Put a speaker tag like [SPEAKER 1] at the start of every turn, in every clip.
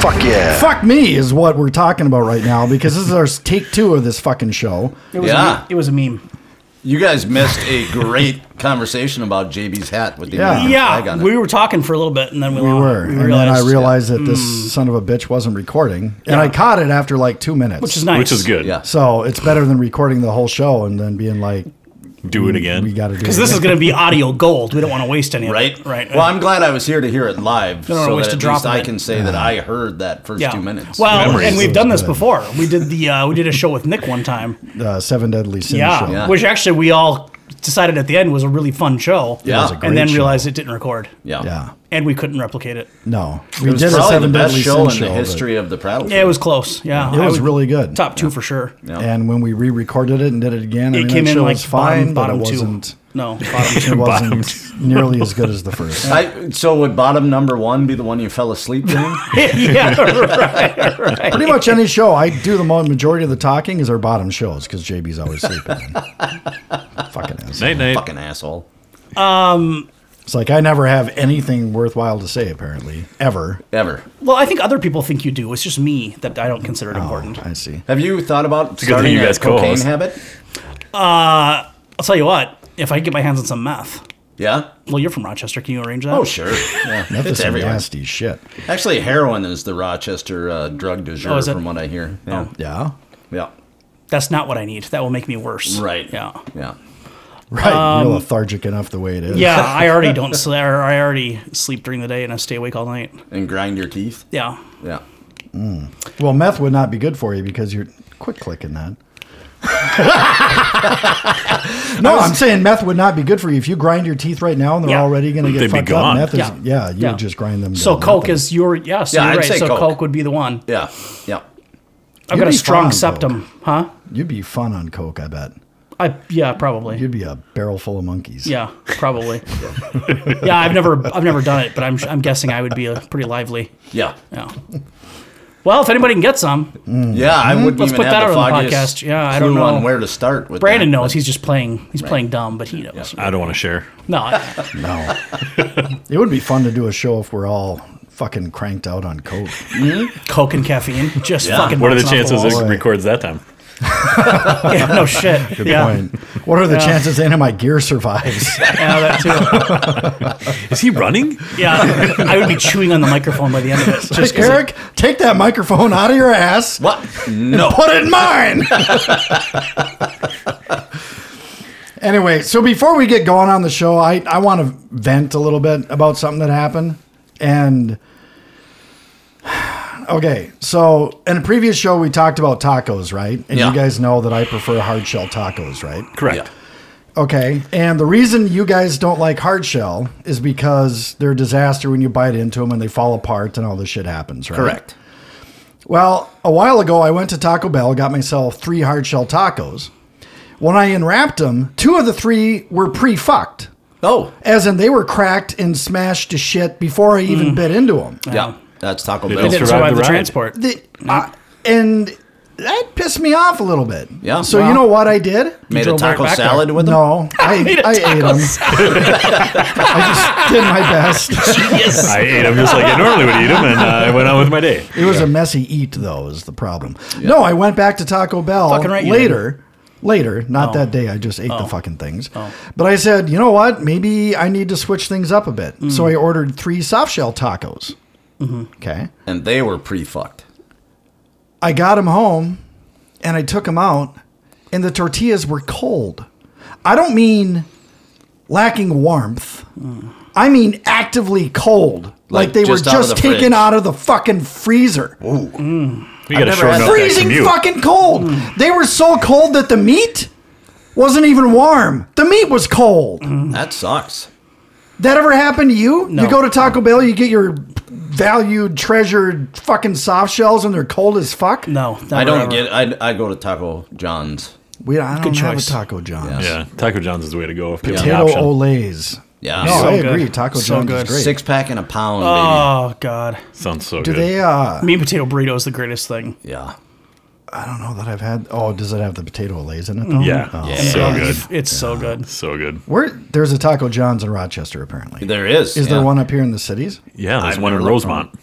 [SPEAKER 1] Fuck yeah.
[SPEAKER 2] Fuck me is what we're talking about right now because this is our take two of this fucking show.
[SPEAKER 3] It was
[SPEAKER 4] Yeah.
[SPEAKER 3] a meme. It was a meme.
[SPEAKER 4] You guys missed a great conversation about JB's hat with the
[SPEAKER 2] Yeah.
[SPEAKER 4] American flag
[SPEAKER 3] Yeah,
[SPEAKER 4] on it.
[SPEAKER 3] we were talking for a little bit, and then we,
[SPEAKER 4] Oh,
[SPEAKER 2] We were. and then I
[SPEAKER 3] realized,
[SPEAKER 2] realized that this
[SPEAKER 4] Mm.
[SPEAKER 2] son of a bitch wasn't recording. And I caught it after like two minutes.
[SPEAKER 3] which is nice.
[SPEAKER 5] which is good.
[SPEAKER 4] Yeah.
[SPEAKER 2] So it's better than recording the whole show and then being like,
[SPEAKER 5] Do it
[SPEAKER 2] we
[SPEAKER 5] again.
[SPEAKER 2] got to do
[SPEAKER 3] because this
[SPEAKER 2] it.
[SPEAKER 3] is going to be audio gold. We don't want to waste any. of it.
[SPEAKER 4] Right?
[SPEAKER 3] Right.
[SPEAKER 4] Well, I'm glad I was here to hear it live
[SPEAKER 3] No, no,
[SPEAKER 4] so
[SPEAKER 3] waste
[SPEAKER 4] that
[SPEAKER 3] a
[SPEAKER 4] at
[SPEAKER 3] drop
[SPEAKER 4] least
[SPEAKER 3] of
[SPEAKER 4] I
[SPEAKER 3] it.
[SPEAKER 4] can say that I heard that first two minutes.
[SPEAKER 3] Well,
[SPEAKER 5] Memories.
[SPEAKER 3] and we've done this
[SPEAKER 2] Good.
[SPEAKER 3] before. We did the uh, we did a show with Nick one time.
[SPEAKER 2] uh, Seven Deadly Sins
[SPEAKER 3] Yeah,
[SPEAKER 2] show.
[SPEAKER 4] Yeah.
[SPEAKER 3] which actually we all decided at the end was a really fun show.
[SPEAKER 4] Yeah. It was a
[SPEAKER 2] great
[SPEAKER 3] and then
[SPEAKER 2] show.
[SPEAKER 3] realized it didn't record.
[SPEAKER 4] yeah.
[SPEAKER 2] Yeah.
[SPEAKER 3] and we couldn't replicate it.
[SPEAKER 2] No. We
[SPEAKER 4] It was probably the best show in the
[SPEAKER 2] but-
[SPEAKER 4] history of the Prattle.
[SPEAKER 3] Yeah, it was close. Yeah,
[SPEAKER 2] It
[SPEAKER 3] I
[SPEAKER 2] was
[SPEAKER 3] would-
[SPEAKER 2] really good.
[SPEAKER 3] top two for sure.
[SPEAKER 2] And when we re recorded it and did it again, I
[SPEAKER 3] It
[SPEAKER 2] mean,
[SPEAKER 3] came
[SPEAKER 2] that
[SPEAKER 3] in
[SPEAKER 2] show
[SPEAKER 3] like
[SPEAKER 2] was fine,
[SPEAKER 3] bottom,
[SPEAKER 2] but it
[SPEAKER 3] bottom
[SPEAKER 2] wasn't,
[SPEAKER 3] two. No, bottom
[SPEAKER 2] It
[SPEAKER 3] two.
[SPEAKER 5] Bottom
[SPEAKER 2] wasn't nearly as good as the first.
[SPEAKER 4] I, so would bottom number one be the one you fell asleep during?
[SPEAKER 3] yeah, right, right.
[SPEAKER 2] Pretty much any show I do, the mo- majority of the talking is our bottom shows because JB's always sleeping. Fucking ass.
[SPEAKER 5] Night night.
[SPEAKER 4] Fucking asshole.
[SPEAKER 2] It's like I never have anything worthwhile to say, apparently, ever.
[SPEAKER 4] Ever.
[SPEAKER 3] Well, I think other people think you do. It's just me that I don't consider it
[SPEAKER 4] Oh,
[SPEAKER 3] important.
[SPEAKER 2] I see.
[SPEAKER 4] Have you thought about
[SPEAKER 5] a good
[SPEAKER 4] starting
[SPEAKER 5] thing you
[SPEAKER 4] a
[SPEAKER 5] guys
[SPEAKER 4] cocaine
[SPEAKER 5] co-host.
[SPEAKER 4] habit?
[SPEAKER 3] I'll tell you what. If I get my hands on some meth,
[SPEAKER 4] Yeah.
[SPEAKER 3] well, you're from Rochester. Can you arrange that?
[SPEAKER 4] Oh sure. Yeah.
[SPEAKER 2] That's
[SPEAKER 4] it's
[SPEAKER 2] some
[SPEAKER 4] everywhere.
[SPEAKER 2] nasty shit.
[SPEAKER 4] Actually, heroin is the Rochester uh, drug de jour,
[SPEAKER 3] Oh, is it?
[SPEAKER 4] from what I hear. Yeah.
[SPEAKER 3] Um,
[SPEAKER 2] Yeah.
[SPEAKER 4] Yeah.
[SPEAKER 3] That's not what I need. That will make me worse.
[SPEAKER 4] Right.
[SPEAKER 3] Yeah.
[SPEAKER 4] Yeah.
[SPEAKER 2] Right. You're lethargic enough the way it is.
[SPEAKER 3] Yeah, I already don't. sl- or I already sleep during the day and I stay awake all night.
[SPEAKER 4] And grind your teeth.
[SPEAKER 3] Yeah.
[SPEAKER 4] Yeah.
[SPEAKER 2] Well, meth would not be good for you because you're quit clicking that. no, I'm saying meth would not be good for you if you grind your teeth right now and they're
[SPEAKER 3] Yeah.
[SPEAKER 2] already going to get
[SPEAKER 5] They'd be
[SPEAKER 2] fucked
[SPEAKER 5] gone.
[SPEAKER 2] up. Meth
[SPEAKER 3] Yeah.
[SPEAKER 2] is yeah, you
[SPEAKER 3] Yeah.
[SPEAKER 2] would just grind them.
[SPEAKER 3] So
[SPEAKER 2] down.
[SPEAKER 3] coke is your yeah. So
[SPEAKER 4] Yeah,
[SPEAKER 3] you're
[SPEAKER 4] I'd
[SPEAKER 3] right.
[SPEAKER 4] say
[SPEAKER 3] So
[SPEAKER 4] coke.
[SPEAKER 3] coke. would be the one.
[SPEAKER 4] Yeah. Yeah.
[SPEAKER 3] I've
[SPEAKER 2] You'd
[SPEAKER 3] got a
[SPEAKER 2] be fine
[SPEAKER 3] strong
[SPEAKER 2] on
[SPEAKER 3] septum, huh?
[SPEAKER 2] You'd be fun on coke, I bet.
[SPEAKER 3] I yeah probably.
[SPEAKER 2] You'd be a barrel full of monkeys.
[SPEAKER 3] yeah, probably. yeah, I've never I've never done it, but I'm I'm guessing I would be a pretty lively.
[SPEAKER 4] Yeah.
[SPEAKER 3] Yeah. Well, if anybody can get some,
[SPEAKER 4] Yeah. I wouldn't
[SPEAKER 3] Mm-hmm. Let's
[SPEAKER 4] even
[SPEAKER 3] put
[SPEAKER 4] have
[SPEAKER 3] that
[SPEAKER 4] the
[SPEAKER 3] out on the
[SPEAKER 4] foggiest
[SPEAKER 3] podcast. Yeah, I
[SPEAKER 4] clue
[SPEAKER 3] don't know.
[SPEAKER 4] on where to start with.
[SPEAKER 3] Brandon
[SPEAKER 4] that,
[SPEAKER 3] knows
[SPEAKER 4] but-
[SPEAKER 3] he's just playing he's playing dumb, but he knows.
[SPEAKER 5] I don't want to share.
[SPEAKER 3] No,
[SPEAKER 2] No. it would be fun to do a show if we're all fucking cranked out on coke.
[SPEAKER 3] coke and caffeine just
[SPEAKER 4] Yeah.
[SPEAKER 3] fucking.
[SPEAKER 5] What are the
[SPEAKER 3] knocks off
[SPEAKER 5] chances
[SPEAKER 3] walls.
[SPEAKER 5] it records that time?
[SPEAKER 3] yeah, no shit. yeah.
[SPEAKER 2] Point. What are the chances any of my gear survives?
[SPEAKER 3] Yeah, that too.
[SPEAKER 5] Is he running?
[SPEAKER 3] Yeah, I would be chewing on the microphone by the end of it. Just 'cause
[SPEAKER 2] Eric, take that microphone out of your ass.
[SPEAKER 4] What? No.
[SPEAKER 2] Put it in mine. anyway, so before we get going on the show, I, I want to vent a little bit about something that happened. And okay, so in a previous show, we talked about tacos, right? And
[SPEAKER 4] Yeah.
[SPEAKER 2] you guys know that I prefer hard shell tacos, right?
[SPEAKER 5] Correct.
[SPEAKER 4] Yeah.
[SPEAKER 2] Okay. And the reason you guys don't like hard shell is because they're a disaster when you bite into them and they fall apart and all this shit happens, right?
[SPEAKER 4] Correct.
[SPEAKER 2] Well, a while ago, I went to Taco Bell, got myself three hard shell tacos. When I unwrapped them, two of the three were pre fucked,
[SPEAKER 4] Oh.
[SPEAKER 2] as in they were cracked and smashed to shit before I
[SPEAKER 4] Mm.
[SPEAKER 2] even bit into them.
[SPEAKER 4] Yeah. That's Taco
[SPEAKER 5] They
[SPEAKER 4] Bell.
[SPEAKER 3] Didn't
[SPEAKER 5] Survive
[SPEAKER 3] survive
[SPEAKER 5] the
[SPEAKER 3] the
[SPEAKER 5] ride.
[SPEAKER 3] transport.
[SPEAKER 2] The, I- and that pissed me off a little bit.
[SPEAKER 4] Yeah.
[SPEAKER 2] So
[SPEAKER 4] Wow.
[SPEAKER 2] you know what I did?
[SPEAKER 4] Made a
[SPEAKER 3] drove right
[SPEAKER 4] taco
[SPEAKER 3] back there.
[SPEAKER 4] salad with them.
[SPEAKER 2] No, I, I,
[SPEAKER 3] Made a
[SPEAKER 2] ate
[SPEAKER 3] taco
[SPEAKER 2] them. I just did my best.
[SPEAKER 3] Yes.
[SPEAKER 5] I ate them just like I normally would eat them, and uh, I went on with my day.
[SPEAKER 2] It was a messy eat, though, is the problem. No, I went back to Taco Bell
[SPEAKER 3] Fucking right you
[SPEAKER 2] later. Later,
[SPEAKER 4] Oh.
[SPEAKER 2] not that day. I just ate the fucking things. But I said, you know what? Maybe I need to switch things up a bit.
[SPEAKER 4] Mm.
[SPEAKER 2] So I ordered three soft shell tacos.
[SPEAKER 4] Mm-hmm.
[SPEAKER 2] Okay.
[SPEAKER 4] And they were pre fucked.
[SPEAKER 2] I got them home and I took them out, and the tortillas were cold. I don't mean lacking warmth. I mean actively cold. Like,
[SPEAKER 4] Mm. Like
[SPEAKER 2] they were
[SPEAKER 4] just out of
[SPEAKER 2] just
[SPEAKER 4] the
[SPEAKER 2] taken
[SPEAKER 4] fridge.
[SPEAKER 2] out of the fucking freezer.
[SPEAKER 5] We got to
[SPEAKER 4] never
[SPEAKER 5] shorten
[SPEAKER 4] had
[SPEAKER 5] up
[SPEAKER 4] that.
[SPEAKER 5] that
[SPEAKER 2] freezing
[SPEAKER 5] commute.
[SPEAKER 2] fucking cold. They were so cold that the meat wasn't even warm. The meat was cold.
[SPEAKER 3] Mm.
[SPEAKER 4] That sucks.
[SPEAKER 2] That ever happened to you? You go to Taco Bell, you get your valued, treasured fucking soft shells and they're cold as fuck?
[SPEAKER 3] No, never,
[SPEAKER 4] I don't
[SPEAKER 3] ever.
[SPEAKER 4] get. I I go to Taco John's.
[SPEAKER 2] We I don't
[SPEAKER 3] Good
[SPEAKER 2] have
[SPEAKER 3] choice.
[SPEAKER 2] a Taco John's.
[SPEAKER 5] Yeah, Taco John's is the way to go. If given the
[SPEAKER 2] Potato
[SPEAKER 5] option.
[SPEAKER 2] Olays.
[SPEAKER 4] Yeah,
[SPEAKER 2] No,
[SPEAKER 4] so
[SPEAKER 2] I
[SPEAKER 3] good.
[SPEAKER 2] agree. Taco
[SPEAKER 3] So
[SPEAKER 2] John's
[SPEAKER 3] good.
[SPEAKER 2] is great.
[SPEAKER 4] six pack and a pound,
[SPEAKER 3] Oh God,
[SPEAKER 5] Sounds so
[SPEAKER 2] Do
[SPEAKER 5] good.
[SPEAKER 2] they? uh
[SPEAKER 3] meat and potato burrito is the greatest thing.
[SPEAKER 4] baby. Yeah,
[SPEAKER 2] I don't know that I've had. Oh, does it have the potato Olays in it? though?
[SPEAKER 5] yeah.
[SPEAKER 2] Oh.
[SPEAKER 4] Yeah.
[SPEAKER 5] So good.
[SPEAKER 3] It's so good.
[SPEAKER 5] So good.
[SPEAKER 2] Where there's a Taco John's in Rochester apparently.
[SPEAKER 4] there is.
[SPEAKER 2] Is there
[SPEAKER 4] yeah.
[SPEAKER 2] one up here in the cities?
[SPEAKER 5] Yeah, there's
[SPEAKER 4] I've
[SPEAKER 5] one in
[SPEAKER 4] never looked for
[SPEAKER 5] Rosemont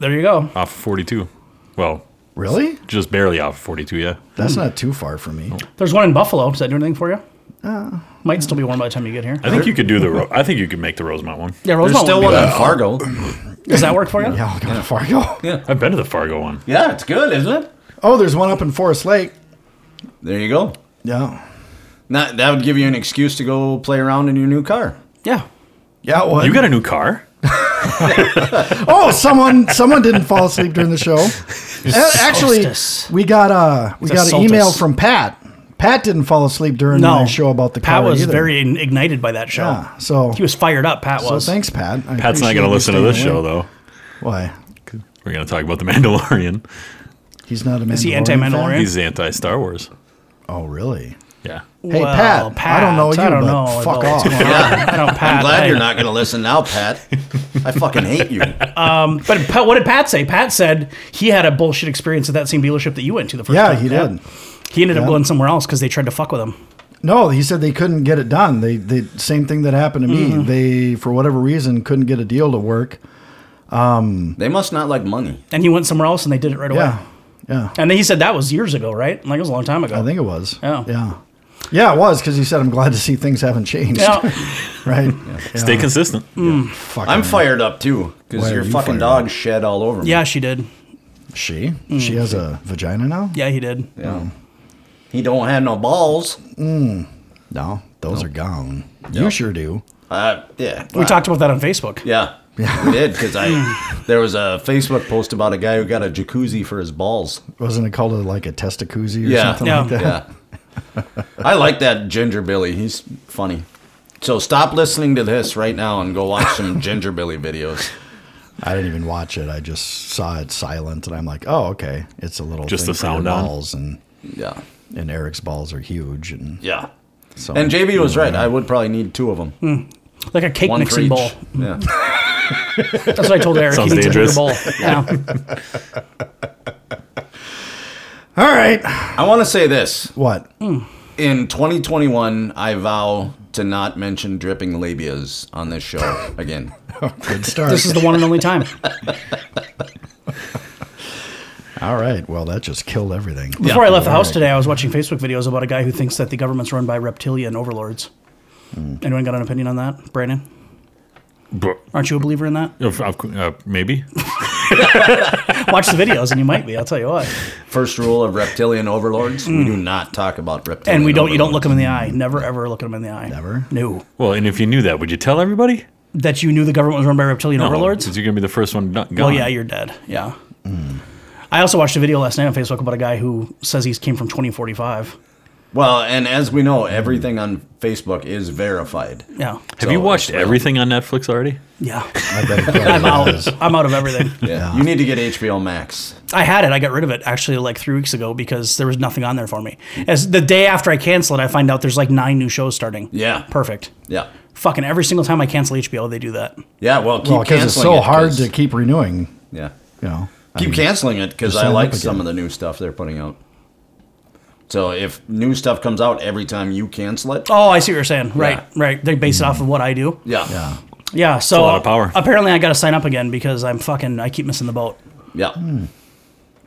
[SPEAKER 3] There you go.
[SPEAKER 5] off of 42. Well,
[SPEAKER 2] Really?
[SPEAKER 5] just barely off of 42, yeah.
[SPEAKER 2] That's not too far from me.
[SPEAKER 3] There's one in Buffalo. Does that do anything for you? Might still be warm by the time you get here.
[SPEAKER 5] I think you could do the. Ro- I think you could make the Rosemont one.
[SPEAKER 3] Yeah,
[SPEAKER 4] There's
[SPEAKER 3] Rosemont
[SPEAKER 4] still
[SPEAKER 3] would
[SPEAKER 4] one
[SPEAKER 3] be
[SPEAKER 4] in Fargo.
[SPEAKER 3] good. Does that work for you?
[SPEAKER 2] Yeah, oh, I'll go to Fargo.
[SPEAKER 5] I've been to the Fargo one.
[SPEAKER 4] Yeah, it's good, isn't it?
[SPEAKER 2] Oh, there's one up in Forest Lake.
[SPEAKER 4] There you go.
[SPEAKER 2] Yeah.
[SPEAKER 4] Not, that would give you an excuse to go play around in your new car.
[SPEAKER 3] Yeah.
[SPEAKER 2] Yeah, it was.
[SPEAKER 5] You got a new car?
[SPEAKER 2] oh, someone someone didn't fall asleep during the show. A- Actually,
[SPEAKER 3] Solstice.
[SPEAKER 2] we got a we
[SPEAKER 3] It's a
[SPEAKER 2] got an
[SPEAKER 3] solstice.
[SPEAKER 2] email from Pat. Pat didn't fall asleep during
[SPEAKER 3] No.
[SPEAKER 2] my show about the
[SPEAKER 3] Pat
[SPEAKER 2] car
[SPEAKER 3] was
[SPEAKER 2] either.
[SPEAKER 3] very in- ignited by that show.
[SPEAKER 2] yeah. So
[SPEAKER 3] He was fired up. Pat
[SPEAKER 2] so
[SPEAKER 3] was.
[SPEAKER 2] thanks, Pat. I
[SPEAKER 5] Pat's not
[SPEAKER 2] appreciate
[SPEAKER 5] going to
[SPEAKER 2] you
[SPEAKER 5] listen to this
[SPEAKER 2] staying
[SPEAKER 5] show,
[SPEAKER 2] awake.
[SPEAKER 5] though.
[SPEAKER 2] Why?
[SPEAKER 5] We're going to talk about The Mandalorian.
[SPEAKER 2] He's not a Mandalorian.
[SPEAKER 3] he
[SPEAKER 2] fan?
[SPEAKER 3] anti-Mandalorian?
[SPEAKER 5] He's anti Star Wars.
[SPEAKER 2] Oh, really?
[SPEAKER 5] Yeah.
[SPEAKER 2] Hey, Pat, I don't know you, but fuck
[SPEAKER 3] about
[SPEAKER 2] off.
[SPEAKER 3] what's going on. I don't, Pat.
[SPEAKER 4] I'm glad
[SPEAKER 3] Ah, I-
[SPEAKER 4] you're not going to listen now, Pat. I fucking hate you.
[SPEAKER 3] But Pat, what did Pat say? Pat said he had a bullshit experience at that same dealership that you went to the first
[SPEAKER 2] Yeah,
[SPEAKER 3] time.
[SPEAKER 2] he did.
[SPEAKER 3] He ended up
[SPEAKER 2] Yeah.
[SPEAKER 3] going somewhere else because they tried to fuck with him.
[SPEAKER 2] No, he said they couldn't get it done. They the same thing that happened to me.
[SPEAKER 3] Mm-hmm.
[SPEAKER 2] They for whatever reason couldn't get a deal to work.
[SPEAKER 4] They must not like money.
[SPEAKER 3] And he went somewhere else and they did it right away.
[SPEAKER 2] Yeah. Yeah.
[SPEAKER 3] And then he said that was years ago, right? Like it was a long time ago.
[SPEAKER 2] I think it was.
[SPEAKER 3] Yeah.
[SPEAKER 2] Yeah. Yeah, it was because he said, I'm glad to see things haven't changed.
[SPEAKER 3] Yeah.
[SPEAKER 2] Right?
[SPEAKER 5] Stay consistent.
[SPEAKER 2] Fucking-
[SPEAKER 4] I'm fired up too
[SPEAKER 2] Why
[SPEAKER 4] because
[SPEAKER 2] are
[SPEAKER 4] your
[SPEAKER 2] you
[SPEAKER 4] fucking
[SPEAKER 2] fired
[SPEAKER 4] dog shed all over me.
[SPEAKER 3] yeah, she did.
[SPEAKER 2] She?
[SPEAKER 3] Mm.
[SPEAKER 2] She has a vagina now?
[SPEAKER 3] Yeah, he did.
[SPEAKER 4] Yeah. He don't have no balls.
[SPEAKER 2] No, those are gone. You sure do.
[SPEAKER 4] Uh, yeah.
[SPEAKER 3] We talked about that on Facebook.
[SPEAKER 4] Yeah. We did because I there was a Facebook post about a guy who got a jacuzzi for his balls.
[SPEAKER 2] Wasn't it called a, like a testacuzzi or
[SPEAKER 4] Yeah.
[SPEAKER 2] something
[SPEAKER 3] Yeah.
[SPEAKER 2] like that?
[SPEAKER 4] Yeah. I like that Ginger Billy. He's funny. So stop listening to this right now and go watch some Ginger Billy videos.
[SPEAKER 2] I didn't even watch it. I just saw it silent and I'm like, oh, okay. It's a little
[SPEAKER 5] Just
[SPEAKER 2] thing
[SPEAKER 5] the
[SPEAKER 2] for your
[SPEAKER 5] sound on?
[SPEAKER 2] balls and,
[SPEAKER 4] Yeah.
[SPEAKER 2] and Eric's balls are huge and
[SPEAKER 4] Yeah.
[SPEAKER 2] so
[SPEAKER 4] And JB was right. I would probably need two of them.
[SPEAKER 3] Like a cake
[SPEAKER 4] One for
[SPEAKER 3] Mm-hmm. mixing
[SPEAKER 4] each.
[SPEAKER 3] bowl. Mm-hmm.
[SPEAKER 4] Yeah.
[SPEAKER 3] That's what I told Eric.
[SPEAKER 5] Sounds
[SPEAKER 3] he needs
[SPEAKER 5] dangerous.
[SPEAKER 3] a bigger bowl. Yeah.
[SPEAKER 2] All right.
[SPEAKER 4] I want to say this.
[SPEAKER 2] What?
[SPEAKER 3] Mm.
[SPEAKER 4] In 2021, I vow to not mention dripping labias on this show again.
[SPEAKER 2] Good start.
[SPEAKER 3] This is the one and only time.
[SPEAKER 2] All right. Well, that just killed everything.
[SPEAKER 3] Before I left the house today, I was watching Facebook videos about a guy who thinks that the government's run by reptilian overlords. Anyone got an opinion on that, Brandon?
[SPEAKER 5] Bro-
[SPEAKER 3] Aren't you a believer in that?
[SPEAKER 5] of- of- uh, maybe.
[SPEAKER 3] Watch the videos and you might be. I'll tell you what.
[SPEAKER 4] First rule of reptilian overlords: we do not talk about reptilian.
[SPEAKER 3] Mm. And we don't. You don't look
[SPEAKER 4] overlords.
[SPEAKER 3] him in the eye. Never ever look at him in the eye.
[SPEAKER 2] Never?
[SPEAKER 3] No.
[SPEAKER 5] Well, and if you knew that, would you tell everybody?
[SPEAKER 3] That you knew the government was run by reptilian
[SPEAKER 5] No,
[SPEAKER 3] overlords.
[SPEAKER 5] Because you're going to be the first one not gone.
[SPEAKER 3] Well, yeah, you're dead. Yeah. I also watched a video last night on Facebook about a guy who says he came from 2045.
[SPEAKER 4] Well, and as we know, everything on Facebook is verified.
[SPEAKER 3] Yeah.
[SPEAKER 5] Have you
[SPEAKER 4] So,
[SPEAKER 5] watched
[SPEAKER 4] it's real.
[SPEAKER 5] everything on Netflix already?
[SPEAKER 3] Yeah.
[SPEAKER 2] I bet it probably
[SPEAKER 3] I'm out.
[SPEAKER 2] is.
[SPEAKER 3] I'm out of everything.
[SPEAKER 4] You need to get HBO Max.
[SPEAKER 3] I had it. I got rid of it actually like three weeks ago because there was nothing on there for me. As the day after I cancel it, I find out there's like nine new shows starting.
[SPEAKER 4] Yeah.
[SPEAKER 3] Perfect.
[SPEAKER 4] Yeah,
[SPEAKER 3] Fucking every single time I cancel HBO, they do that.
[SPEAKER 4] yeah. Well, keep
[SPEAKER 2] Well, because Oh, it's
[SPEAKER 4] canceling
[SPEAKER 2] so
[SPEAKER 4] it,
[SPEAKER 2] hard
[SPEAKER 4] 'cause-
[SPEAKER 2] to keep renewing,
[SPEAKER 4] Yeah,
[SPEAKER 2] you know. I
[SPEAKER 4] keep
[SPEAKER 2] mean,
[SPEAKER 4] canceling it because
[SPEAKER 2] just
[SPEAKER 4] I
[SPEAKER 2] sign
[SPEAKER 4] like
[SPEAKER 2] up
[SPEAKER 4] some
[SPEAKER 2] again.
[SPEAKER 4] of the new stuff they're putting out. So if new stuff comes out every time you cancel it,
[SPEAKER 3] Oh, I see what you're saying. Right,
[SPEAKER 4] Yeah.
[SPEAKER 3] right. They base it off of what I do.
[SPEAKER 4] yeah,
[SPEAKER 2] Yeah.
[SPEAKER 3] Yeah. So
[SPEAKER 5] lot of power.
[SPEAKER 3] Apparently, I got to sign up again because I'm fucking. I keep missing the boat.
[SPEAKER 4] yeah.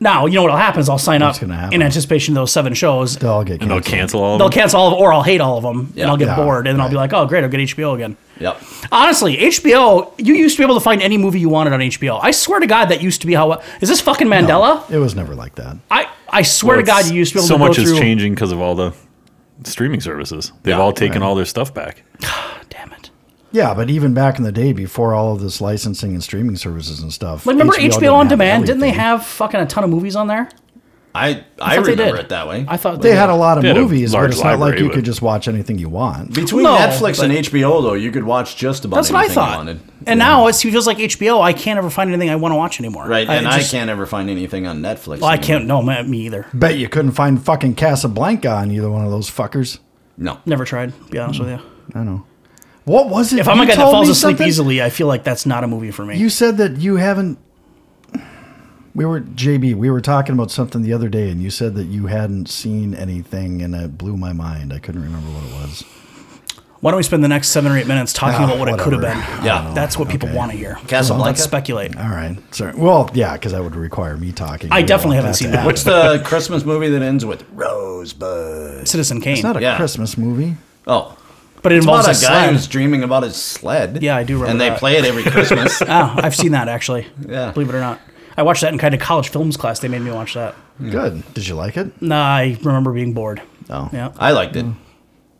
[SPEAKER 3] Now you know what'll happen is I'll sign
[SPEAKER 2] What's
[SPEAKER 3] up
[SPEAKER 2] gonna happen?
[SPEAKER 3] in anticipation of those seven shows.
[SPEAKER 2] They'll all get
[SPEAKER 5] And they'll
[SPEAKER 2] canceled.
[SPEAKER 5] cancel all of
[SPEAKER 3] They'll
[SPEAKER 5] them?
[SPEAKER 3] cancel all of, or I'll hate all of them,
[SPEAKER 4] Yeah.
[SPEAKER 3] and I'll get
[SPEAKER 2] Yeah,
[SPEAKER 3] bored, and then I'll be like, oh great, I'll get HBO again.
[SPEAKER 4] Yep.
[SPEAKER 3] Hmm. Honestly, HBO, you used to be able to find any movie you wanted on HBO. I swear to God, that used to be how. Is this fucking Mandela?
[SPEAKER 2] It was never like that.
[SPEAKER 3] I, I swear to God, you used to be able
[SPEAKER 5] so
[SPEAKER 3] to go
[SPEAKER 5] much
[SPEAKER 3] through.
[SPEAKER 5] is changing because of all the streaming services. They've all taken all their stuff back.
[SPEAKER 3] Damn it!
[SPEAKER 2] Yeah, but even back in the day, before all of this licensing and streaming services and stuff,
[SPEAKER 3] Like remember HBO,
[SPEAKER 2] didn't
[SPEAKER 3] on
[SPEAKER 2] have
[SPEAKER 3] demand? Didn't they
[SPEAKER 2] everything.
[SPEAKER 3] have fucking a ton of movies on there?
[SPEAKER 4] I I,
[SPEAKER 3] thought they
[SPEAKER 4] remember
[SPEAKER 3] did.
[SPEAKER 4] it that way.
[SPEAKER 3] I thought
[SPEAKER 2] They had a lot of
[SPEAKER 5] They had a
[SPEAKER 2] movies, but
[SPEAKER 5] large
[SPEAKER 2] it's not like
[SPEAKER 5] library,
[SPEAKER 2] you
[SPEAKER 5] but-
[SPEAKER 2] could just watch anything you want.
[SPEAKER 4] Between
[SPEAKER 3] No,
[SPEAKER 4] Netflix and
[SPEAKER 3] but-
[SPEAKER 4] HBO, though, you could watch just about
[SPEAKER 3] That's what I
[SPEAKER 4] anything
[SPEAKER 3] thought.
[SPEAKER 4] you wanted.
[SPEAKER 3] And now it's, it feels like HBO. I can't ever find anything I want to watch anymore.
[SPEAKER 4] Right, and I,
[SPEAKER 3] just-
[SPEAKER 4] can't ever find anything on Netflix.
[SPEAKER 3] Well, I
[SPEAKER 4] anymore.
[SPEAKER 3] can't. No, me me either.
[SPEAKER 2] Bet you couldn't find fucking Casablanca on either one of those fuckers.
[SPEAKER 4] No.
[SPEAKER 3] Never tried. to Be honest with you.
[SPEAKER 2] I know. What was it?
[SPEAKER 3] If I'm
[SPEAKER 2] Mm-hmm. you
[SPEAKER 3] a guy that
[SPEAKER 2] told
[SPEAKER 3] falls
[SPEAKER 2] me
[SPEAKER 3] asleep
[SPEAKER 2] something?
[SPEAKER 3] easily, I feel like that's not a movie for me.
[SPEAKER 2] You said that you haven't. We were JB. We were talking about something the other day, and you said that you hadn't seen anything, and it blew my mind. I couldn't remember what it was.
[SPEAKER 3] Why don't we spend the next seven or eight minutes talking
[SPEAKER 2] Ah,
[SPEAKER 3] about what it could
[SPEAKER 2] whatever.
[SPEAKER 3] have been?
[SPEAKER 4] Yeah.
[SPEAKER 3] That's what people want to hear.
[SPEAKER 4] Casablanca?
[SPEAKER 3] Let's speculate.
[SPEAKER 2] All right, sorry. Well, yeah, because that would require me talking.
[SPEAKER 3] I
[SPEAKER 2] We don't
[SPEAKER 3] definitely
[SPEAKER 2] want
[SPEAKER 3] haven't
[SPEAKER 2] to
[SPEAKER 3] seen that.
[SPEAKER 2] happen.
[SPEAKER 4] What's the Christmas movie that ends with Rosebud?
[SPEAKER 3] Citizen Kane.
[SPEAKER 2] It's not a
[SPEAKER 4] Yeah.
[SPEAKER 2] Christmas movie.
[SPEAKER 4] Oh.
[SPEAKER 3] but it
[SPEAKER 4] It's
[SPEAKER 3] involves
[SPEAKER 4] about
[SPEAKER 3] a,
[SPEAKER 4] a guy
[SPEAKER 3] sled.
[SPEAKER 4] who's dreaming about his sled.
[SPEAKER 3] Yeah, I do remember
[SPEAKER 4] And they
[SPEAKER 3] that.
[SPEAKER 4] play it every Christmas.
[SPEAKER 3] Ah, I've seen that actually.
[SPEAKER 4] Yeah.
[SPEAKER 3] Believe it or not. I watched that in kind of college films class. They made me watch that.
[SPEAKER 2] Good. Did you like it?
[SPEAKER 3] Nah, I remember being bored.
[SPEAKER 2] No.
[SPEAKER 3] Yeah.
[SPEAKER 4] I liked it,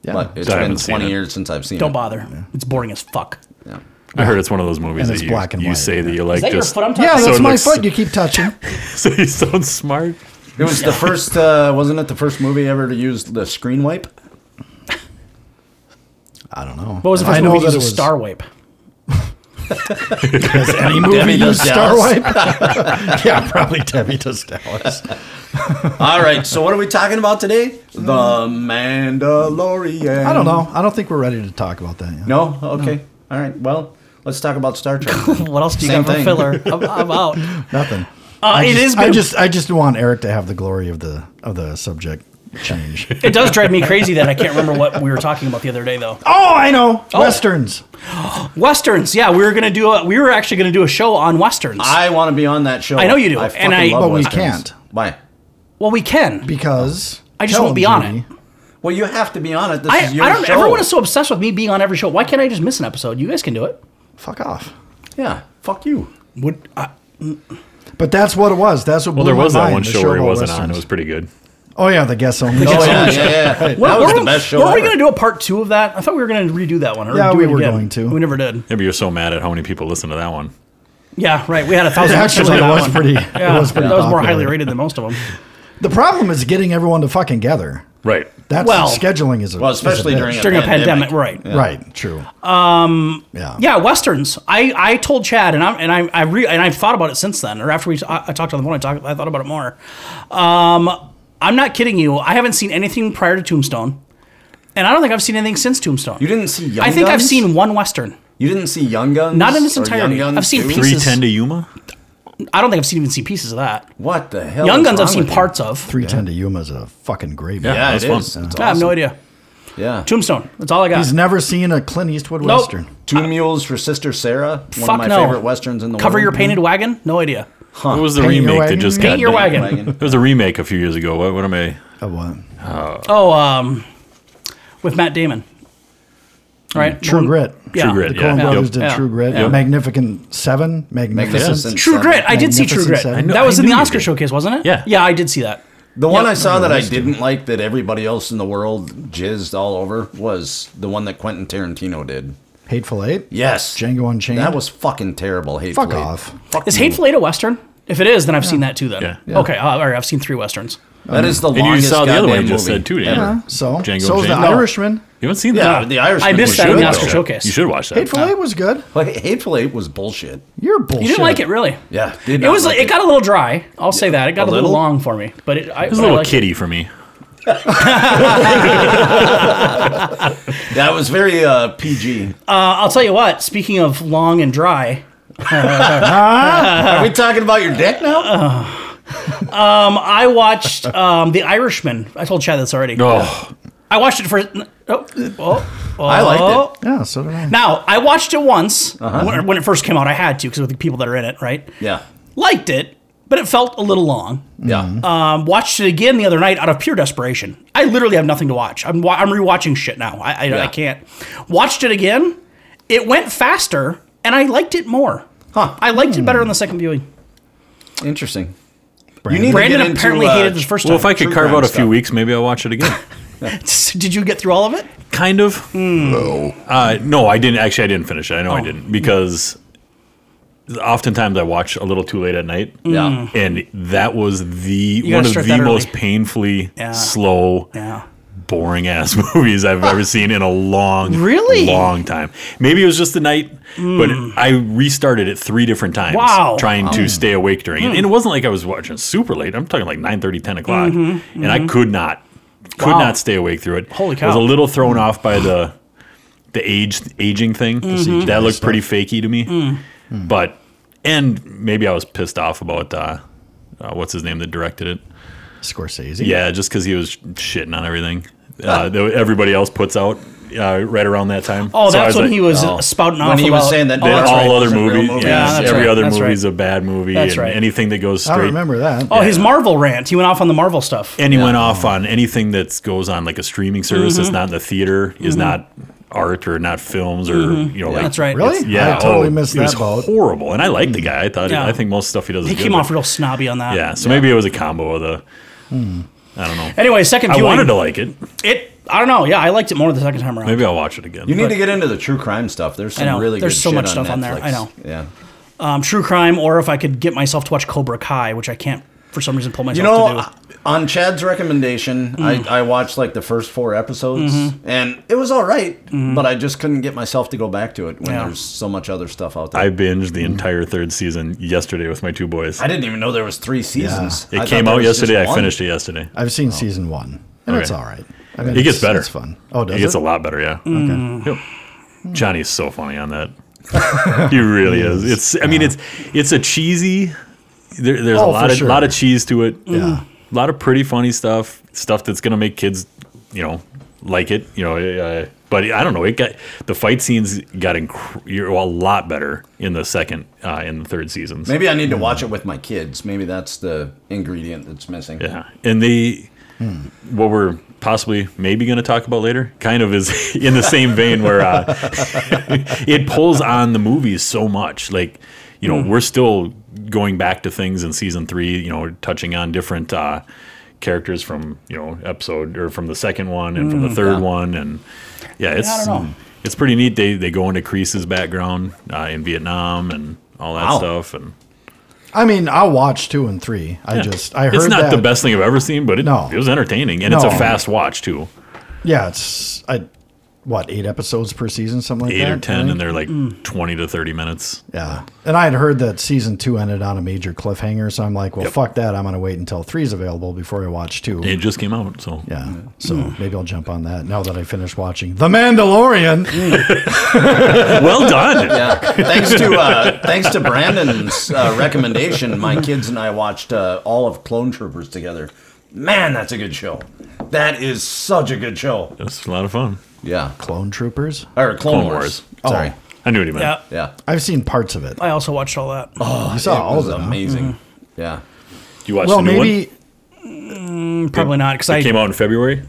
[SPEAKER 2] Yeah.
[SPEAKER 4] but it's
[SPEAKER 5] I
[SPEAKER 4] been
[SPEAKER 5] haven't seen
[SPEAKER 4] 20
[SPEAKER 5] it.
[SPEAKER 4] years since I've seen
[SPEAKER 3] Don't
[SPEAKER 4] it.
[SPEAKER 3] bother. It's boring as fuck.
[SPEAKER 4] Yeah.
[SPEAKER 5] I heard it's one of those movies
[SPEAKER 2] And
[SPEAKER 5] that
[SPEAKER 2] it's
[SPEAKER 5] you,
[SPEAKER 2] black and
[SPEAKER 5] you
[SPEAKER 2] white,
[SPEAKER 5] say that
[SPEAKER 2] yeah.
[SPEAKER 5] you like
[SPEAKER 3] Is that your
[SPEAKER 5] just
[SPEAKER 3] foot I'm
[SPEAKER 2] yeah,
[SPEAKER 3] talking
[SPEAKER 5] So
[SPEAKER 2] that's
[SPEAKER 5] it
[SPEAKER 2] my
[SPEAKER 5] looks-
[SPEAKER 2] foot. You keep touching.
[SPEAKER 5] so you sound smart.
[SPEAKER 4] It was the first, uh, wasn't it the first movie ever to use the screen wipe?
[SPEAKER 2] I don't know.
[SPEAKER 3] What was the
[SPEAKER 2] I
[SPEAKER 3] first
[SPEAKER 2] know
[SPEAKER 3] movie
[SPEAKER 2] that
[SPEAKER 3] that
[SPEAKER 2] it
[SPEAKER 3] was
[SPEAKER 2] was
[SPEAKER 3] Star Wipe?
[SPEAKER 2] Has any
[SPEAKER 4] Debbie
[SPEAKER 2] movie used
[SPEAKER 4] Does
[SPEAKER 2] Star
[SPEAKER 4] Dallas.
[SPEAKER 2] Wipe? yeah, probably Debbie Does Dallas.
[SPEAKER 4] All right, so what are we talking about today? The Mandalorian.
[SPEAKER 2] I don't know. I don't think we're ready to talk about that. Yet.
[SPEAKER 4] No? Okay. All right, well, let's talk about Star Trek. then.
[SPEAKER 3] What else do you
[SPEAKER 4] Same
[SPEAKER 3] got for
[SPEAKER 4] thing.
[SPEAKER 3] filler? I'm, I'm out.
[SPEAKER 2] Nothing.
[SPEAKER 3] Uh, it
[SPEAKER 2] just,
[SPEAKER 3] is.
[SPEAKER 2] I just I just want Eric to have the glory of the of the subject change. oh,
[SPEAKER 3] It does drive me crazy that I can't remember what we were talking about the other day though.
[SPEAKER 2] Oh, I know.
[SPEAKER 3] Oh.
[SPEAKER 2] Westerns.
[SPEAKER 3] Westerns. Yeah, we were gonna do. A, we were actually gonna do a show on westerns.
[SPEAKER 4] I want to be on that show.
[SPEAKER 3] I know you do,
[SPEAKER 4] I
[SPEAKER 3] and
[SPEAKER 4] fucking
[SPEAKER 3] I-
[SPEAKER 4] love
[SPEAKER 2] But we
[SPEAKER 4] westerns.
[SPEAKER 2] can't.
[SPEAKER 4] Why?
[SPEAKER 3] well, we can.
[SPEAKER 2] Because
[SPEAKER 3] I just
[SPEAKER 2] tell
[SPEAKER 3] won't be
[SPEAKER 2] him,
[SPEAKER 3] on
[SPEAKER 2] Judy.
[SPEAKER 3] it.
[SPEAKER 4] Well, you have to be on it. This
[SPEAKER 3] I,
[SPEAKER 4] is your
[SPEAKER 3] I don't.
[SPEAKER 4] show.
[SPEAKER 3] Everyone is so obsessed with me being on every show. Why can't I just miss an episode? You guys can do it.
[SPEAKER 2] Fuck off.
[SPEAKER 4] Yeah, fuck you.
[SPEAKER 3] Would I,
[SPEAKER 2] But that's what it was. That's what.
[SPEAKER 5] Well, there
[SPEAKER 2] blew my
[SPEAKER 5] was that
[SPEAKER 2] mind,
[SPEAKER 5] one
[SPEAKER 2] the
[SPEAKER 5] show where he
[SPEAKER 2] about
[SPEAKER 5] wasn't on. It
[SPEAKER 2] westerns.
[SPEAKER 5] was pretty good.
[SPEAKER 2] Oh yeah, the guest only.
[SPEAKER 4] Oh, yeah, yeah, yeah. That was the best show
[SPEAKER 3] Were we
[SPEAKER 4] ever.
[SPEAKER 3] gonna do a part two of that? I thought we were gonna redo that one. or
[SPEAKER 2] Yeah,
[SPEAKER 3] do
[SPEAKER 2] we
[SPEAKER 3] it
[SPEAKER 2] were
[SPEAKER 3] again.
[SPEAKER 2] going to.
[SPEAKER 3] We never did.
[SPEAKER 5] Maybe you're so mad at how many people listen to that one.
[SPEAKER 3] Yeah, right. We had a thousand. extras
[SPEAKER 2] Actually,
[SPEAKER 3] on
[SPEAKER 2] it
[SPEAKER 3] that
[SPEAKER 2] was
[SPEAKER 3] one.
[SPEAKER 2] pretty.
[SPEAKER 3] Yeah,
[SPEAKER 2] It was pretty.
[SPEAKER 3] that was more
[SPEAKER 2] popular.
[SPEAKER 3] highly rated than most of them.
[SPEAKER 2] The problem is getting everyone to fucking gather.
[SPEAKER 5] Right.
[SPEAKER 2] That's
[SPEAKER 3] Well-
[SPEAKER 2] scheduling is a
[SPEAKER 4] Well,
[SPEAKER 2] is a
[SPEAKER 4] especially
[SPEAKER 2] bitch.
[SPEAKER 4] during a
[SPEAKER 3] During a pandemic,
[SPEAKER 4] pandemic.
[SPEAKER 3] right?
[SPEAKER 2] Right. True. Um. Yeah.
[SPEAKER 3] Yeah, westerns. I, I told Chad, and I and I I re, and I've thought about it since then. Or after we I, I talked on the phone, I talked I thought about it more. Um, I'm not kidding you. I haven't seen anything prior to Tombstone, and I don't think I've seen anything since Tombstone.
[SPEAKER 4] You didn't see Young
[SPEAKER 3] I think I've
[SPEAKER 4] Guns?
[SPEAKER 3] seen one western.
[SPEAKER 4] You didn't see Young Guns?
[SPEAKER 3] Not in its
[SPEAKER 4] or
[SPEAKER 3] entirety.
[SPEAKER 4] Young Guns
[SPEAKER 3] I've seen
[SPEAKER 4] 2?
[SPEAKER 3] pieces.
[SPEAKER 5] Three ten to Yuma.
[SPEAKER 3] I don't think I've seen even seen pieces of that.
[SPEAKER 4] What the hell?
[SPEAKER 3] Young
[SPEAKER 4] is
[SPEAKER 3] Guns, I've
[SPEAKER 4] wrong
[SPEAKER 3] seen
[SPEAKER 4] with you?
[SPEAKER 3] parts of.
[SPEAKER 2] Three ten to Yuma is a fucking great.
[SPEAKER 5] Yeah.
[SPEAKER 4] Yeah, it
[SPEAKER 5] That's
[SPEAKER 4] is.
[SPEAKER 5] fun.
[SPEAKER 4] It's
[SPEAKER 5] Yeah.
[SPEAKER 4] awesome.
[SPEAKER 3] I have no idea.
[SPEAKER 4] Yeah. Two,
[SPEAKER 3] Tombstone. That's all I got.
[SPEAKER 2] He's never seen a Clint Eastwood
[SPEAKER 3] Nope.
[SPEAKER 2] western.
[SPEAKER 4] Mules for Sister Sarah. One
[SPEAKER 3] Uh, Fuck
[SPEAKER 4] of my
[SPEAKER 3] no.
[SPEAKER 4] favorite westerns in the
[SPEAKER 3] Cover your
[SPEAKER 4] world.
[SPEAKER 3] painted wagon? No idea.
[SPEAKER 5] What was the
[SPEAKER 2] Paint Your
[SPEAKER 5] remake that
[SPEAKER 2] Wagon?
[SPEAKER 5] just
[SPEAKER 2] Paint
[SPEAKER 5] got?
[SPEAKER 3] Your
[SPEAKER 5] done?
[SPEAKER 3] Wagon.
[SPEAKER 5] There was a remake a few years ago. What, what am I?
[SPEAKER 2] A what?
[SPEAKER 3] Oh, um, with Matt Damon. Right.
[SPEAKER 2] True
[SPEAKER 3] The one-
[SPEAKER 2] Grit.
[SPEAKER 3] Yeah.
[SPEAKER 5] True Grit.
[SPEAKER 2] The Coen
[SPEAKER 5] Yeah.
[SPEAKER 2] Brothers
[SPEAKER 5] Yep.
[SPEAKER 2] did
[SPEAKER 3] Yeah.
[SPEAKER 2] True Grit.
[SPEAKER 3] Yeah.
[SPEAKER 2] Magnificent Seven. Magnificent.
[SPEAKER 4] Magnificent.
[SPEAKER 3] True Grit. I did see True
[SPEAKER 2] Magnificent
[SPEAKER 3] Grit.
[SPEAKER 2] Seven. I
[SPEAKER 5] know-
[SPEAKER 3] That was
[SPEAKER 5] I
[SPEAKER 3] in the
[SPEAKER 5] knew you
[SPEAKER 3] Oscar
[SPEAKER 5] did.
[SPEAKER 3] showcase, wasn't it?
[SPEAKER 5] Yeah.
[SPEAKER 3] Yeah, I did see that.
[SPEAKER 4] The one
[SPEAKER 3] Yep.
[SPEAKER 4] I saw that I didn't like that everybody else in the world jizzed all over was the one that Quentin Tarantino did.
[SPEAKER 2] Hateful Eight.
[SPEAKER 4] Yes.
[SPEAKER 2] Django Unchained.
[SPEAKER 4] That was fucking terrible. Hateful
[SPEAKER 2] Fuck
[SPEAKER 4] Eight.
[SPEAKER 2] off.
[SPEAKER 4] Fuck
[SPEAKER 3] Is
[SPEAKER 4] you.
[SPEAKER 3] Hateful Eight a Western? If it is, then I've seen that too. Then
[SPEAKER 5] Yeah.
[SPEAKER 3] okay, uh, all right. I've seen three westerns.
[SPEAKER 4] That is the
[SPEAKER 5] you
[SPEAKER 4] longest
[SPEAKER 5] saw the other one
[SPEAKER 4] goddamn
[SPEAKER 5] you just
[SPEAKER 4] movie
[SPEAKER 5] said, too, didn't you?
[SPEAKER 4] ever.
[SPEAKER 2] Yeah. So
[SPEAKER 5] Django
[SPEAKER 2] so was the
[SPEAKER 5] Unchained.
[SPEAKER 4] No.
[SPEAKER 2] Irishman.
[SPEAKER 5] You haven't seen
[SPEAKER 4] Yeah,
[SPEAKER 5] that?
[SPEAKER 4] the Irish.
[SPEAKER 3] I missed that in
[SPEAKER 5] You
[SPEAKER 3] the
[SPEAKER 5] should
[SPEAKER 3] Oscar
[SPEAKER 5] watch that.
[SPEAKER 3] showcase.
[SPEAKER 5] You should watch that.
[SPEAKER 2] Hateful Eight was good.
[SPEAKER 4] Hateful Eight was bullshit.
[SPEAKER 2] You're bullshit.
[SPEAKER 3] You didn't like it, really?
[SPEAKER 4] Yeah, did
[SPEAKER 3] It
[SPEAKER 4] not
[SPEAKER 3] was.
[SPEAKER 4] like
[SPEAKER 3] it got a little dry. I'll say that. It got
[SPEAKER 4] A
[SPEAKER 3] a, little,
[SPEAKER 4] little?
[SPEAKER 3] long for me, but it, I,
[SPEAKER 5] It was a
[SPEAKER 3] but I
[SPEAKER 5] little
[SPEAKER 3] liked it.
[SPEAKER 5] kitty for me.
[SPEAKER 4] That was very uh, PG.
[SPEAKER 3] I'll tell you what. Speaking of long and dry,
[SPEAKER 4] Are
[SPEAKER 3] Uh,
[SPEAKER 4] we talking about your dick now?
[SPEAKER 3] I watched um, The Irishman. I told Chad this already.
[SPEAKER 5] Oh,
[SPEAKER 3] I watched it for. Oh, oh,
[SPEAKER 4] I
[SPEAKER 3] oh.
[SPEAKER 4] liked it.
[SPEAKER 2] Yeah. So did I.
[SPEAKER 3] Now I watched it once when, when it first came out. I had to because of the people that are in it, right?
[SPEAKER 4] Uh-huh. Yeah.
[SPEAKER 3] Liked it, but it felt a little long.
[SPEAKER 4] Yeah.
[SPEAKER 3] Um, watched it again the other night out of pure desperation. I literally have nothing to watch. I'm wa- I'm rewatching shit now. I I,
[SPEAKER 4] Yeah.
[SPEAKER 3] I can't. Watched it again. It went faster, and I liked it more.
[SPEAKER 4] Huh. Hmm.
[SPEAKER 3] I liked it better on the second viewing.
[SPEAKER 4] Interesting. You need to
[SPEAKER 3] Brandon
[SPEAKER 4] get into,
[SPEAKER 3] apparently
[SPEAKER 4] uh,
[SPEAKER 3] hated this first
[SPEAKER 5] well, if I
[SPEAKER 3] time.
[SPEAKER 5] could
[SPEAKER 4] True
[SPEAKER 5] carve
[SPEAKER 4] crime
[SPEAKER 5] out a few
[SPEAKER 4] stuff.
[SPEAKER 5] weeks, maybe I'll watch it again.
[SPEAKER 3] Did you get through all of it?
[SPEAKER 5] kind of. No. Uh, no, I didn't. Actually, I didn't finish it. I know I
[SPEAKER 3] Hmm. Oh.
[SPEAKER 5] didn't because oftentimes I watch a little too late at night.
[SPEAKER 4] Yeah.
[SPEAKER 5] And that was the
[SPEAKER 3] Hmm. gotta
[SPEAKER 5] one of
[SPEAKER 3] start
[SPEAKER 5] the
[SPEAKER 3] that
[SPEAKER 5] most
[SPEAKER 3] early.
[SPEAKER 5] painfully
[SPEAKER 3] Yeah.
[SPEAKER 5] slow,
[SPEAKER 3] Yeah.
[SPEAKER 5] boring ass movies I've ever seen in a long,
[SPEAKER 3] Really?
[SPEAKER 5] long time. Maybe it was just the night, but I restarted it three different times.
[SPEAKER 3] Wow. Oh. Hmm.
[SPEAKER 5] Trying to stay awake during it. And it wasn't like I was watching super late. I'm talking like 9 10 o'clock. And I could not, could
[SPEAKER 3] Mm-hmm, Wow.
[SPEAKER 5] not stay awake through it.
[SPEAKER 3] Holy
[SPEAKER 5] I was
[SPEAKER 3] cow.
[SPEAKER 5] a little thrown off by the the age aging thing.
[SPEAKER 3] Mm-hmm.
[SPEAKER 5] That looked pretty fakey to me.
[SPEAKER 3] Mm.
[SPEAKER 5] But and maybe I was pissed off about uh, uh, what's his name that directed it.
[SPEAKER 2] Scorsese.
[SPEAKER 5] Yeah, just because he was shitting on everything uh, that everybody else puts out uh, right around that time.
[SPEAKER 3] Oh,
[SPEAKER 5] So I
[SPEAKER 3] that's when
[SPEAKER 5] like,
[SPEAKER 3] he was
[SPEAKER 4] oh.
[SPEAKER 3] spouting off
[SPEAKER 4] When he was
[SPEAKER 3] about-
[SPEAKER 4] saying that-
[SPEAKER 3] Oh,
[SPEAKER 5] that
[SPEAKER 3] that's
[SPEAKER 5] all
[SPEAKER 3] right.
[SPEAKER 5] other
[SPEAKER 4] Wasn't real
[SPEAKER 5] movies,
[SPEAKER 4] movies.
[SPEAKER 3] Yeah,
[SPEAKER 5] yeah,
[SPEAKER 3] that's
[SPEAKER 5] every
[SPEAKER 3] right,
[SPEAKER 5] other
[SPEAKER 3] that's right.
[SPEAKER 5] movie's a bad movie.
[SPEAKER 3] That's
[SPEAKER 5] and
[SPEAKER 3] right.
[SPEAKER 5] Anything that goes
[SPEAKER 2] I
[SPEAKER 5] straight
[SPEAKER 2] remember that.
[SPEAKER 3] Oh, his Marvel rant. He went off on the Marvel stuff.
[SPEAKER 5] and he went off on anything that goes on like a streaming service
[SPEAKER 3] Mm-hmm.
[SPEAKER 5] that's not in the theater is not art or not films or you know like
[SPEAKER 3] Mm-hmm. That's right.
[SPEAKER 2] Really?
[SPEAKER 5] yeah
[SPEAKER 2] I totally
[SPEAKER 5] oh,
[SPEAKER 2] missed
[SPEAKER 5] it was
[SPEAKER 2] that boat. Mm.
[SPEAKER 5] horrible and I like the guy I thought
[SPEAKER 3] Yeah.
[SPEAKER 5] I think most stuff he does
[SPEAKER 3] He
[SPEAKER 5] is good,
[SPEAKER 3] came
[SPEAKER 5] but-
[SPEAKER 3] off real snobby on that.
[SPEAKER 5] yeah so maybe it was a combo of the
[SPEAKER 2] Hmm.
[SPEAKER 5] I don't know
[SPEAKER 3] Anyway, second
[SPEAKER 5] I
[SPEAKER 3] viewing.
[SPEAKER 5] wanted to like it
[SPEAKER 3] It. I don't know. Yeah, I liked it more the second time around.
[SPEAKER 5] maybe I'll watch it again
[SPEAKER 4] You need to get into the true crime stuff. There's some
[SPEAKER 3] I know.
[SPEAKER 4] really
[SPEAKER 3] There's
[SPEAKER 4] good
[SPEAKER 3] so
[SPEAKER 4] shit
[SPEAKER 3] much
[SPEAKER 4] on
[SPEAKER 3] stuff on there.
[SPEAKER 4] Netflix.
[SPEAKER 3] I know.
[SPEAKER 4] Yeah.
[SPEAKER 3] Um, true crime, or if I could get myself to watch Cobra Kai, which I can't for some reason pull myself
[SPEAKER 4] You know,
[SPEAKER 3] to do. Hmm.
[SPEAKER 4] uh, on Chad's recommendation, I, I watched like the first four episodes,
[SPEAKER 3] Mm-hmm.
[SPEAKER 4] and it was all right, but I just couldn't get myself to go back to it when
[SPEAKER 3] Yeah.
[SPEAKER 4] there's so much other stuff out there.
[SPEAKER 5] I
[SPEAKER 4] I,
[SPEAKER 5] binged the entire third season yesterday with my two boys
[SPEAKER 4] didn't even know there was three seasons.
[SPEAKER 5] it came out yesterday I finished it yesterday
[SPEAKER 2] I've seen season one, and it's all right. I mean,
[SPEAKER 5] It gets
[SPEAKER 2] it's-
[SPEAKER 5] better.
[SPEAKER 2] It's fun. Oh, does
[SPEAKER 5] it
[SPEAKER 2] it? Mm.
[SPEAKER 5] gets a lot better, yeah. Okay. Yep. Johnny's so funny on that. he really is. It's I mean it's it's a cheesy there, there's
[SPEAKER 2] Oh, for
[SPEAKER 5] a lot of
[SPEAKER 2] sure.
[SPEAKER 5] lot of cheese to it.
[SPEAKER 2] Yeah.
[SPEAKER 5] A lot of pretty funny stuff, stuff that's going to make kids, you know, like it, you know, uh, but I don't know. It got the fight scenes got inc- you're a lot better in the second, uh, in the third seasons.
[SPEAKER 4] Maybe I
[SPEAKER 5] Hmm.
[SPEAKER 4] need to watch it with my kids. Maybe that's the ingredient that's missing.
[SPEAKER 5] Yeah, and the what we're possibly maybe going to talk about later kind of is in the same vein where uh, it pulls on the movies so much. Like you know, we're still going back to things in season three. You know, touching on different uh, characters from you know episode or from the second one and from the third one, and yeah, it's
[SPEAKER 3] know.
[SPEAKER 5] it's pretty neat. They they go into Crease's background uh, in Vietnam and all that
[SPEAKER 4] Wow.
[SPEAKER 5] stuff and.
[SPEAKER 2] I mean, I'll watch two and three. I just I heard
[SPEAKER 5] it's not
[SPEAKER 2] that.
[SPEAKER 5] the best thing I've ever seen, but it,
[SPEAKER 2] No.
[SPEAKER 5] it was entertaining and it's
[SPEAKER 2] No.
[SPEAKER 5] a fast watch too.
[SPEAKER 2] Yeah, it's I what eight episodes per season, something like
[SPEAKER 5] Eight
[SPEAKER 2] that.
[SPEAKER 5] or
[SPEAKER 2] I
[SPEAKER 5] ten,
[SPEAKER 2] think?
[SPEAKER 5] and they're like
[SPEAKER 3] Mm.
[SPEAKER 5] twenty to thirty minutes.
[SPEAKER 2] yeah, and I had heard that season two ended on a major cliffhanger, so I'm like, well, fuck that. I'm gonna wait until three's available before I watch two.
[SPEAKER 5] It just came out, so
[SPEAKER 2] yeah, so maybe I'll jump on that now that I finished watching The
[SPEAKER 4] Mm.
[SPEAKER 2] Mandalorian.
[SPEAKER 5] well done.
[SPEAKER 4] Yeah. Thanks to uh, thanks to Brandon's uh, recommendation, my kids and I watched uh, all of Clone Troopers together. Man, that's a good show. That is such a good show.
[SPEAKER 5] That's a lot of fun.
[SPEAKER 4] Yeah.
[SPEAKER 2] Clone Troopers.
[SPEAKER 4] Or Clone,
[SPEAKER 5] Clone
[SPEAKER 4] Wars.
[SPEAKER 2] Wars. Oh.
[SPEAKER 4] Sorry.
[SPEAKER 5] I knew what he meant.
[SPEAKER 3] yeah,
[SPEAKER 4] Yeah.
[SPEAKER 2] I've seen parts of it.
[SPEAKER 3] I also watched all that.
[SPEAKER 5] Oh,
[SPEAKER 2] you saw
[SPEAKER 4] Oh, It
[SPEAKER 2] Oh, all
[SPEAKER 4] was
[SPEAKER 2] of them. huh?
[SPEAKER 4] amazing. Yeah.
[SPEAKER 5] You watched
[SPEAKER 2] Well,
[SPEAKER 5] the new
[SPEAKER 2] maybe
[SPEAKER 3] probably not because
[SPEAKER 5] one. It
[SPEAKER 3] I.
[SPEAKER 5] came out in February.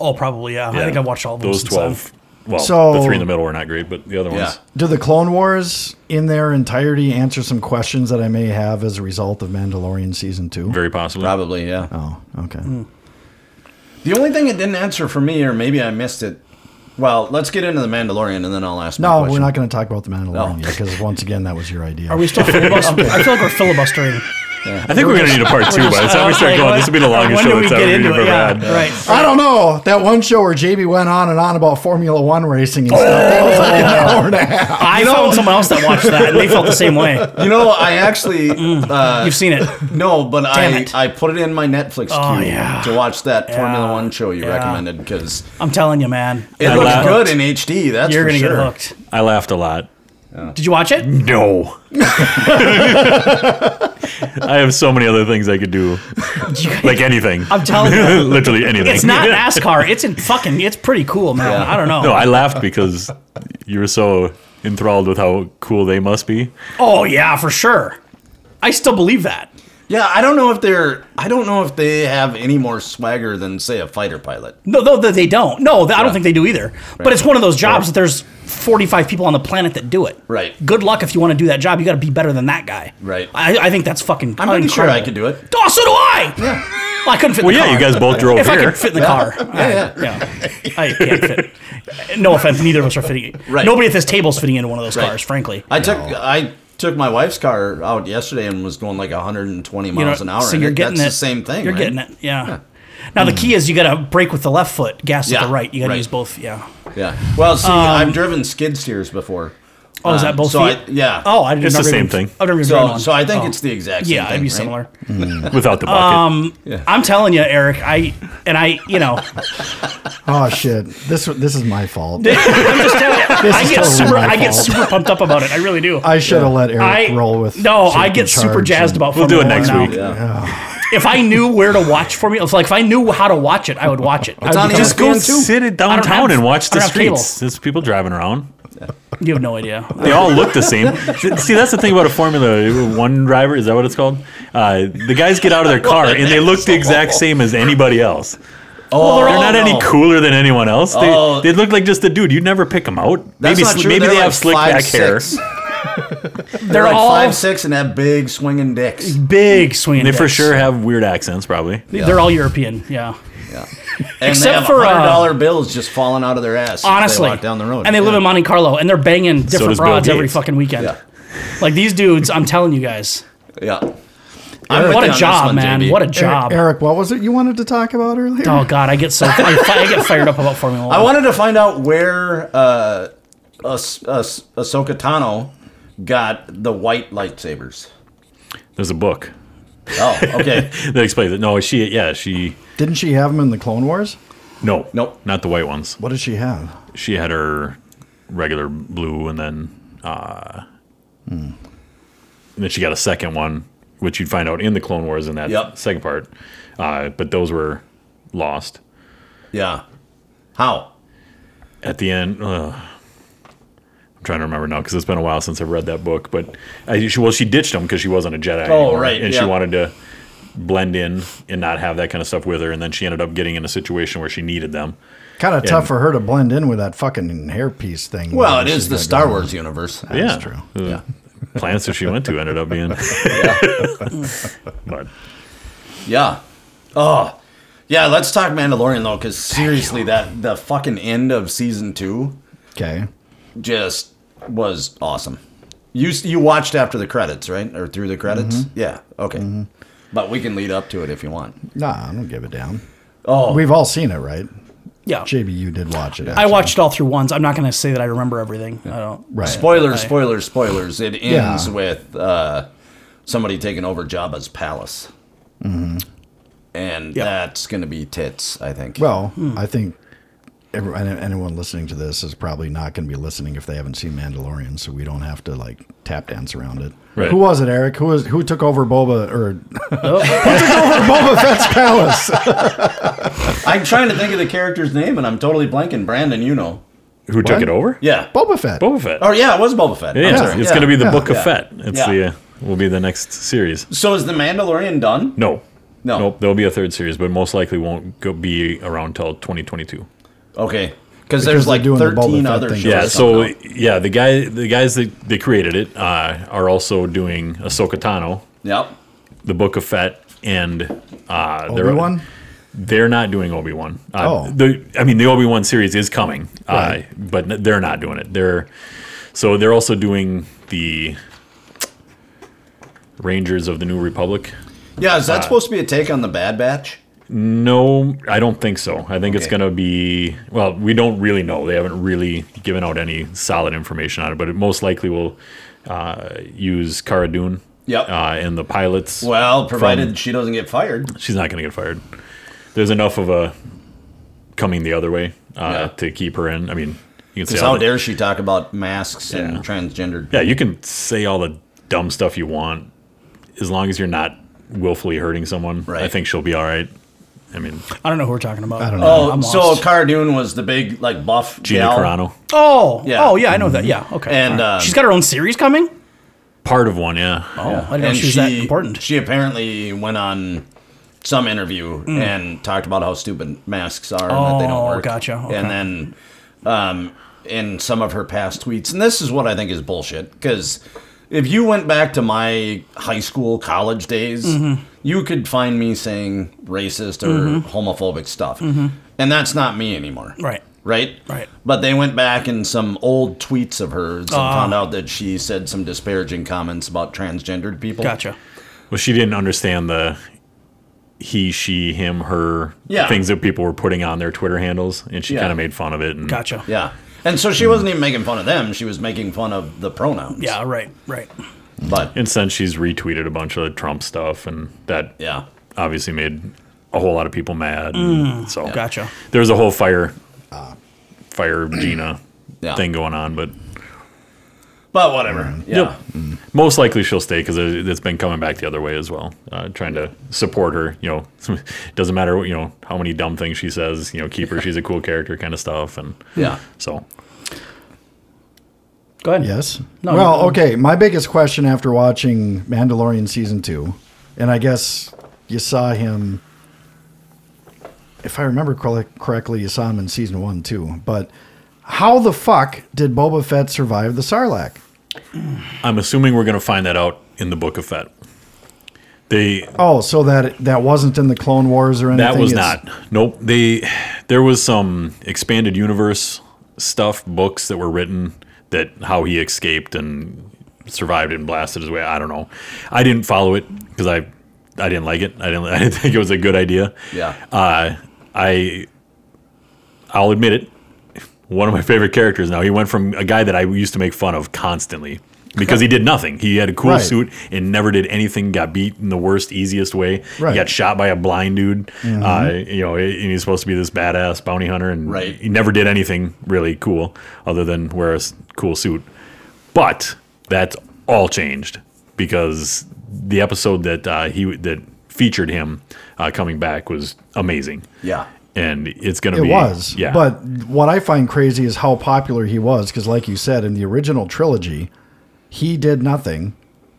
[SPEAKER 3] Oh, probably yeah. I
[SPEAKER 5] Yeah.
[SPEAKER 3] think I watched all of them
[SPEAKER 5] Those
[SPEAKER 3] since then.
[SPEAKER 5] twelve. Well,
[SPEAKER 2] So-
[SPEAKER 5] the three in the middle were not great, but the other
[SPEAKER 4] Yeah.
[SPEAKER 5] ones.
[SPEAKER 2] Do the Clone Wars in their entirety answer some questions that I may have as a result of Mandalorian season two?
[SPEAKER 5] Very possibly.
[SPEAKER 4] Probably, yeah.
[SPEAKER 2] oh, okay.
[SPEAKER 4] Mm. The only thing it didn't answer for me, or maybe I missed it. Well, let's get into the Mandalorian and then I'll ask. my
[SPEAKER 2] No, we're
[SPEAKER 4] question.
[SPEAKER 2] not going to talk about the Mandalorian
[SPEAKER 4] No.
[SPEAKER 2] yet because once again, that was your idea.
[SPEAKER 3] Are we still filibustering? I feel like we're filibustering.
[SPEAKER 5] I think we're gonna need a part two by the time we start going. This will be the longest
[SPEAKER 3] when
[SPEAKER 5] show
[SPEAKER 3] do we
[SPEAKER 5] that's
[SPEAKER 3] get
[SPEAKER 5] ever
[SPEAKER 3] into
[SPEAKER 5] we've
[SPEAKER 3] it?
[SPEAKER 5] ever
[SPEAKER 3] Yeah,
[SPEAKER 5] had.
[SPEAKER 3] right.
[SPEAKER 2] I don't know that one show where JB went on and on about Formula One racing and stuff. That was like an hour and a half.
[SPEAKER 3] I found someone else that watched that, and they felt the same way.
[SPEAKER 4] You know, I actually uh,
[SPEAKER 3] You've seen it.
[SPEAKER 4] no, but
[SPEAKER 3] Damn
[SPEAKER 4] I
[SPEAKER 3] it.
[SPEAKER 4] I put it in my Netflix
[SPEAKER 3] Oh,
[SPEAKER 4] queue
[SPEAKER 3] yeah.
[SPEAKER 4] to watch that Formula
[SPEAKER 3] Yeah.
[SPEAKER 4] One show you
[SPEAKER 3] Yeah.
[SPEAKER 4] recommended because
[SPEAKER 3] I'm telling you, man.
[SPEAKER 4] it
[SPEAKER 5] I
[SPEAKER 4] looks
[SPEAKER 5] laughed.
[SPEAKER 4] good in HD. That's
[SPEAKER 3] You're
[SPEAKER 4] for
[SPEAKER 3] gonna
[SPEAKER 4] sure.
[SPEAKER 3] get hooked.
[SPEAKER 5] I laughed a lot.
[SPEAKER 3] Did you watch it?
[SPEAKER 5] No. I have so many other things I could do. like anything.
[SPEAKER 3] I'm telling you.
[SPEAKER 5] Literally anything.
[SPEAKER 3] It's not NASCAR. It's in fucking. It's pretty cool, man.
[SPEAKER 4] Yeah.
[SPEAKER 3] I don't know.
[SPEAKER 5] No, I laughed because you were so enthralled with how cool they must be.
[SPEAKER 3] oh yeah, for sure. I still believe that.
[SPEAKER 4] Yeah, I don't know if they're I don't know if they have any more swagger than say a fighter pilot.
[SPEAKER 3] No, though that they don't. No, th- I don't think they do either. But it's one of those jobs that there's 45 people on the planet that do it.
[SPEAKER 4] Right.
[SPEAKER 3] Good luck if you want to do that job. You got to be better than that guy.
[SPEAKER 4] Right.
[SPEAKER 3] I, I think that's fucking.
[SPEAKER 4] I'm pretty sure
[SPEAKER 3] incredible.
[SPEAKER 4] I could do it.
[SPEAKER 3] Oh, so do I. Yeah. Well, I couldn't fit.
[SPEAKER 5] Well,
[SPEAKER 3] in the
[SPEAKER 5] yeah, you
[SPEAKER 3] car.
[SPEAKER 5] guys both drove
[SPEAKER 3] If I
[SPEAKER 5] here.
[SPEAKER 3] could fit in the car,
[SPEAKER 4] Yeah,
[SPEAKER 3] I, yeah. I can't fit. No offense, neither of us are fitting.
[SPEAKER 4] Right.
[SPEAKER 3] Nobody at this table's fitting into one of those
[SPEAKER 4] Right.
[SPEAKER 3] cars, frankly.
[SPEAKER 4] I took I took my wife's car out yesterday and was going like 120
[SPEAKER 3] You know,
[SPEAKER 4] miles an hour.
[SPEAKER 3] So
[SPEAKER 4] in
[SPEAKER 3] you're
[SPEAKER 4] it.
[SPEAKER 3] getting
[SPEAKER 4] That's
[SPEAKER 3] it.
[SPEAKER 4] the same thing.
[SPEAKER 3] You're
[SPEAKER 4] right? Hmm.
[SPEAKER 3] getting it. Yeah. Now the key is you got to brake with the left foot, gas
[SPEAKER 4] Yeah,
[SPEAKER 3] with the right. You got to
[SPEAKER 4] right.
[SPEAKER 3] use both. Yeah.
[SPEAKER 4] Yeah. Well, see, I've driven skid steers before.
[SPEAKER 3] Um, Oh, is that
[SPEAKER 4] Um,
[SPEAKER 3] both
[SPEAKER 4] so
[SPEAKER 3] feet?
[SPEAKER 4] I- yeah.
[SPEAKER 3] Oh, I didn't.
[SPEAKER 5] It's the same thing.
[SPEAKER 3] I've never even driven
[SPEAKER 4] So,
[SPEAKER 3] one.
[SPEAKER 4] so I think
[SPEAKER 3] Oh.
[SPEAKER 4] it's the exact same
[SPEAKER 3] yeah,
[SPEAKER 4] thing.
[SPEAKER 3] it'd be
[SPEAKER 4] right?
[SPEAKER 3] similar.
[SPEAKER 5] without the bucket.
[SPEAKER 3] I'm telling you, Eric. I and I, you know,
[SPEAKER 2] Oh shit! This this is my fault.
[SPEAKER 3] I'm just telling you,
[SPEAKER 2] This
[SPEAKER 3] I
[SPEAKER 2] is
[SPEAKER 3] get
[SPEAKER 2] totally
[SPEAKER 3] super,
[SPEAKER 2] my
[SPEAKER 3] I get
[SPEAKER 2] fault.
[SPEAKER 3] super pumped up about it. I really do.
[SPEAKER 2] I should have let Eric
[SPEAKER 3] I
[SPEAKER 2] roll with.
[SPEAKER 3] no. I
[SPEAKER 2] Shake
[SPEAKER 3] get
[SPEAKER 2] and
[SPEAKER 3] super
[SPEAKER 2] Charge
[SPEAKER 3] jazzed
[SPEAKER 2] and-
[SPEAKER 3] about.
[SPEAKER 5] We'll do it
[SPEAKER 3] Formula
[SPEAKER 5] next
[SPEAKER 3] One now.
[SPEAKER 5] week.
[SPEAKER 3] If I knew where to watch Formula, if, like if I knew how to watch it, I would watch it. I would
[SPEAKER 4] on
[SPEAKER 3] become-
[SPEAKER 5] Just go sit it
[SPEAKER 3] I don't
[SPEAKER 5] downtown
[SPEAKER 3] have-
[SPEAKER 5] and watch
[SPEAKER 3] I
[SPEAKER 5] the
[SPEAKER 3] don't have cable.
[SPEAKER 5] streets. There's people driving around.
[SPEAKER 3] You have no idea.
[SPEAKER 5] They all look the same. See, that's the thing about a Formula One driver. Is that what it's called? Uh, the guys get out of their car and they look the exact same as anybody else.
[SPEAKER 4] Oh,
[SPEAKER 5] They're not any
[SPEAKER 4] no.
[SPEAKER 5] cooler than anyone else. They,
[SPEAKER 4] Oh.
[SPEAKER 5] they look like just a dude. You'd never pick them out.
[SPEAKER 4] That's
[SPEAKER 5] maybe
[SPEAKER 4] not
[SPEAKER 5] sl-
[SPEAKER 4] true.
[SPEAKER 5] maybe
[SPEAKER 4] They're
[SPEAKER 5] they
[SPEAKER 4] like
[SPEAKER 5] have slick
[SPEAKER 4] five,
[SPEAKER 5] back hair.
[SPEAKER 4] six.
[SPEAKER 3] They're,
[SPEAKER 4] They're like
[SPEAKER 3] all
[SPEAKER 4] five six and have big swinging dicks.
[SPEAKER 3] big swinging.
[SPEAKER 5] They for
[SPEAKER 3] dicks.
[SPEAKER 5] sure have weird accents, probably.
[SPEAKER 3] They're all European. Yeah.
[SPEAKER 4] Yeah. And
[SPEAKER 3] Except
[SPEAKER 4] they have
[SPEAKER 3] for, uh,
[SPEAKER 4] hundred dollar bills just falling out of their ass. as they
[SPEAKER 3] Honestly,
[SPEAKER 4] walk down the road,
[SPEAKER 3] and they live
[SPEAKER 4] Yeah.
[SPEAKER 3] in Monte Carlo, and they're banging different
[SPEAKER 5] does Bill
[SPEAKER 3] broads every
[SPEAKER 5] Gates.
[SPEAKER 3] fucking weekend.
[SPEAKER 4] Yeah.
[SPEAKER 3] Like these dudes, I'm telling you guys,
[SPEAKER 4] Yeah. I'm
[SPEAKER 3] what
[SPEAKER 4] with you on
[SPEAKER 3] a
[SPEAKER 4] this
[SPEAKER 3] job,
[SPEAKER 4] one,
[SPEAKER 3] man!
[SPEAKER 4] JB.
[SPEAKER 3] What a job!
[SPEAKER 2] Eric, what was it you wanted to talk about earlier?
[SPEAKER 3] Oh God, I get so I, fi- I get fired up about Formula One.
[SPEAKER 4] I wanted to find out where uh, Ahs- Ahs- Ahsoka Tano got the white lightsabers.
[SPEAKER 5] There's a book
[SPEAKER 4] Oh, okay.
[SPEAKER 5] that explains it. No, she. Yeah, she.
[SPEAKER 2] Didn't she have him in the Clone Wars?
[SPEAKER 5] No,
[SPEAKER 4] Nope.
[SPEAKER 5] not the white ones.
[SPEAKER 2] What did she have?
[SPEAKER 5] She had her regular blue, and then uh, and then she got a second one, which you'd find out in the Clone Wars in that
[SPEAKER 4] Yep.
[SPEAKER 5] second part. Uh, but those were lost
[SPEAKER 4] yeah. How?
[SPEAKER 5] at the end. Uh, I'm trying to remember now because it's been a while since I've read that book. But I, she, well, she ditched them because she wasn't a Jedi.
[SPEAKER 4] Oh, right,
[SPEAKER 5] and
[SPEAKER 4] yeah.
[SPEAKER 5] she wanted to blend in and not have that kind of stuff with her. And then she ended up getting in a situation where she needed them.
[SPEAKER 2] Kind of tough for her to blend in with that fucking hairpiece thing.
[SPEAKER 4] Well,
[SPEAKER 2] whatever
[SPEAKER 4] it is
[SPEAKER 2] she's
[SPEAKER 4] the
[SPEAKER 2] got
[SPEAKER 4] Star
[SPEAKER 2] going
[SPEAKER 4] Wars universe.
[SPEAKER 5] yeah,
[SPEAKER 2] That's true.
[SPEAKER 5] The Planets that she went to ended up being. but
[SPEAKER 4] Yeah. Oh. Yeah, let's talk Mandalorian though, because seriously, that the fucking end of season two
[SPEAKER 2] Okay.
[SPEAKER 4] just was awesome. You s- you watched after the credits, right, or through the credits?
[SPEAKER 2] Mm-hmm.
[SPEAKER 4] Yeah. Okay. But we can lead up to it if you want.
[SPEAKER 2] Nah, I don't give a damn.
[SPEAKER 4] Oh,
[SPEAKER 2] We've all seen it, right?
[SPEAKER 3] yeah,
[SPEAKER 2] JB, you did watch it.
[SPEAKER 3] I
[SPEAKER 2] actually.
[SPEAKER 3] watched it all through once. I'm not going to say that I remember everything. I don't.
[SPEAKER 2] Right.
[SPEAKER 4] spoilers, spoilers, spoilers. It ends
[SPEAKER 2] Yeah.
[SPEAKER 4] with uh, somebody taking over Jabba's palace, and
[SPEAKER 2] Mm-hmm.
[SPEAKER 3] Yeah.
[SPEAKER 4] that's gonna be tits, I think.
[SPEAKER 2] Well, I think everyone, anyone listening to this is probably not going to be listening if they haven't seen Mandalorian, so we don't have to like tap dance around it.
[SPEAKER 5] Right.
[SPEAKER 2] Who was it, Eric? Who was who took over Boba or who took over Boba Fett's palace?
[SPEAKER 4] I'm trying to think of the character's name, and I'm totally blanking. Brandon, you know.
[SPEAKER 5] who took it over?
[SPEAKER 4] Yeah.
[SPEAKER 2] Boba Fett.
[SPEAKER 5] Boba Fett.
[SPEAKER 4] Oh yeah, it was Boba Fett.
[SPEAKER 5] Yeah,
[SPEAKER 4] I'm
[SPEAKER 5] it's-
[SPEAKER 4] sorry.
[SPEAKER 5] it's
[SPEAKER 4] Yeah.
[SPEAKER 5] going to be the Book of
[SPEAKER 4] yeah.
[SPEAKER 5] Fett. It's
[SPEAKER 4] Yeah.
[SPEAKER 5] the uh, will be the next series.
[SPEAKER 4] So is the Mandalorian done?
[SPEAKER 5] No,
[SPEAKER 4] No.
[SPEAKER 5] nope. There'll be a third series, but most likely won't go be around till 2022.
[SPEAKER 4] Okay.
[SPEAKER 2] Because
[SPEAKER 4] Because there's
[SPEAKER 2] they're
[SPEAKER 4] like
[SPEAKER 2] doing the
[SPEAKER 4] 13
[SPEAKER 2] Boba Fett
[SPEAKER 4] other
[SPEAKER 2] thing.
[SPEAKER 4] shows.
[SPEAKER 5] Yeah.
[SPEAKER 4] coming
[SPEAKER 5] So
[SPEAKER 4] out.
[SPEAKER 5] yeah, the guy, the guys that they created it uh, are also doing Ahsoka Tano,
[SPEAKER 4] Yep.
[SPEAKER 5] the Book of Fett, and uh, they're-
[SPEAKER 2] Obi-Wan?
[SPEAKER 5] They're not doing Obi Wan. Uh,
[SPEAKER 2] Oh.
[SPEAKER 5] the I mean the Obi Wan series is coming,
[SPEAKER 2] Right.
[SPEAKER 5] uh, but n- they're not doing it. They're so they're also doing the Rangers of the New Republic.
[SPEAKER 4] Yeah,
[SPEAKER 3] Uh,
[SPEAKER 4] is that supposed to be a take on the Bad Batch?
[SPEAKER 5] No, I don't think so. I think it's
[SPEAKER 4] Okay.
[SPEAKER 5] going to be well. We don't really know. They haven't really given out any solid information on it, but it most likely will uh, use Cara Dune.
[SPEAKER 4] Yep.
[SPEAKER 5] Uh, and the pilots.
[SPEAKER 4] Well, provided
[SPEAKER 5] From-
[SPEAKER 4] she doesn't get fired.
[SPEAKER 5] she's not going to get fired. There's enough of a coming the other way
[SPEAKER 4] Yeah.
[SPEAKER 5] uh, to keep her in. I mean, you can say
[SPEAKER 4] Because
[SPEAKER 5] all
[SPEAKER 4] how
[SPEAKER 5] the-
[SPEAKER 4] dare she talk about masks
[SPEAKER 5] Yeah.
[SPEAKER 4] and transgendered?
[SPEAKER 5] yeah, you can say all the dumb stuff you want as long as you're not willfully hurting someone. I
[SPEAKER 4] Right.
[SPEAKER 5] think she'll be all right. I mean,
[SPEAKER 3] I don't know who we're talking about. I
[SPEAKER 2] don't
[SPEAKER 4] Oh,
[SPEAKER 3] I'm
[SPEAKER 4] so
[SPEAKER 3] lost.
[SPEAKER 4] Cara Dune was the big like buff
[SPEAKER 5] Gina
[SPEAKER 4] gal.
[SPEAKER 5] Carano,
[SPEAKER 3] oh,
[SPEAKER 4] Yeah.
[SPEAKER 3] oh yeah, I know that. Yeah, okay.
[SPEAKER 4] And,
[SPEAKER 3] All right.
[SPEAKER 4] um,
[SPEAKER 3] she's got her own series coming.
[SPEAKER 5] part of one, yeah.
[SPEAKER 3] Oh, I didn't know
[SPEAKER 4] And
[SPEAKER 3] she was
[SPEAKER 4] she,
[SPEAKER 3] that important.
[SPEAKER 4] she apparently went on some interview and talked about how stupid masks are and that they don't
[SPEAKER 3] Mm. Oh,
[SPEAKER 4] work.
[SPEAKER 3] gotcha. Okay.
[SPEAKER 4] And then um, in some of her past tweets, and this is what I think is bullshit because if you went back to my high school, college days,
[SPEAKER 3] Mm-hmm.
[SPEAKER 4] you could find me saying racist or homophobic stuff. And that's not me anymore.
[SPEAKER 3] Mm-hmm. right.
[SPEAKER 4] right?
[SPEAKER 3] Right.
[SPEAKER 4] But they went back in some old tweets of hers and
[SPEAKER 3] Ah.
[SPEAKER 4] found out that she said some disparaging comments about transgendered people.
[SPEAKER 3] Gotcha.
[SPEAKER 5] Well, she didn't understand the he, she, him, her
[SPEAKER 4] Yeah.
[SPEAKER 5] things that people were putting on their Twitter handles, and she
[SPEAKER 4] Yeah.
[SPEAKER 5] kind of made fun of it. And
[SPEAKER 3] Gotcha.
[SPEAKER 4] Yeah. And so she wasn't even making fun of them. She was making fun of the pronouns.
[SPEAKER 3] Yeah, right, right.
[SPEAKER 4] But
[SPEAKER 5] And since she's retweeted a bunch of Trump stuff, and that
[SPEAKER 4] yeah.
[SPEAKER 5] obviously made a whole lot of people mad. and so
[SPEAKER 3] Mm, Gotcha.
[SPEAKER 5] there was a whole fire, uh, fire Gina
[SPEAKER 4] Yeah.
[SPEAKER 5] thing going on, but
[SPEAKER 4] But whatever.
[SPEAKER 2] Mm.
[SPEAKER 4] Yeah.
[SPEAKER 5] most likely she'll stay because it's been coming back the other way as well. Uh, trying to support her, you know, doesn't matter what you know how many dumb things she says, you know, keep her. She's a cool character, kind of stuff, and
[SPEAKER 4] Yeah.
[SPEAKER 5] so
[SPEAKER 3] Go ahead.
[SPEAKER 2] Yes.
[SPEAKER 3] No,
[SPEAKER 2] well,
[SPEAKER 3] you-
[SPEAKER 2] okay. My biggest question after watching Mandalorian season two, and I guess you saw him, if I remember cor- correctly, you saw him in season one too. But how the fuck did Boba Fett survive the Sarlacc?
[SPEAKER 5] I'm assuming we're gonna find that out in the Book of Fett. They
[SPEAKER 2] Oh, so that that wasn't in the Clone Wars or anything.
[SPEAKER 5] That was
[SPEAKER 2] It's-
[SPEAKER 5] not. Nope. They there was some expanded universe stuff, books that were written that how he escaped and survived and blasted his way. I don't know. I didn't follow it because I I didn't like it. I didn't I didn't think it was a good idea.
[SPEAKER 4] Yeah.
[SPEAKER 5] Uh, I I'll admit it. One of my favorite characters now. He went from a guy that I used to make fun of constantly because he did nothing. He had a cool
[SPEAKER 2] Right.
[SPEAKER 5] suit and never did anything. Got beat in the worst, easiest way.
[SPEAKER 2] Right. Mm-hmm.
[SPEAKER 5] He got shot by a blind dude. Uh, you know, and he's supposed to be this badass bounty hunter, and
[SPEAKER 4] Right.
[SPEAKER 5] he never did anything really cool other than wear a s- cool suit. But that's all changed because the episode that uh, he that featured him uh, coming back was amazing.
[SPEAKER 4] Yeah.
[SPEAKER 5] and it's gonna
[SPEAKER 2] It
[SPEAKER 5] be
[SPEAKER 2] was.
[SPEAKER 5] yeah.
[SPEAKER 2] But what I find crazy is how popular he was because, like you said, in the original trilogy, he did nothing.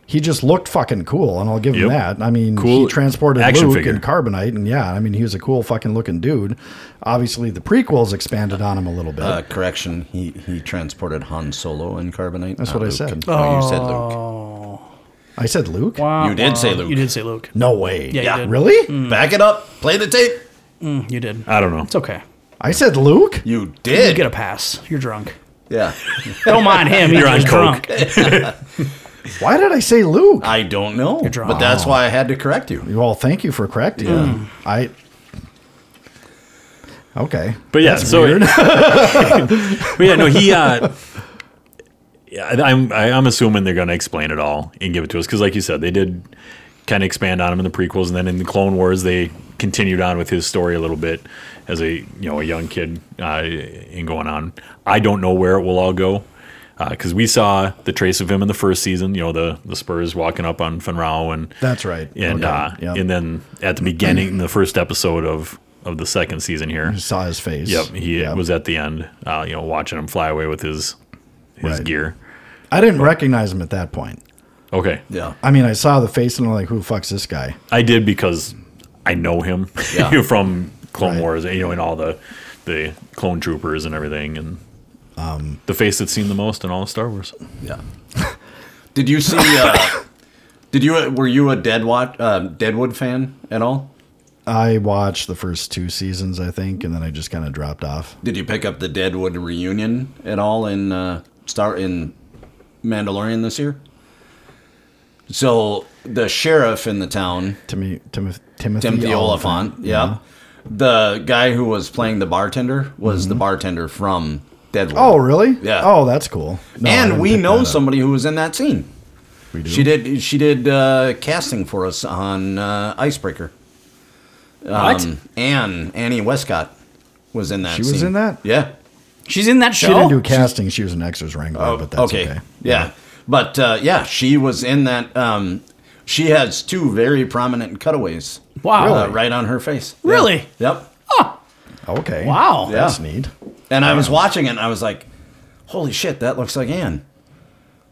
[SPEAKER 2] He just looked fucking cool, and I'll give him
[SPEAKER 5] Yep.
[SPEAKER 2] that. I mean, he
[SPEAKER 5] Cool
[SPEAKER 2] transported
[SPEAKER 5] action
[SPEAKER 2] Luke
[SPEAKER 5] figure.
[SPEAKER 2] and Carbonite, and yeah, I mean, he was a cool fucking looking dude. Obviously, the prequels expanded on him a little bit.
[SPEAKER 4] Uh, correction. He he transported Han Solo and carbonite.
[SPEAKER 2] That's
[SPEAKER 4] not
[SPEAKER 2] what I
[SPEAKER 4] Luke.
[SPEAKER 2] said.
[SPEAKER 4] Oh, you said Luke.
[SPEAKER 2] I said Luke.
[SPEAKER 4] You did say Luke.
[SPEAKER 3] Uh, You did say Luke.
[SPEAKER 2] No way.
[SPEAKER 3] Yeah, you
[SPEAKER 4] Yeah.
[SPEAKER 3] did. Mm.
[SPEAKER 2] Really?
[SPEAKER 4] Back it up. Play the tape.
[SPEAKER 5] Hmm.
[SPEAKER 3] You did.
[SPEAKER 5] I don't know.
[SPEAKER 3] It's okay.
[SPEAKER 2] I said Luke.
[SPEAKER 4] You
[SPEAKER 3] You
[SPEAKER 4] did.
[SPEAKER 3] get a pass. You're drunk.
[SPEAKER 4] yeah.
[SPEAKER 3] Don't mind him. He's
[SPEAKER 5] You're on
[SPEAKER 3] just
[SPEAKER 5] coke.
[SPEAKER 3] drunk.
[SPEAKER 2] Why did I say Luke?
[SPEAKER 4] I don't know.
[SPEAKER 3] drunk.
[SPEAKER 4] But that's why I had to correct you.
[SPEAKER 2] well, thank you for correcting. me. I. Okay.
[SPEAKER 5] But yeah, so but yeah, no, he. Uh, yeah, I'm I- I'm assuming they're going to explain it all and give it to us because, like you said, they did kind of expand on him in the prequels, and then in the Clone Wars they continued on with his story a little bit as a you know a young kid uh, and going on. I don't know where it will all go because we saw the trace of him in the first season. You know the the Spurs walking up on Fenrao and
[SPEAKER 2] That's right.
[SPEAKER 5] and
[SPEAKER 2] Okay,
[SPEAKER 5] uh,
[SPEAKER 2] yeah.
[SPEAKER 5] and then at the beginning, in the first episode of of the second season here,
[SPEAKER 2] saw his face.
[SPEAKER 5] Yep, he
[SPEAKER 2] Yeah.
[SPEAKER 5] was at the end. Uh, you know, watching him fly away with his his
[SPEAKER 2] Right.
[SPEAKER 5] gear.
[SPEAKER 2] I didn't recognize him at that point.
[SPEAKER 5] Okay,
[SPEAKER 4] Yeah.
[SPEAKER 2] I mean, I saw the face and I'm like, who the fuck's this guy?
[SPEAKER 5] I did because I know him
[SPEAKER 4] Yeah.
[SPEAKER 5] from Clone
[SPEAKER 2] Right.
[SPEAKER 5] Wars. You know, and all the the clone troopers and everything, and
[SPEAKER 2] Um,
[SPEAKER 5] the face that's seen the most in all of Star Wars.
[SPEAKER 4] Yeah. did you see? Uh, did you? uh, Were you a Deadwood uh, Deadwood fan at all?
[SPEAKER 2] I watched the first two seasons, I think, and then I just kind of dropped off.
[SPEAKER 4] Did you pick up the Deadwood reunion at all in uh, Star in Mandalorian this year? So the sheriff in the town,
[SPEAKER 2] Timmy, Tim, Timothy,
[SPEAKER 4] Timothy Oliphant, yeah, the guy who was playing the bartender was the bartender from Deadwood.
[SPEAKER 2] Mm-hmm. Oh, really?
[SPEAKER 4] Yeah.
[SPEAKER 2] Oh, that's cool. No, I
[SPEAKER 4] and
[SPEAKER 2] didn't
[SPEAKER 4] we
[SPEAKER 2] pick
[SPEAKER 4] know
[SPEAKER 2] that up.
[SPEAKER 4] somebody who was in that scene.
[SPEAKER 2] We do.
[SPEAKER 4] She did. She did uh, casting for us on uh, Icebreaker.
[SPEAKER 3] What?
[SPEAKER 5] Um,
[SPEAKER 4] Anne Um, Annie Westcott was in that.
[SPEAKER 2] She was
[SPEAKER 4] scene.
[SPEAKER 2] in that?
[SPEAKER 4] Yeah.
[SPEAKER 3] She's in that
[SPEAKER 2] She
[SPEAKER 3] show.
[SPEAKER 2] didn't do casting. She was an extras wrangler,
[SPEAKER 4] Oh,
[SPEAKER 2] but that's okay.
[SPEAKER 4] okay. Yeah. But uh, yeah, she was in that. Um, she has two very prominent cutaways.
[SPEAKER 3] Wow.
[SPEAKER 4] uh,
[SPEAKER 3] Really?
[SPEAKER 4] right on her face. Yeah.
[SPEAKER 3] Really?
[SPEAKER 4] Yep.
[SPEAKER 2] Okay.
[SPEAKER 3] Wow.
[SPEAKER 4] Yeah.
[SPEAKER 2] That's neat.
[SPEAKER 4] And I was watching it, and I was like, "Holy shit, that looks like Anne."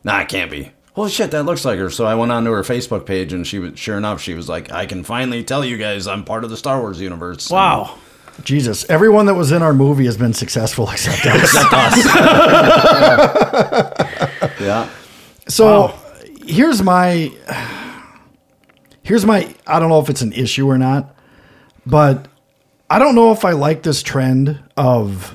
[SPEAKER 4] Nah, it can't be. Holy shit, that looks like her. So I went onto her Facebook page, and she was sure enough, she was like, "I can finally tell you guys, I'm part of the Star Wars universe."
[SPEAKER 3] Wow.
[SPEAKER 2] Jesus. Everyone that was in our movie has been successful except us.
[SPEAKER 4] Yeah.
[SPEAKER 2] So here's my here's my I don't know if it's an issue or not, but I don't know if I like this trend of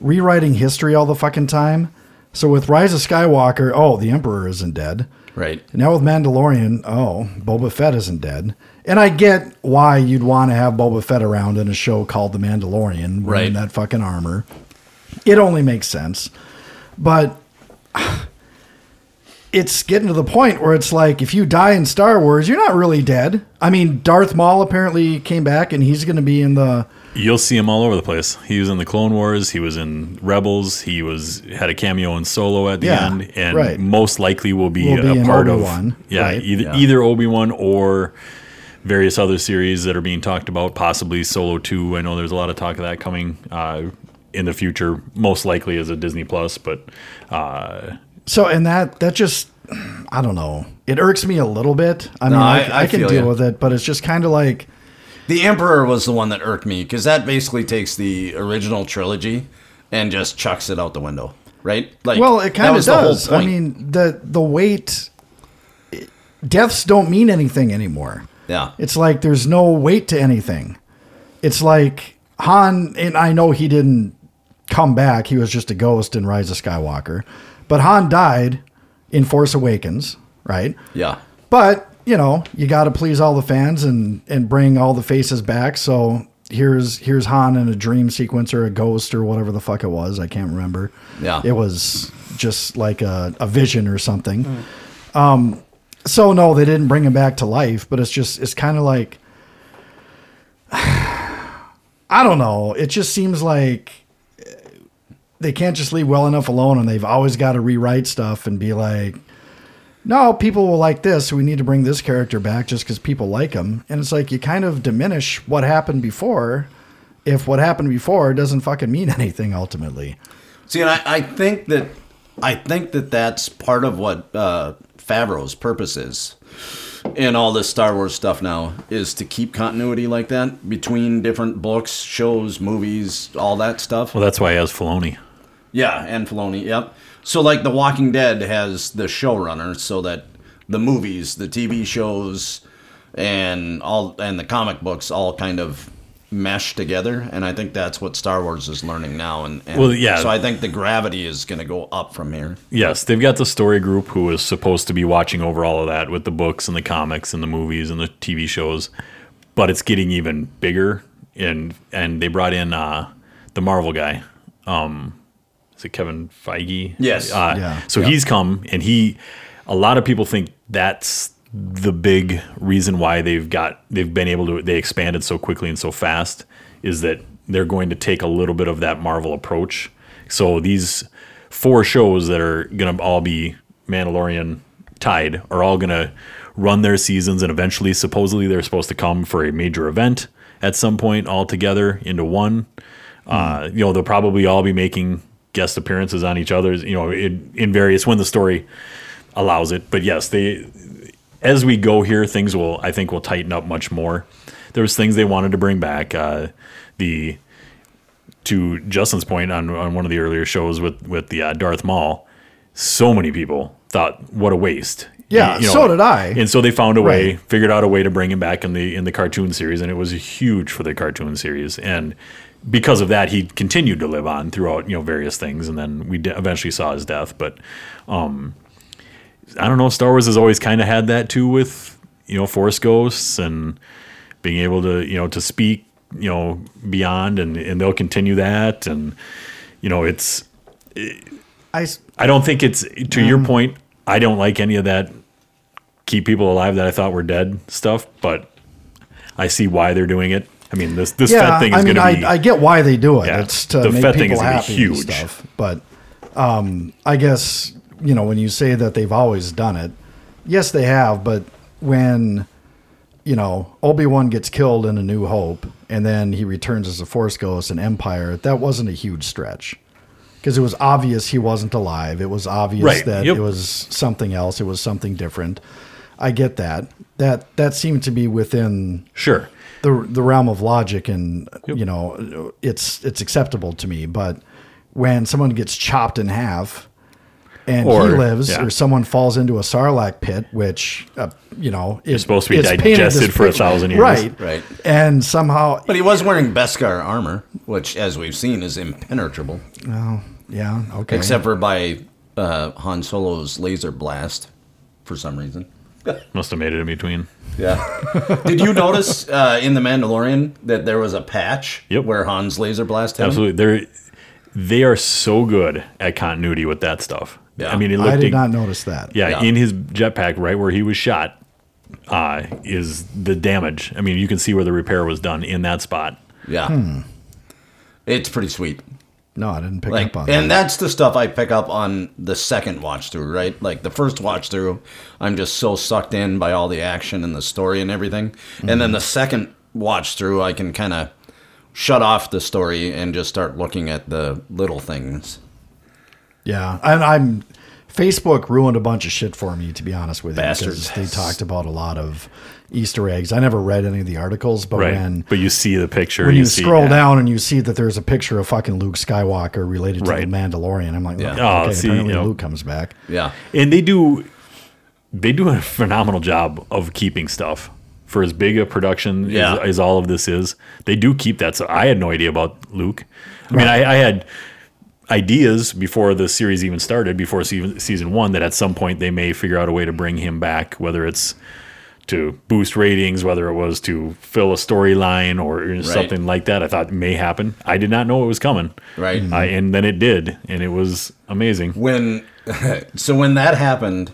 [SPEAKER 2] rewriting history all the fucking time. So with Rise of Skywalker, oh, the Emperor isn't dead.
[SPEAKER 4] Right.
[SPEAKER 2] And now with Mandalorian, oh, Boba Fett isn't dead. And I get why you'd want to have Boba Fett around in a show called The Mandalorian,
[SPEAKER 4] Right.
[SPEAKER 2] In that fucking armor. It only makes sense, but it's getting to the point where it's like if you die in Star Wars, you're not really dead. I mean, Darth Maul apparently came back, and he's going to be in the
[SPEAKER 5] You'll see him all over the place. He was in the Clone Wars. He was in Rebels. He was had a cameo in Solo at the
[SPEAKER 2] Yeah,
[SPEAKER 5] end, and
[SPEAKER 2] right.
[SPEAKER 5] most likely will be
[SPEAKER 2] Will
[SPEAKER 5] a
[SPEAKER 2] be in
[SPEAKER 5] part
[SPEAKER 2] Obi-Wan,
[SPEAKER 5] of yeah,
[SPEAKER 2] right.
[SPEAKER 5] either, either Obi Wan or various other series that are being talked about. Possibly Solo Two. I know there's a lot of talk of that coming uh, in the future. Most likely as a Disney Plus, but uh,
[SPEAKER 2] So and that that just I don't know. It irks me a little bit. I mean, I,
[SPEAKER 4] I-
[SPEAKER 2] I
[SPEAKER 4] I
[SPEAKER 2] can
[SPEAKER 4] feel
[SPEAKER 2] deal
[SPEAKER 4] ya.
[SPEAKER 2] with it, but it's just kind of like
[SPEAKER 4] The Emperor was the one that irked me because that basically takes the original trilogy and just chucks it out the window, right? Like,
[SPEAKER 2] well, it
[SPEAKER 4] that
[SPEAKER 2] kind of
[SPEAKER 4] was the whole
[SPEAKER 2] does. I
[SPEAKER 4] point.
[SPEAKER 2] mean, the the weight deaths don't mean anything anymore.
[SPEAKER 4] yeah,
[SPEAKER 2] It's like there's no weight to anything. It's like Han, and I know he didn't come back. He was just a ghost in Rise of Skywalker, but Han died in Force Awakens, right?
[SPEAKER 4] yeah,
[SPEAKER 2] But you know, you got to please all the fans and and bring all the faces back. So here's here's Han in a dream sequence or a ghost or whatever the fuck it was. I can't remember.
[SPEAKER 4] Yeah.
[SPEAKER 2] it was just like a, a vision or something. Um, so no, they didn't bring him back to life. But it's just it's kind of like I don't know. It just seems like they can't just leave well enough alone, and they've always got to rewrite stuff and be like no, people will like this. So we need to bring this character back just because people like him. And it's like you kind of diminish what happened before if what happened before doesn't fucking mean anything ultimately.
[SPEAKER 4] See, and I, I think that I think that that's part of what uh, Favreau's purpose is in all this Star Wars stuff now is to keep continuity like that between different books, shows, movies, all that stuff.
[SPEAKER 5] well, that's why he has Filoni.
[SPEAKER 4] Yeah, and Filoni. Yep. So like The Walking Dead has the showrunner, so that the movies, the TV shows, and all and the comic books all kind of mesh together. And I think that's what Star Wars is learning now. And, and
[SPEAKER 5] Well, yeah.
[SPEAKER 4] So I think the gravity is going to go up from here.
[SPEAKER 5] Yes, they've got the story group who is supposed to be watching over all of that with the books and the comics and the movies and the TV shows, but it's getting even bigger. And and they brought in uh, the Marvel guy. Um, is it Kevin Feige?
[SPEAKER 4] Yes.
[SPEAKER 5] Uh,
[SPEAKER 2] Yeah.
[SPEAKER 5] So he's come and he. A lot of people think that's the big reason why they've got they've been able to they expanded so quickly and so fast is that they're going to take a little bit of that Marvel approach. So these four shows that are going to all be Mandalorian tied are all going to run their seasons and eventually supposedly they're supposed to come for a major event at some point all together into one. Uh, you know, they'll probably all be making guest appearances on each other's, you know, in, in various when the story allows it. But yes, they as we go here, things will I think will tighten up much more. There was things they wanted to bring back. Uh, the to Justin's point on, on one of the earlier shows with with the uh, Darth Maul, so many people thought what a waste.
[SPEAKER 2] Yeah, so did I.
[SPEAKER 5] And so they found a way,
[SPEAKER 2] Right.
[SPEAKER 5] figured out a way to bring him back in the in the cartoon series, and it was huge for the cartoon series. And because of that, he continued to live on throughout you know various things, and then we d- eventually saw his death. But um, I don't know. Star Wars has always kind of had that too, with you know Force ghosts and being able to you know to speak you know beyond, and and they'll continue that, and you know it's.
[SPEAKER 2] I, s-
[SPEAKER 5] I don't think it's to your
[SPEAKER 2] Mm.
[SPEAKER 5] point. I don't like any of that keep people alive that I thought were dead stuff, but I see why they're doing it. I mean, this this
[SPEAKER 2] yeah,
[SPEAKER 5] Fed thing is
[SPEAKER 2] I mean,
[SPEAKER 5] going to be.
[SPEAKER 2] I, I get why they do it.
[SPEAKER 5] Yeah,
[SPEAKER 2] It's to
[SPEAKER 5] the
[SPEAKER 2] make
[SPEAKER 5] Fett
[SPEAKER 2] people
[SPEAKER 5] thing is gonna be
[SPEAKER 2] happy huge.
[SPEAKER 5] huge.
[SPEAKER 2] stuff. But um, I guess, you know, when you say that they've always done it, yes, they have. But when, you know, Obi-Wan gets killed in A New Hope and then he returns as a Force Ghost in Empire, that wasn't a huge stretch. because it was obvious he wasn't alive. It was obvious
[SPEAKER 5] Right,
[SPEAKER 2] that
[SPEAKER 5] yep.
[SPEAKER 2] it was something else. It was something different. I get that. That that seemed to be within
[SPEAKER 5] sure.
[SPEAKER 2] the the realm of logic, and you know, it's it's acceptable to me. But when someone gets chopped in half, and
[SPEAKER 5] Or-
[SPEAKER 2] he lives,
[SPEAKER 5] yeah.
[SPEAKER 2] or someone falls into a sarlacc pit, which uh, you know is
[SPEAKER 5] supposed to be
[SPEAKER 2] it's painted
[SPEAKER 5] digested
[SPEAKER 2] this
[SPEAKER 5] for a
[SPEAKER 2] picture.
[SPEAKER 5] thousand years.
[SPEAKER 2] right?
[SPEAKER 4] Right.
[SPEAKER 2] and somehow,
[SPEAKER 4] But he was wearing Beskar armor, which, as we've seen, is impenetrable,
[SPEAKER 2] yeah, okay.
[SPEAKER 4] except for by uh, Han Solo's laser blast, for some reason.
[SPEAKER 5] Must have made it in between.
[SPEAKER 2] Mm-hmm.
[SPEAKER 4] Yeah. Did you notice uh, in the Mandalorian that there was a patch
[SPEAKER 5] Yep.
[SPEAKER 4] where Han's laser blast hit him?
[SPEAKER 5] Absolutely, they're they are so good at continuity with that stuff.
[SPEAKER 4] Yeah.
[SPEAKER 5] I mean, it looked
[SPEAKER 2] I did
[SPEAKER 5] ex-
[SPEAKER 2] not notice that.
[SPEAKER 5] yeah,
[SPEAKER 4] Yeah.
[SPEAKER 5] in his jetpack, right where he was shot, uh, is the damage. I mean, you can see where the repair was done in that spot.
[SPEAKER 4] Yeah.
[SPEAKER 2] Hmm.
[SPEAKER 4] It's pretty sweet.
[SPEAKER 2] No, I didn't pick
[SPEAKER 4] Like,
[SPEAKER 2] up on
[SPEAKER 4] and
[SPEAKER 2] that.
[SPEAKER 4] that's the stuff I pick up on the second watch through, right? Like the first watch through, I'm just so sucked in by all the action and the story and everything. And
[SPEAKER 2] Mm-hmm.
[SPEAKER 4] then the second watch through, I can kind of shut off the story and just start looking at the little things.
[SPEAKER 2] Yeah, I'm, I'm. Facebook ruined a bunch of shit for me, to be honest with you.
[SPEAKER 4] Bastards.
[SPEAKER 2] because They talked about a lot of Easter eggs. I never read any of the articles, but
[SPEAKER 5] Right,
[SPEAKER 2] when
[SPEAKER 5] but you see the picture.
[SPEAKER 2] Oh, when you,
[SPEAKER 5] see,
[SPEAKER 2] scroll
[SPEAKER 5] yeah.
[SPEAKER 2] down and you see that there's a picture of fucking Luke Skywalker related to
[SPEAKER 5] Right.
[SPEAKER 2] the Mandalorian, I'm like,
[SPEAKER 5] Oh,
[SPEAKER 2] okay,
[SPEAKER 5] see,
[SPEAKER 2] apparently
[SPEAKER 5] you know.
[SPEAKER 2] Luke comes back.
[SPEAKER 4] Yeah.
[SPEAKER 5] and they do they do a phenomenal job of keeping stuff for as big a production
[SPEAKER 4] Yeah.
[SPEAKER 5] as, as all of this is they do keep that so i had no idea about luke i mean I, I had ideas before the series even started before season, season one that at some point they may figure out a way to bring him back whether it's to boost ratings whether it was to fill a storyline or something like that i thought may happen i did not know it was coming
[SPEAKER 4] Right.
[SPEAKER 5] I, and then it did and it was amazing
[SPEAKER 4] When so when that happened,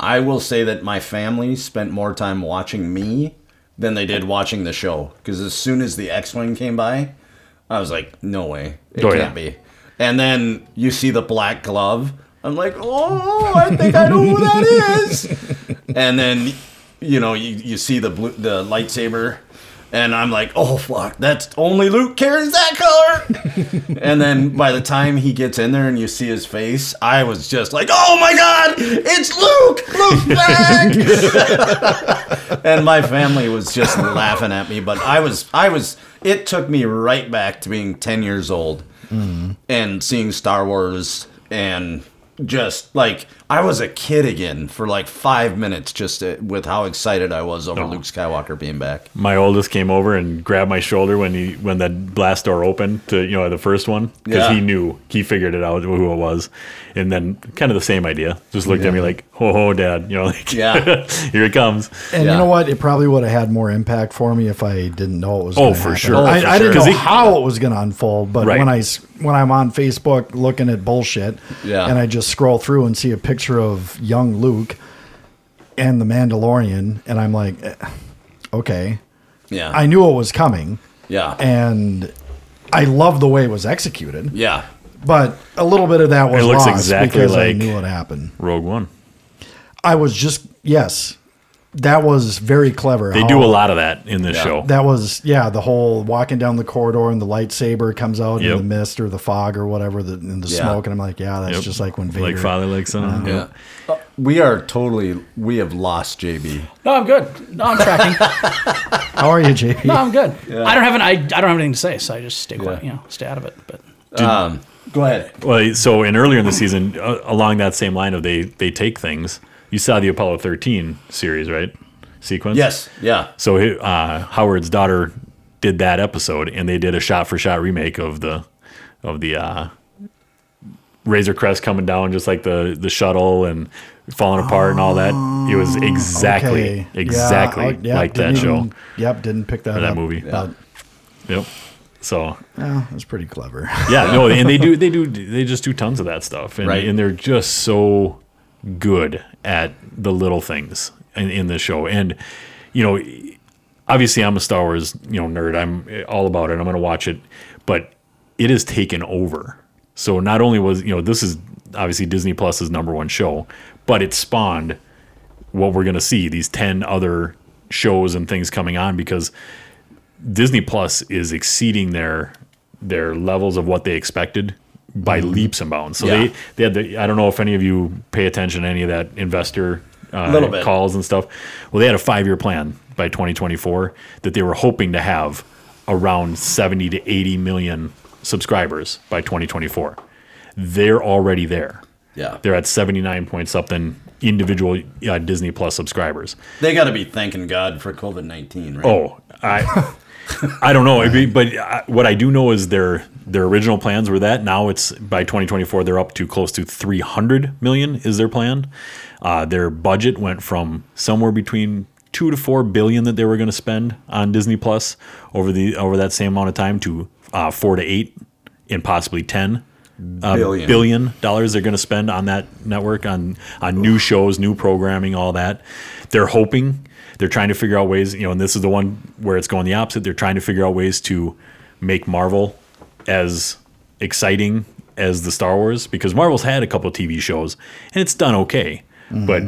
[SPEAKER 4] I will say that my family spent more time watching me than they did watching the show. Because as soon as the X Wing came by, I was like, "No way, it
[SPEAKER 5] Oh, yeah.
[SPEAKER 4] can't be." And then you see the black glove. I'm like, "Oh, I think I know who that is." and then you know you, you see the blue, the lightsaber. And I'm like, oh fuck, that's only Luke carries that color. and then by the time he gets in there and you see his face, I was just like, oh my god, it's Luke! Luke's back! and my family was just laughing at me but i was i was it took me right back to being 10 years old
[SPEAKER 2] Mm-hmm.
[SPEAKER 4] and seeing star wars and just like i was a kid again for like five minutes just uh with how excited i was
[SPEAKER 2] Oh.
[SPEAKER 4] over luke skywalker being back
[SPEAKER 5] my oldest came over and grabbed my shoulder when he when that blast door opened to you know the first one because
[SPEAKER 4] Yeah.
[SPEAKER 5] he knew he figured it out who it was, and then kind of the same idea. Just looked at me like, "Ho ho, dad!" You know, like,
[SPEAKER 4] Yeah.
[SPEAKER 5] here it comes.
[SPEAKER 2] And
[SPEAKER 4] Yeah.
[SPEAKER 2] you know what? It probably would have had more impact for me if I didn't know it was.
[SPEAKER 5] Oh,
[SPEAKER 2] gonna
[SPEAKER 5] for
[SPEAKER 2] happen.
[SPEAKER 5] sure. Oh,
[SPEAKER 2] I,
[SPEAKER 5] for
[SPEAKER 2] I didn't
[SPEAKER 5] sure. 'Cause
[SPEAKER 2] know
[SPEAKER 5] it-
[SPEAKER 2] how it was going to unfold, but
[SPEAKER 5] Right.
[SPEAKER 2] when I s- when I'm on Facebook looking at bullshit,
[SPEAKER 4] Yeah.
[SPEAKER 2] and I just scroll through and see a picture of young Luke and the Mandalorian, and I'm like, eh, okay,
[SPEAKER 4] yeah
[SPEAKER 2] I knew it was coming,
[SPEAKER 4] yeah
[SPEAKER 2] and I love the way it was executed,
[SPEAKER 4] yeah
[SPEAKER 2] but a little bit of that was
[SPEAKER 5] It looks
[SPEAKER 2] lost
[SPEAKER 5] exactly
[SPEAKER 2] because I
[SPEAKER 5] like-
[SPEAKER 2] knew it happened.
[SPEAKER 5] Rogue One.
[SPEAKER 2] I was just yes, that was very clever.
[SPEAKER 5] They do a lot of that in this
[SPEAKER 4] Oh. Yeah.
[SPEAKER 5] show.
[SPEAKER 2] That was yeah, the whole walking down the corridor and the lightsaber comes out
[SPEAKER 5] Yep.
[SPEAKER 2] in the mist or the fog or whatever the in the
[SPEAKER 4] Yeah.
[SPEAKER 2] smoke and I'm like, yeah, that's
[SPEAKER 5] Yep.
[SPEAKER 2] just like when Vader Uh-huh.
[SPEAKER 5] like father, like son.
[SPEAKER 4] yeah Uh, we are totally we have lost jb
[SPEAKER 3] No, I'm good. No, I'm tracking.
[SPEAKER 2] How are you, JP?
[SPEAKER 3] No, I'm good. I don't have an, I, I don't have anything to say, so I just stay quiet. You know, stay out of it. But
[SPEAKER 4] go ahead
[SPEAKER 5] Well, so and earlier in the season, uh, along that same line of they they take things. You saw the Apollo thirteen series, right? Sequence.
[SPEAKER 4] yes yeah
[SPEAKER 5] So he- uh, Howard's daughter did that episode, and they did a shot-for-shot remake of the of the uh, Razor Crest coming down, just like the the shuttle and falling apart and all that. It was exactly
[SPEAKER 2] Oh, Okay. Yeah,
[SPEAKER 5] exactly
[SPEAKER 2] I- yep,
[SPEAKER 5] like that
[SPEAKER 2] didn't
[SPEAKER 5] show
[SPEAKER 2] even- Yep, didn't pick that
[SPEAKER 5] or that
[SPEAKER 2] up.
[SPEAKER 5] movie.
[SPEAKER 2] But
[SPEAKER 5] Yep. So
[SPEAKER 2] yeah, it was pretty clever.
[SPEAKER 5] yeah, no, and they do they do they just do tons of that stuff, and,
[SPEAKER 4] Right.
[SPEAKER 5] and they're just so good at the little things in, in this show. And you know, obviously, I'm a Star Wars you know nerd. I'm all about it. I'm going to watch it, but it has taken over. So not only was you know this is obviously Disney Plus's number one show, but it spawned what we're going to see these 10 other shows and things coming on because Disney Plus is exceeding their their levels of what they expected by leaps and bounds. So
[SPEAKER 4] Yeah.
[SPEAKER 5] they they had the I don't know if any of you pay attention to any of that investor uh,
[SPEAKER 4] Little bit.
[SPEAKER 5] calls and stuff. Well, they had a 5-year plan by 2024 that they were hoping to have around 70 to 80 million subscribers by 2024. They're already there.
[SPEAKER 4] Yeah.
[SPEAKER 5] they're at seventy nine point something individual uh, Disney Plus subscribers.
[SPEAKER 4] They got to be thanking God for COVID nineteen, right?
[SPEAKER 5] Oh, I I don't know, I mean, but I, what I do know is their their original plans were that. Now it's by 2024 they're up to close to 300 million is their plan. Uh, their budget went from somewhere between two to four billion that they were going to spend on Disney Plus over the over that same amount of time to uh, four to eight and possibly ten uh,
[SPEAKER 4] Billion.
[SPEAKER 5] billion dollars they're going to spend on that network on on new shows, new programming, all that. They're hoping they're trying to figure out ways. You know, and this is the one where it's going the opposite. They're trying to figure out ways to make Marvel as exciting as the Star Wars because Marvel's had a couple TV shows and it's done okay,
[SPEAKER 4] Mm-hmm.
[SPEAKER 5] but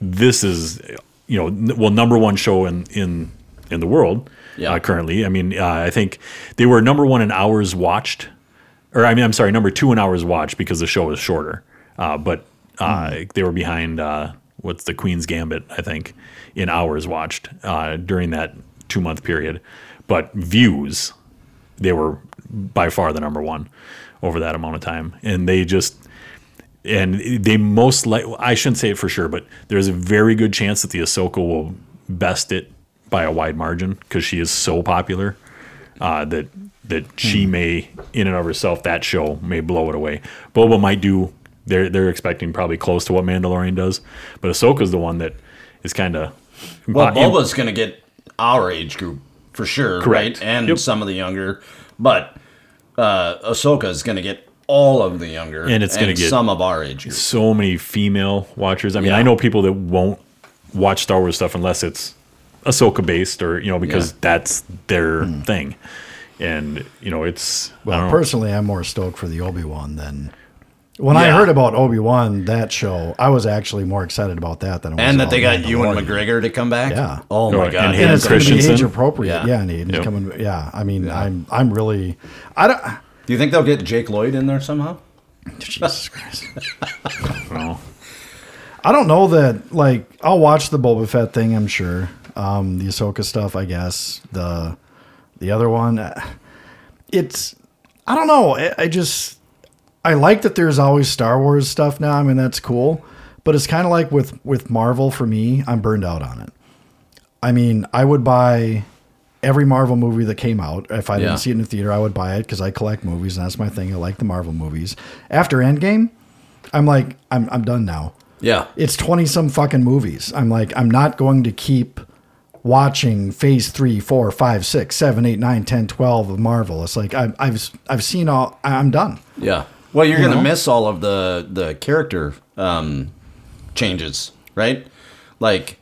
[SPEAKER 5] this is you know n- well number one show in in in the world
[SPEAKER 4] Yeah.
[SPEAKER 5] uh, currently. I mean, uh, I think they were number one in hours watched or I mean, I'm sorry, number two in hours watched because the show is shorter. Uh, but uh, they were behind uh, what's the Queen's Gambit, I think, in hours watched uh, during that two month period. But views, they were by far the number one over that amount of time, and they just and they most like I shouldn't say it for sure, but there's a very good chance that the Ahsoka will best it by a wide margin because she is so popular uh, that that she
[SPEAKER 4] Hmm.
[SPEAKER 5] may in and of herself that show may blow it away. Boba might do they're they're expecting probably close to what Mandalorian does, but Ahsoka's the one that is kind of uh,
[SPEAKER 4] Well, Boba's going to get our age group for sure,
[SPEAKER 5] Correct.
[SPEAKER 4] right? And
[SPEAKER 5] Yep.
[SPEAKER 4] some of the younger, but uh, Ahsoka is going to get all of the younger,
[SPEAKER 5] And it's gonna get-
[SPEAKER 4] some of our age group.
[SPEAKER 5] so many female watchers. I mean,
[SPEAKER 4] Yeah.
[SPEAKER 5] I know people that won't watch Star Wars stuff unless it's Ahsoka based or you know because
[SPEAKER 4] Yeah.
[SPEAKER 5] that's their thing. And you know, it's I don't
[SPEAKER 2] Well,
[SPEAKER 5] know.
[SPEAKER 2] personally, I'm more stoked for the Obi Wan than. When I
[SPEAKER 4] Yeah.
[SPEAKER 2] heard about Obi Wan that show, I was actually more excited about that than I was
[SPEAKER 4] And that
[SPEAKER 2] about
[SPEAKER 4] they got you and
[SPEAKER 2] Mandalorian.
[SPEAKER 4] McGregor to come back.
[SPEAKER 2] Yeah.
[SPEAKER 4] Oh my
[SPEAKER 5] Right,
[SPEAKER 4] God.
[SPEAKER 5] and
[SPEAKER 4] yeah.
[SPEAKER 2] and it's going to be
[SPEAKER 5] Christensen.
[SPEAKER 2] age appropriate.
[SPEAKER 4] Yeah.
[SPEAKER 2] Yeah, and he's
[SPEAKER 5] Yep.
[SPEAKER 2] coming. Yeah, I mean, I'm I'm really, I don't.
[SPEAKER 4] Do you think they'll get Jake Lloyd in there somehow?
[SPEAKER 2] Jesus Christ.
[SPEAKER 5] I don't know.
[SPEAKER 2] I don't know that. Like, I'll watch the Boba Fett thing. I'm sure. Um, the Ahsoka stuff, I guess. The the other one, uh, it's. I don't know. I, I just I like that there's always Star Wars stuff now. I mean, that's cool. But it's kind of like with with Marvel for me. I'm burned out on it. I mean, I would buy every Marvel movie that came out. If I
[SPEAKER 4] Yeah.
[SPEAKER 2] didn't see it in the theater, I would buy it because I collect movies and that's my thing. I like the Marvel movies. After Endgame, I'm like, I'm I'm done now
[SPEAKER 4] Yeah.
[SPEAKER 2] it's 20 some fucking movies. I'm like, I'm not going to keep watching phase three, four, five, six, seven, eight, nine, 10, 12 of Marvel. It's like, I've, I've, I've seen all, I'm done.
[SPEAKER 4] Yeah. Well, you're going to
[SPEAKER 2] know?
[SPEAKER 4] miss all of the the character um, changes, right? Like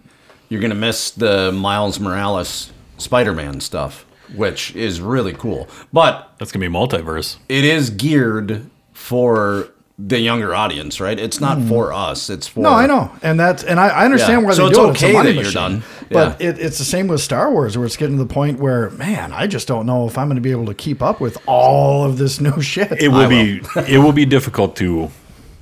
[SPEAKER 4] you're going to miss the Miles Morales Spider-Man stuff, which is really cool. But
[SPEAKER 5] That's gonna be multiverse.
[SPEAKER 4] it is geared for the younger audience, right? It's not for us. It's for
[SPEAKER 2] Hmm. No, I know. And that's, and I, I understand
[SPEAKER 4] Yeah.
[SPEAKER 2] why
[SPEAKER 4] So
[SPEAKER 2] they
[SPEAKER 4] it's
[SPEAKER 2] do it.
[SPEAKER 4] okay
[SPEAKER 2] money
[SPEAKER 4] that you're done.
[SPEAKER 2] But it, it's the same with Star Wars where it's getting to the point where, man, I just don't know if I'm going to be able to keep up with all of this new shit.
[SPEAKER 5] It will be it will be difficult to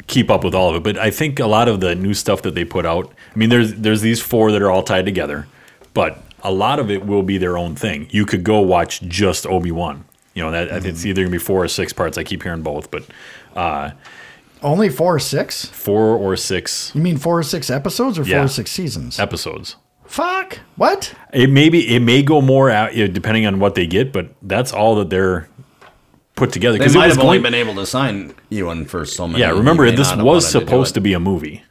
[SPEAKER 5] keep up with all of it. But I think a lot of the new stuff that they put out. I mean, there's there's these four that are all tied together, but a lot of it will be their own thing. You could go watch just Obi Wan. You know, that it's either gonna be four or six parts. I keep hearing both, but uh,
[SPEAKER 2] Only four or six?
[SPEAKER 5] four or six
[SPEAKER 2] You mean four or six episodes or four
[SPEAKER 5] Yeah.
[SPEAKER 2] or six seasons?
[SPEAKER 5] episodes.
[SPEAKER 2] Fuck. What?
[SPEAKER 5] It may be it may go more out you know, depending on what they get, but that's all that they're put together.
[SPEAKER 4] They
[SPEAKER 5] it
[SPEAKER 4] might
[SPEAKER 5] was
[SPEAKER 4] have only
[SPEAKER 5] going-
[SPEAKER 4] been able to sign Ewan for so many.
[SPEAKER 5] Yeah, remember
[SPEAKER 4] they may
[SPEAKER 5] this
[SPEAKER 4] not have
[SPEAKER 5] was
[SPEAKER 4] wanted do
[SPEAKER 5] supposed
[SPEAKER 4] it.
[SPEAKER 5] to, be a movie,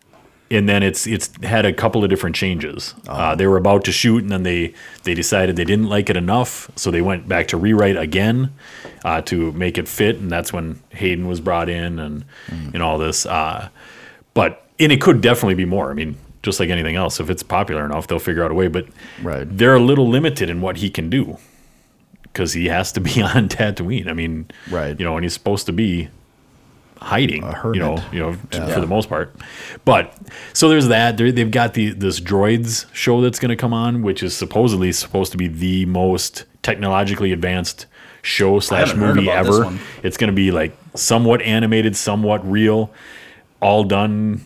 [SPEAKER 5] and then it's it's had a couple of different changes.
[SPEAKER 4] Oh.
[SPEAKER 5] Uh, they were about to shoot, and then they they decided they didn't like it enough, so they went back to rewrite again uh, to make it fit, and that's when Hayden was brought in and
[SPEAKER 4] Hmm.
[SPEAKER 5] and all this. Uh, but and it could definitely be more. I mean, just like anything else, if it's popular enough, they'll figure out a way. But
[SPEAKER 2] Right.
[SPEAKER 5] they're a little limited in what he can do because he has to be on Tatooine. I mean,
[SPEAKER 2] Right.
[SPEAKER 5] You know, and he's supposed to be hiding. You know,
[SPEAKER 2] hermit.
[SPEAKER 5] you know, t- for the most part. But so there's that. They're, they've got the this droids show that's going to come on, which is supposedly supposed to be the most technologically advanced show slash
[SPEAKER 4] haven't heard
[SPEAKER 5] movie
[SPEAKER 4] about this
[SPEAKER 5] ever.
[SPEAKER 4] one.
[SPEAKER 5] It's going to be like somewhat animated, somewhat real, all done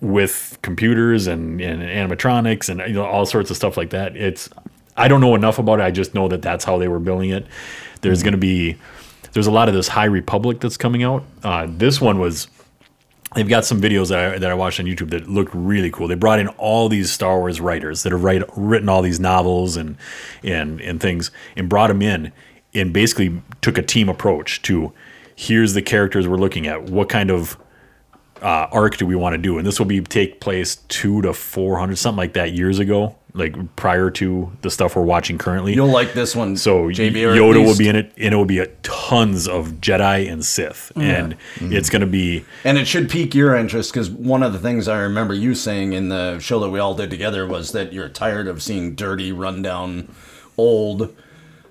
[SPEAKER 5] with computers and, and animatronics and you know all sorts of stuff like that. It's I don't know enough about it. I just know that that's how they were building it.
[SPEAKER 4] Hmm.
[SPEAKER 5] There's going to be there's a lot of this High Republic that's coming out. Uh, this one was they've got some videos that I, that I watched on YouTube that looked really cool. They brought in all these Star Wars writers that have write, written all these novels and and and things, and brought them in, and basically took a team approach to here's the characters we're looking at. What kind of uh, arc do we want to do? And this will be take place two to four hundred something like that years ago, like prior to the stuff we're watching currently.
[SPEAKER 4] You'll like this one.
[SPEAKER 5] So
[SPEAKER 4] JB, or at
[SPEAKER 5] Yoda will
[SPEAKER 4] least-
[SPEAKER 5] be in it, and it will be a tons of Jedi and Sith, and
[SPEAKER 4] Mm-hmm.
[SPEAKER 5] it's going to be
[SPEAKER 4] And it should pique your interest because one of the things I remember you saying in the show that we all did together was that you're tired of seeing dirty, rundown, old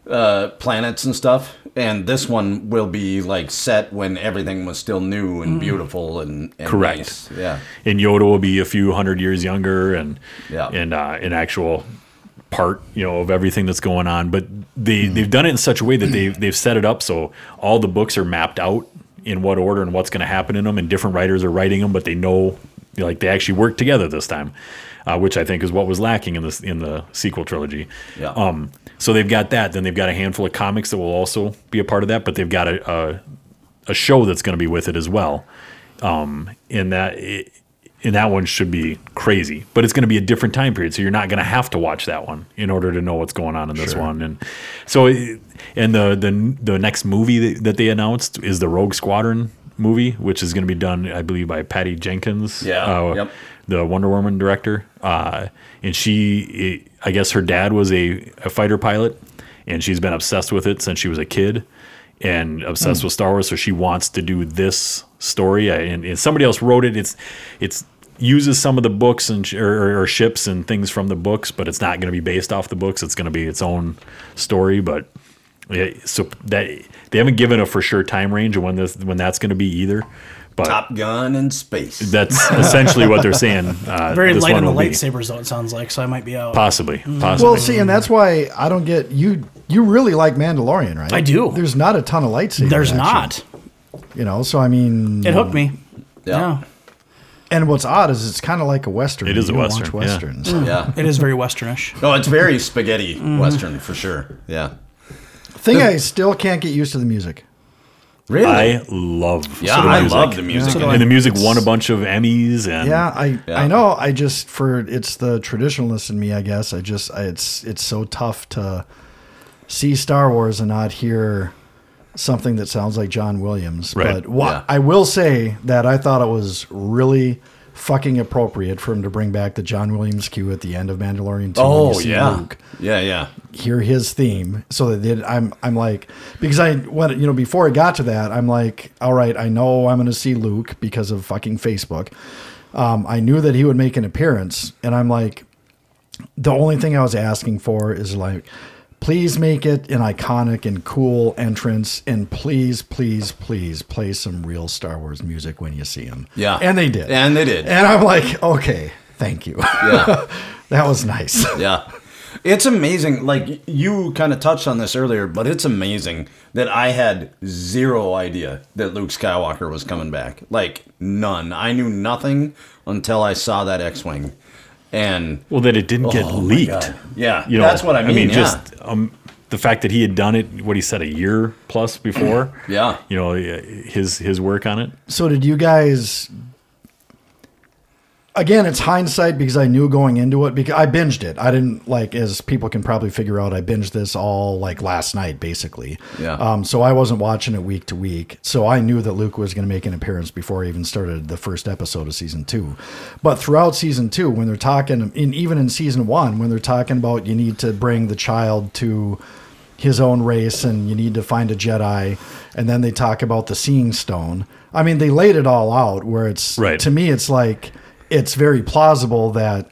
[SPEAKER 4] uh, planets and stuff. And this one will be like set when everything was still new and beautiful and, and
[SPEAKER 5] Correct.
[SPEAKER 4] nice. Yeah.
[SPEAKER 5] and Yoda will be a few hundred years younger, and
[SPEAKER 4] Yeah.
[SPEAKER 5] and uh, an actual part, you know, of everything that's going on. But they
[SPEAKER 4] Mm-hmm.
[SPEAKER 5] they've done it in such a way that they they've set it up so all the books are mapped out in what order and what's going to happen in them, and different writers are writing them, but they know like they actually work together this time, uh, which I think is what was lacking in this in the sequel trilogy.
[SPEAKER 4] Yeah.
[SPEAKER 5] Um, so they've got that. Then they've got a handful of comics that will also be a part of that, but they've got a, a a show that's going to be with it as well. Um, and that it, and that one should be crazy, but it's going to be a different time period, so you're not going to have to watch that one in order to know what's going on in this one. And so, it- and the the the next movie that, that they announced is the Rogue Squadron movie, which is going to be done, I believe, by Patty Jenkins.
[SPEAKER 4] Yeah,
[SPEAKER 5] uh,
[SPEAKER 4] yep.
[SPEAKER 5] the Wonder Woman director, uh, and she, I guess her dad was a, a fighter pilot, and she's been obsessed with it since she was a kid, and obsessed with Star Wars. So she wants to do this story, and, and somebody else wrote it. It's it's uses some of the books and sh- or, or ships and things from the books, but it's not going to be based off the books. It's going to be its own story, but. Yeah, so that they haven't given a for sure time range of when this when that's going to be either, but
[SPEAKER 4] Top Gun in space.
[SPEAKER 5] that's essentially what they're saying. Uh,
[SPEAKER 3] Very
[SPEAKER 5] this
[SPEAKER 3] light Mm-hmm.
[SPEAKER 5] one
[SPEAKER 3] on the
[SPEAKER 5] will be.
[SPEAKER 3] lightsabers, though, it sounds like, so I might be out.
[SPEAKER 5] Possibly, possibly.
[SPEAKER 2] Well, see, and that's why I don't get you. You really like Mandalorian, right?
[SPEAKER 3] I do.
[SPEAKER 2] There's not a ton of lightsaber.
[SPEAKER 3] There's
[SPEAKER 2] action,
[SPEAKER 3] not.
[SPEAKER 2] You know, so I mean,
[SPEAKER 3] It hooked me.
[SPEAKER 4] yeah.
[SPEAKER 3] Yeah.
[SPEAKER 2] and what's odd is it's kind of like a western.
[SPEAKER 5] It is
[SPEAKER 2] You
[SPEAKER 5] a
[SPEAKER 2] don't watch
[SPEAKER 5] Western, yeah.
[SPEAKER 2] westerns.
[SPEAKER 4] Yeah.
[SPEAKER 3] It is very westernish.
[SPEAKER 4] No, it's very spaghetti
[SPEAKER 3] Mm-hmm.
[SPEAKER 4] western for sure. Yeah.
[SPEAKER 2] Thing I still can't get used to the music.
[SPEAKER 4] Really?
[SPEAKER 5] I love.
[SPEAKER 4] yeah,
[SPEAKER 5] sort of
[SPEAKER 4] I
[SPEAKER 5] music.
[SPEAKER 4] love the music.
[SPEAKER 3] So do
[SPEAKER 4] in
[SPEAKER 3] I.
[SPEAKER 4] it.
[SPEAKER 5] And the music won a bunch of Emmys, and
[SPEAKER 2] Yeah, I
[SPEAKER 4] Yeah.
[SPEAKER 2] I know. I just for it's the traditionalist in me, I guess. I just I, it's it's so tough to see Star Wars and not hear something that sounds like John Williams.
[SPEAKER 5] Right.
[SPEAKER 2] But what
[SPEAKER 4] Yeah.
[SPEAKER 2] I will say that I thought it was really fucking appropriate for him to bring back the John Williams cue at the end of Mandalorian 2 when you
[SPEAKER 4] Oh
[SPEAKER 2] see
[SPEAKER 4] yeah,
[SPEAKER 2] Luke
[SPEAKER 4] yeah, yeah.
[SPEAKER 2] hear his theme so that they, I'm I'm like because I when you know before I got to that I'm like all right I know I'm going to see Luke because of fucking Facebook. Um, I knew that he would make an appearance and I'm like the only thing I was asking for is like please make it an iconic and cool entrance and please please please play some real Star Wars music when you see him.
[SPEAKER 4] Yeah.
[SPEAKER 2] And they did.
[SPEAKER 4] And they did.
[SPEAKER 2] And I'm like okay, thank you.
[SPEAKER 4] Yeah.
[SPEAKER 2] that was nice.
[SPEAKER 4] yeah. It's amazing. Like you kind of touched on this earlier, but it's amazing that I had zero idea that Luke Skywalker was coming back. Like none. I knew nothing until I saw that X-wing, and
[SPEAKER 5] well, that it didn't get
[SPEAKER 4] Oh, my
[SPEAKER 5] leaked.
[SPEAKER 4] God. Yeah,
[SPEAKER 5] you know,
[SPEAKER 4] that's what I mean. yeah.
[SPEAKER 5] just um, the fact that he had done it. What he said a year plus before.
[SPEAKER 4] Yeah.
[SPEAKER 5] you know his his work on it.
[SPEAKER 2] So did you guys? Again, it's hindsight because I knew going into it because I binged it. I didn't like, as people can probably figure out, I binged this all like last night, basically.
[SPEAKER 4] Yeah.
[SPEAKER 2] Um, so I wasn't watching it week to week. So I knew that Luke was going to make an appearance before I even started the first episode of season two. But throughout season two, when they're talking, in even in season one, when they're talking about you need to bring the child to his own race and you need to find a Jedi. And then they talk about the seeing stone. I mean, they laid it all out where it's
[SPEAKER 5] Right.
[SPEAKER 2] to me, it's like it's very plausible that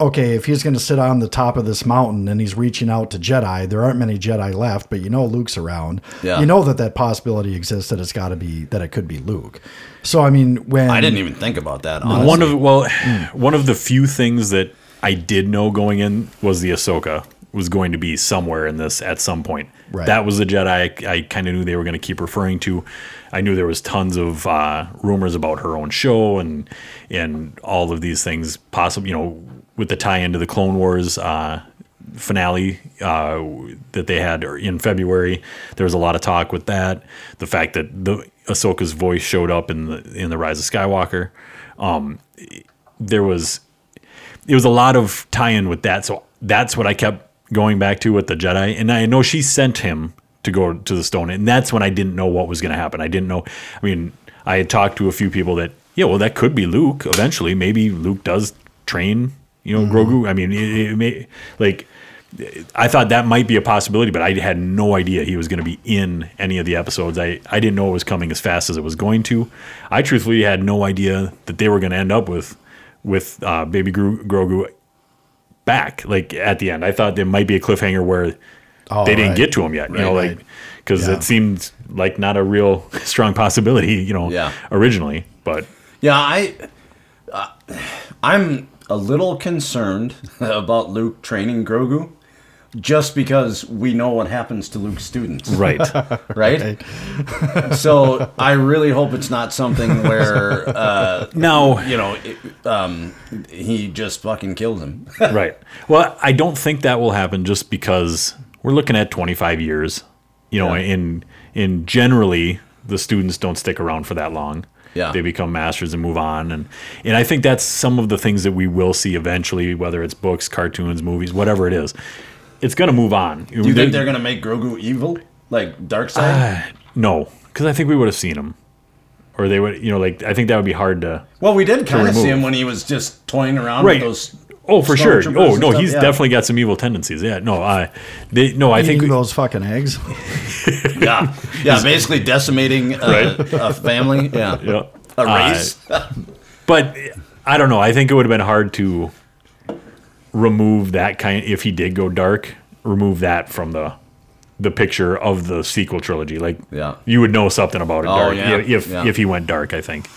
[SPEAKER 2] okay, if he's going to sit on the top of this mountain and he's reaching out to Jedi, there aren't many Jedi left, but you know Luke's around.
[SPEAKER 4] Yeah.
[SPEAKER 2] You know that that possibility exists that it's got to be that it could be Luke. So I mean, when
[SPEAKER 4] I didn't even think about that. Honestly.
[SPEAKER 5] One of well, Mm. one of the few things that I did know going in was the Ahsoka was going to be somewhere in this at some point.
[SPEAKER 2] Right.
[SPEAKER 5] That was the Jedi. I, I kind of knew they were going to keep referring to. I knew there was tons of uh, rumors about her own show and and all of these things possible. You know, with the tie into the Clone Wars. Uh, finale uh, that they had in February. There was a lot of talk with that. The fact that the Ahsoka's voice showed up in the in the Rise of Skywalker. Um, there was it was a lot of tie-in with that. So that's what I kept going back to with the Jedi. And I know she sent him to go to the stone, and that's when I didn't know what was going to happen. I didn't know. I mean, I had talked to a few people that yeah, well, that could be Luke eventually. Maybe Luke does train, you know, Grogu. I mean, it, it may like. I thought that might be a possibility, but I had no idea he was going to be in any of the episodes. I, I didn't know it was coming as fast as it was going to. I truthfully had no idea that they were going to end up with with uh, Baby Gro- Grogu back, like at the end. I thought there might be a cliffhanger where they didn't
[SPEAKER 2] Oh, right.
[SPEAKER 5] get to him yet, you know,
[SPEAKER 2] Right,
[SPEAKER 5] like
[SPEAKER 2] right.
[SPEAKER 5] because
[SPEAKER 2] Yeah.
[SPEAKER 5] it seemed like not a real strong possibility, you know,
[SPEAKER 4] Yeah.
[SPEAKER 5] originally. But
[SPEAKER 4] Yeah, I, uh, I'm a little concerned about Luke training Grogu, just because we know what happens to Luke's students,
[SPEAKER 5] right,
[SPEAKER 4] right? so I really hope it's not something where uh,
[SPEAKER 5] now
[SPEAKER 4] you know it, um, he just fucking killed him.
[SPEAKER 5] right. Well, I don't think that will happen just because we're looking at 25 years, you know,
[SPEAKER 4] Yeah.
[SPEAKER 5] in in generally the students don't stick around for that long.
[SPEAKER 4] Yeah.
[SPEAKER 5] They become masters and move on and and I think that's some of the things that we will see eventually whether it's books, cartoons, movies, whatever it is. It's going to move on.
[SPEAKER 4] Do you think they're gonna make Grogu evil, like Dark Side?
[SPEAKER 5] Uh, No, cuz I think we would have seen them. Or they would, you know, like I think that would be hard to
[SPEAKER 4] well, we did kind of see
[SPEAKER 5] remove.
[SPEAKER 4] Ah. him when he was just toying around
[SPEAKER 5] right.
[SPEAKER 4] with those.
[SPEAKER 5] Oh, for sure.
[SPEAKER 4] stormtroopers
[SPEAKER 5] Oh
[SPEAKER 4] and
[SPEAKER 5] no,
[SPEAKER 4] stuff,
[SPEAKER 5] he's
[SPEAKER 4] yeah.
[SPEAKER 5] definitely got some evil tendencies. Yeah, no, I, they, no, I
[SPEAKER 2] Eating
[SPEAKER 5] think
[SPEAKER 2] those fucking eggs.
[SPEAKER 4] Yeah, yeah, basically decimating uh, a family. Yeah,
[SPEAKER 5] yeah.
[SPEAKER 4] a
[SPEAKER 5] Uh,
[SPEAKER 4] race.
[SPEAKER 5] but I don't know. I think it would have been hard to remove that kind if he did go dark, remove that from the the picture of the sequel trilogy. Like
[SPEAKER 4] Yeah.
[SPEAKER 5] you would know something about it
[SPEAKER 4] Oh,
[SPEAKER 5] dark
[SPEAKER 4] yeah,
[SPEAKER 5] if
[SPEAKER 4] yeah.
[SPEAKER 5] if he went dark, I think.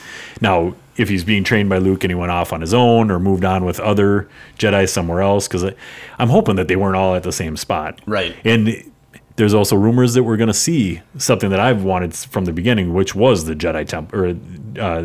[SPEAKER 5] Now, if he's being trained by Luke and he went off on his own or moved on with other Jedi somewhere else cuz I'm hoping that they weren't all at the same spot.
[SPEAKER 4] Right.
[SPEAKER 5] And there's also rumors that we're going to see something that I've wanted s- from the beginning, which was the Jedi temple or uh,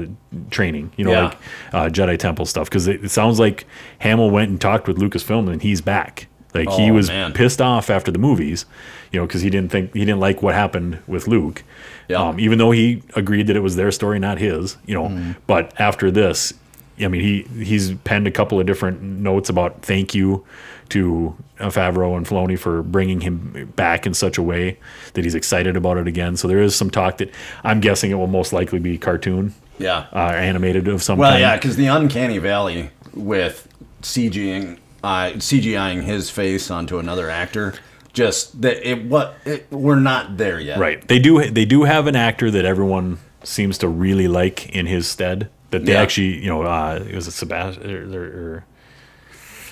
[SPEAKER 5] training, you know,
[SPEAKER 4] Yeah.
[SPEAKER 5] like uh, Jedi temple stuff. Because it, it sounds like Hamill went and talked with Lucasfilm, and he's back. Like he
[SPEAKER 4] Oh,
[SPEAKER 5] was
[SPEAKER 4] man.
[SPEAKER 5] pissed off after the movies, you know, because he didn't think he didn't like what happened with Luke.
[SPEAKER 4] Yeah.
[SPEAKER 5] Um, even though he agreed that it was their story, not his, you know.
[SPEAKER 4] Mm.
[SPEAKER 5] But after this, I mean, he he's penned a couple of different notes about thank you to uh, Favreau and Filoni for bringing him back in such a way that he's excited about it again. So there is some talk that I'm guessing it will most likely be cartoon,
[SPEAKER 4] yeah,
[SPEAKER 5] uh, animated of some
[SPEAKER 4] Well,
[SPEAKER 5] kind.
[SPEAKER 4] yeah, because the uncanny valley with CGing, uh, CGIing his face onto another actor, just that it what it, we're not there yet.
[SPEAKER 5] Right. They do. They do have an actor that everyone seems to really like in his stead. That they
[SPEAKER 4] Yeah.
[SPEAKER 5] actually, you know, uh, it was it Sebastian or, or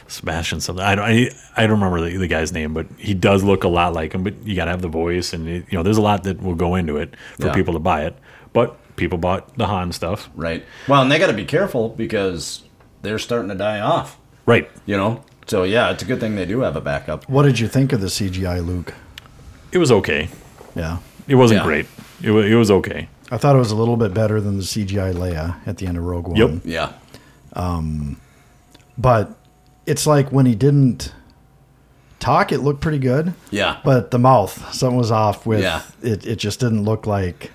[SPEAKER 5] Sebastian something. I don't. I, I don't remember the, the guy's name, but he does look a lot like him. But you gotta have the voice, and it, you know, there's a lot that will go into it for
[SPEAKER 4] Yeah.
[SPEAKER 5] people to buy it. But people bought the Han stuff.
[SPEAKER 4] Right. Well, and they got to be careful because they're starting to die off.
[SPEAKER 5] Right.
[SPEAKER 4] You know. So yeah, it's a good thing they do have a backup.
[SPEAKER 2] What did you think of the CGI Luke?
[SPEAKER 5] It was okay.
[SPEAKER 2] Yeah.
[SPEAKER 5] It wasn't
[SPEAKER 4] Yeah.
[SPEAKER 5] great. It was. It was okay.
[SPEAKER 2] I thought it was a little bit better than the CGI Leia at the end of Rogue One.
[SPEAKER 5] Yep.
[SPEAKER 4] Yeah.
[SPEAKER 2] But it's like when he didn't talk, it looked pretty good.
[SPEAKER 4] Yeah.
[SPEAKER 2] But the mouth, something was off with
[SPEAKER 4] Yeah.
[SPEAKER 2] it. It just didn't look like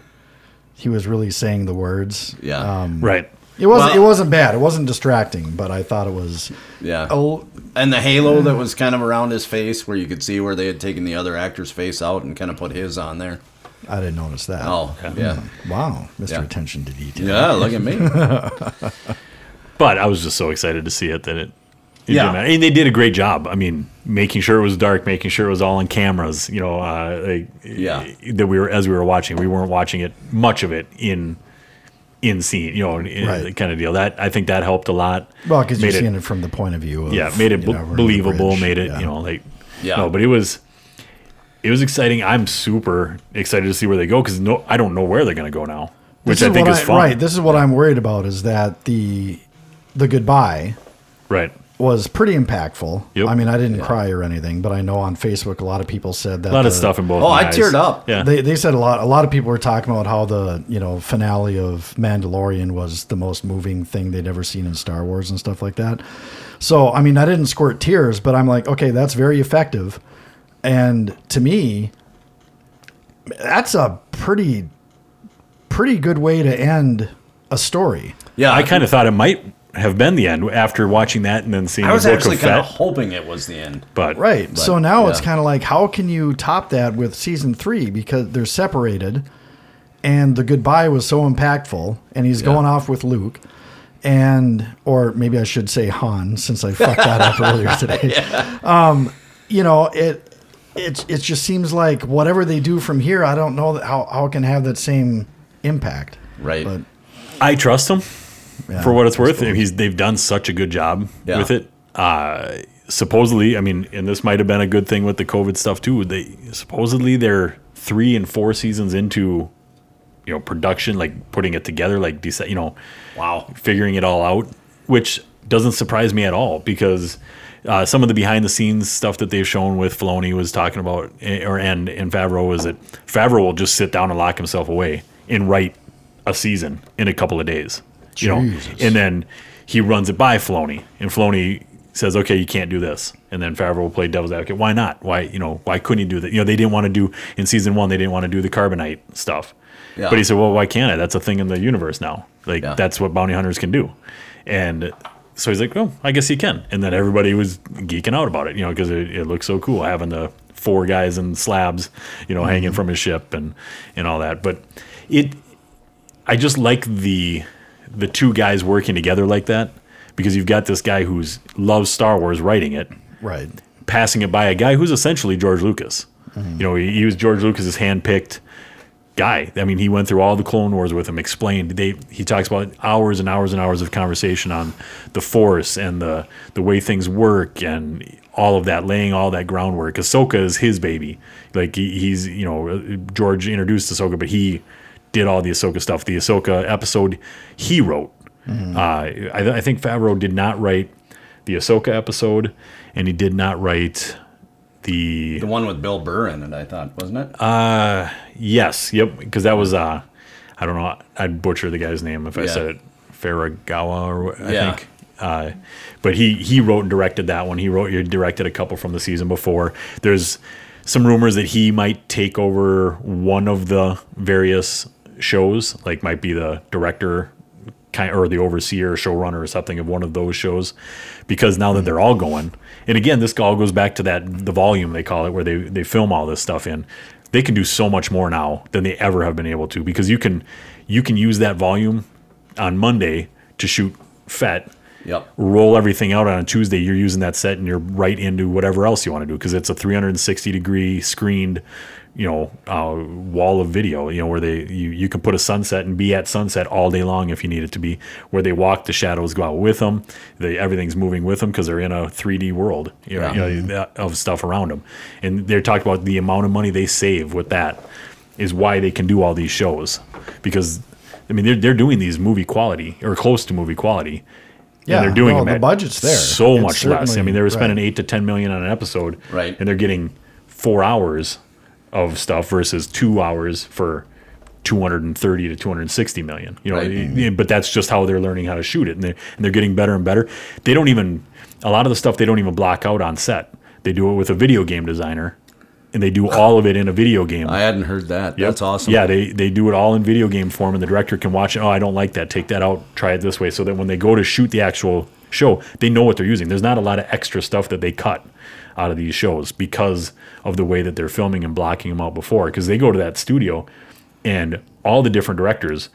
[SPEAKER 2] he was really saying the words.
[SPEAKER 4] Yeah.
[SPEAKER 2] um,
[SPEAKER 5] Right.
[SPEAKER 2] It wasn't.
[SPEAKER 4] Well-
[SPEAKER 2] it wasn't bad. It wasn't distracting, but I thought it was.
[SPEAKER 4] yeah.
[SPEAKER 2] Oh,
[SPEAKER 4] And the halo that was kind of around his face, where you could see where they had taken the other actor's face out and kind of put his on there.
[SPEAKER 2] I didn't notice that. Hmm.
[SPEAKER 4] Oh, yeah.
[SPEAKER 2] wow, Mr.
[SPEAKER 4] Yeah.
[SPEAKER 2] Attention to Detail.
[SPEAKER 4] Yeah, look at me.
[SPEAKER 5] But I was just so excited to see it that it. it
[SPEAKER 4] Yeah.
[SPEAKER 5] didn't matter. and they did a great job. I mean, making sure it was dark, making sure it was all on cameras. You know, uh, like, eh,
[SPEAKER 4] Yeah.
[SPEAKER 5] that we were as we were watching, we weren't watching it much of it in in scene. You know, in-
[SPEAKER 2] Right.
[SPEAKER 5] kind of deal. That I think that helped a lot.
[SPEAKER 2] Well, because you're
[SPEAKER 5] Made it-
[SPEAKER 2] seeing it from the point of view. Of,
[SPEAKER 5] yeah, made it
[SPEAKER 2] you know,
[SPEAKER 5] b-
[SPEAKER 2] we're on the
[SPEAKER 5] believable.
[SPEAKER 2] bridge.
[SPEAKER 5] Made it
[SPEAKER 2] Yeah.
[SPEAKER 5] you know like
[SPEAKER 4] Yeah.
[SPEAKER 5] no, but it was it was exciting. I'm super excited to see where they go because no, I don't know where they're going to go now, which
[SPEAKER 2] This
[SPEAKER 5] I think
[SPEAKER 2] what
[SPEAKER 5] is fun.
[SPEAKER 2] Right. This is what I'm worried about is that the the goodbye
[SPEAKER 5] right.
[SPEAKER 2] was pretty impactful.
[SPEAKER 5] Yep.
[SPEAKER 2] I mean, I didn't cry or anything, but I know on Facebook a lot of people said that
[SPEAKER 5] A lot of
[SPEAKER 2] the-
[SPEAKER 5] stuff in both.
[SPEAKER 4] Oh,
[SPEAKER 5] my
[SPEAKER 4] I
[SPEAKER 5] eyes.
[SPEAKER 4] teared up.
[SPEAKER 5] Yeah.
[SPEAKER 2] They, they said a lot. A lot of people were talking about how the you know finale of Mandalorian was the most moving thing they'd ever seen in Star Wars and stuff like that. So I mean, I didn't squirt tears, but I'm like, okay, that's very effective. And to me, that's a pretty pretty good way to end a story.
[SPEAKER 4] Yeah,
[SPEAKER 5] I kind of thought it might have been the end after watching that and then seeing
[SPEAKER 4] I was
[SPEAKER 5] the Book
[SPEAKER 4] actually
[SPEAKER 5] of
[SPEAKER 4] kind of
[SPEAKER 5] Fett.
[SPEAKER 4] hoping it was the end.
[SPEAKER 5] But
[SPEAKER 2] Right. so now it's
[SPEAKER 4] yeah.
[SPEAKER 2] kind of like, how can you top that with season three because they're separated, and the goodbye was so impactful, and he's going off with Luke, and or maybe I should say Han since I fucked that up earlier today. Um, you know it. It, it just seems like whatever they do from here, I don't know that how, how it can have that same impact.
[SPEAKER 4] Right.
[SPEAKER 2] But
[SPEAKER 5] I trust him
[SPEAKER 2] yeah,
[SPEAKER 5] for what it's worth. He's they've done such a good job
[SPEAKER 4] Yeah.
[SPEAKER 5] with it. Uh, supposedly, I mean, and this might have been a good thing with the COVID stuff too. They supposedly they're three and four seasons into, you know, production, like putting it together, like deci- you know,
[SPEAKER 4] Wow.
[SPEAKER 5] figuring it all out, which doesn't surprise me at all because uh, some of the behind the scenes stuff that they've shown with Filoni was talking about, eh, or and and Favreau was that Favreau will just sit down and lock himself away and write a season in a couple of days, you know, and then he runs it by Filoni, and Filoni says, "Okay, you can't do this," and then Favreau will play devil's advocate. Why not? Why you know why couldn't he do that? You know, they didn't want to do in season one, they didn't want to do the carbonite stuff,
[SPEAKER 4] Yeah.
[SPEAKER 5] but he said, "Well, why can't I? That's a thing in the universe now. Like
[SPEAKER 4] Yeah.
[SPEAKER 5] that's what bounty hunters can do." And so he's like, "Oh, I guess he can." And then everybody was geeking out about it, you know, because it, it looks so cool having the four guys in slabs, you know, hanging from his ship and and all that. But it, I just like the the two guys working together like that because you've got this guy who's loves Star Wars writing it,
[SPEAKER 2] right.
[SPEAKER 5] passing it by a guy who's essentially George Lucas. You know, he, he was George Lucas's handpicked guy. I mean, he went through all the Clone Wars with him, explained. They he talks about hours and hours and hours of conversation on the Force and the the way things work and all of that, laying all that groundwork. Ahsoka is his baby. Like he, he's you know George introduced Ahsoka, but he did all the Ahsoka stuff. The Ahsoka episode he wrote. Uh, I, I think Favreau did not write the Ahsoka episode, and he did not write the
[SPEAKER 4] The one with Bill Burr in it, I thought, wasn't it?
[SPEAKER 5] Uh, Yes. Yep. Because that was uh, I don't know. I'd butcher the guy's name if I
[SPEAKER 4] Yeah.
[SPEAKER 5] said it. Faragawa, or wh- I
[SPEAKER 4] Yeah.
[SPEAKER 5] think. Uh, but he he wrote and directed that one. He wrote he directed a couple from the season before. There's some rumors that he might take over one of the various shows, like might be the director kind or the overseer or showrunner or something of one of those shows because now that they're all going and again this all goes back to that the volume they call it where they they film all this stuff in they can do so much more now than they ever have been able to because you can you can use that volume on Monday to shoot Fett
[SPEAKER 4] yep.
[SPEAKER 5] roll everything out on a Tuesday, you're using that set and you're right into whatever else you want to do because it's a 360 degree screened, you know, uh, wall of video. You know where they you you can put a sunset and be at sunset all day long if you need it to be. Where they walk, the shadows go out with them. They, everything's moving with them because they're in a 3D world you know,
[SPEAKER 4] Yeah.
[SPEAKER 5] you know, that- of stuff around them. And they're talking about the amount of money they save with that is why they can do all these shows because. I mean, they're, they're doing these movie quality or close to movie quality,
[SPEAKER 2] Yeah,
[SPEAKER 5] and they're doing
[SPEAKER 2] no,
[SPEAKER 5] them
[SPEAKER 2] the
[SPEAKER 5] at
[SPEAKER 2] budget's there.
[SPEAKER 5] So
[SPEAKER 2] It's
[SPEAKER 5] much less. I
[SPEAKER 2] certainly-
[SPEAKER 5] mean, they were
[SPEAKER 2] right.
[SPEAKER 5] spending eight to ten million on an episode,
[SPEAKER 4] Right.
[SPEAKER 5] And they're getting four hours of stuff versus two hours for two hundred and thirty to two hundred and sixty million. You know,
[SPEAKER 4] Right.
[SPEAKER 5] y- but that's just how they're learning how to shoot it, and they're and they're getting better and better. They don't even a lot of the stuff they don't even block out on set. They do it with a video game designer, and they do all of it in a video game.
[SPEAKER 4] I hadn't heard that.
[SPEAKER 5] Yep.
[SPEAKER 4] That's awesome.
[SPEAKER 5] Yeah, they they do it all in video game form, and the director can watch it. Oh, I don't like that. Take that out. Try it this way, so that when they go to shoot the actual show, they know what they're using. There's not a lot of extra stuff that they cut out of these shows because of the way that they're filming and blocking them out before. Because they go to that studio, and all the different directors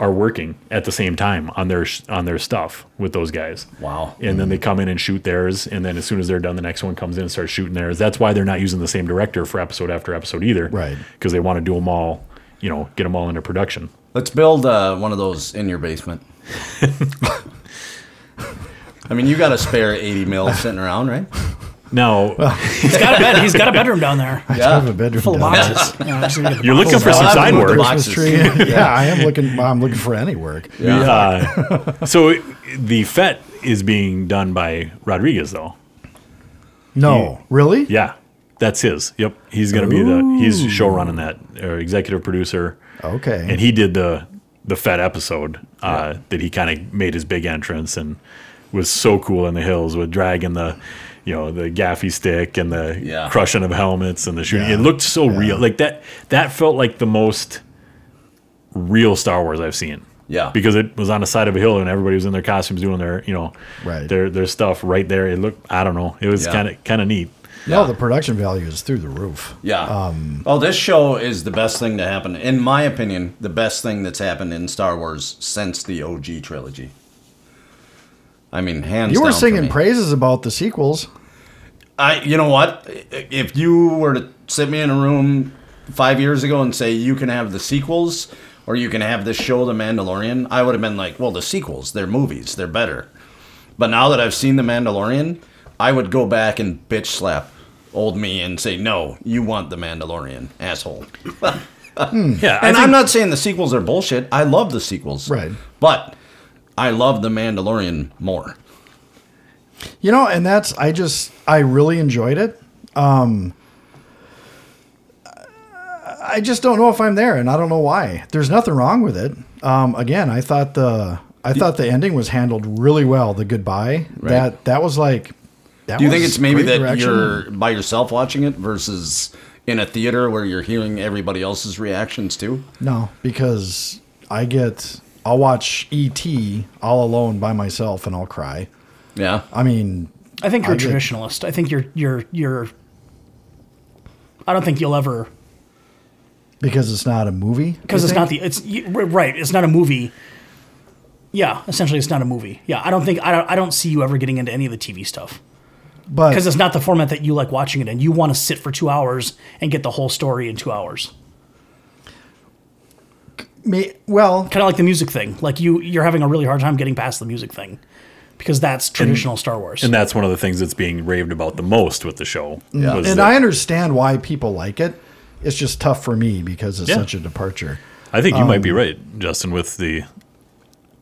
[SPEAKER 5] are working at the same time on their sh- on their stuff with those guys.
[SPEAKER 4] Wow.
[SPEAKER 5] And then they come in and shoot theirs, and then as soon as they're done, the next one comes in and starts shooting theirs. That's why they're not using the same director for episode after episode either
[SPEAKER 2] Right.
[SPEAKER 5] because they want to do them all, you know, get them all into production.
[SPEAKER 4] Let's build uh, one of those in your basement. I mean, you got a spare 80 mil sitting around, right?
[SPEAKER 5] Now
[SPEAKER 3] He's got a bed. He's got a bedroom down there.
[SPEAKER 2] I have a bedroom
[SPEAKER 3] Full of
[SPEAKER 2] down there.
[SPEAKER 3] boxes. Yeah, I'm just gonna get
[SPEAKER 5] you're looking for
[SPEAKER 4] Well,
[SPEAKER 5] some
[SPEAKER 4] I'll have to
[SPEAKER 5] side
[SPEAKER 4] move the
[SPEAKER 5] work.
[SPEAKER 4] box.
[SPEAKER 2] Christmas tree.
[SPEAKER 4] Boxes.
[SPEAKER 2] yeah. I am looking. I'm looking for any work.
[SPEAKER 5] Uh, so the FET is being done by Rodriguez, though.
[SPEAKER 2] No, really?
[SPEAKER 5] Yeah, that's his. Yep, he's gonna be the he's show running that or executive producer,
[SPEAKER 2] Okay.
[SPEAKER 5] and he did the the Fed episode uh, that he kind of made his big entrance and was so cool in the hills with dragging the you know the gaffy stick and the
[SPEAKER 4] Yeah.
[SPEAKER 5] crushing of helmets and the shooting.
[SPEAKER 2] Yeah.
[SPEAKER 5] It looked so real, like that. That felt like the most real Star Wars I've seen.
[SPEAKER 4] Yeah.
[SPEAKER 5] because it was on the side of a hill and everybody was in their costumes doing their you know
[SPEAKER 2] Right.
[SPEAKER 5] their their stuff right there. It looked I don't know. It was
[SPEAKER 4] Yeah.
[SPEAKER 5] kind of kind of neat.
[SPEAKER 2] No, the production value is through the roof.
[SPEAKER 4] Yeah.
[SPEAKER 2] um,
[SPEAKER 4] oh, this show is the best thing to happen, in my opinion, the best thing that's happened in Star Wars since the OG trilogy. I mean, hands
[SPEAKER 2] You were
[SPEAKER 4] down for
[SPEAKER 2] singing
[SPEAKER 4] me.
[SPEAKER 2] praises about the sequels.
[SPEAKER 4] I, you know what? If you were to sit me in a room five years ago and say you can have the sequels or you can have this show, The Mandalorian, I would have been like, well, the sequels, they're movies, they're better. But now that I've seen The Mandalorian, I would go back and bitch slap old me and say, no, you want The Mandalorian, asshole.
[SPEAKER 5] Yeah, I
[SPEAKER 4] And
[SPEAKER 5] think-
[SPEAKER 4] I'm not saying the sequels are bullshit. I love the sequels.
[SPEAKER 2] Right.
[SPEAKER 4] But I love The Mandalorian more.
[SPEAKER 2] You know, and that's I just I really enjoyed it. Um, I just don't know if I'm there, and I don't know why. There's nothing wrong with it. Um, again, I thought the I thought the ending was handled really well. The goodbye that that was like. That
[SPEAKER 4] Do you think
[SPEAKER 2] was
[SPEAKER 4] it's maybe
[SPEAKER 2] great
[SPEAKER 4] that
[SPEAKER 2] direction.
[SPEAKER 4] you're by yourself watching it versus in a theater where you're hearing everybody else's reactions too?
[SPEAKER 2] No, because I get I'll watch E.T. all alone by myself and I'll cry.
[SPEAKER 4] Yeah.
[SPEAKER 2] I mean,
[SPEAKER 3] I think you're a
[SPEAKER 2] I did.
[SPEAKER 3] traditionalist. I think you're you're you're. I don't think you'll ever
[SPEAKER 2] because it's not a movie. you
[SPEAKER 3] because it's
[SPEAKER 2] think?
[SPEAKER 3] not the it's you- r- right. It's not a movie. Yeah, essentially, it's not a movie. Yeah, I don't think I don't I don't see you ever getting into any of the TV stuff
[SPEAKER 2] but
[SPEAKER 3] because it's not the format that you like watching it in. You want to sit for two hours and get the whole story in two hours.
[SPEAKER 2] me, well,
[SPEAKER 3] Kind of like the music thing. Like you you're having a really hard time getting past the music thing because that's traditional Star Wars.
[SPEAKER 5] and that's one of the things that's being raved about the most with the show. Yeah.
[SPEAKER 2] and I understand why people like it. It's just tough for me because it's
[SPEAKER 5] Yeah.
[SPEAKER 2] such a departure.
[SPEAKER 5] I think you might be right, Justin, with the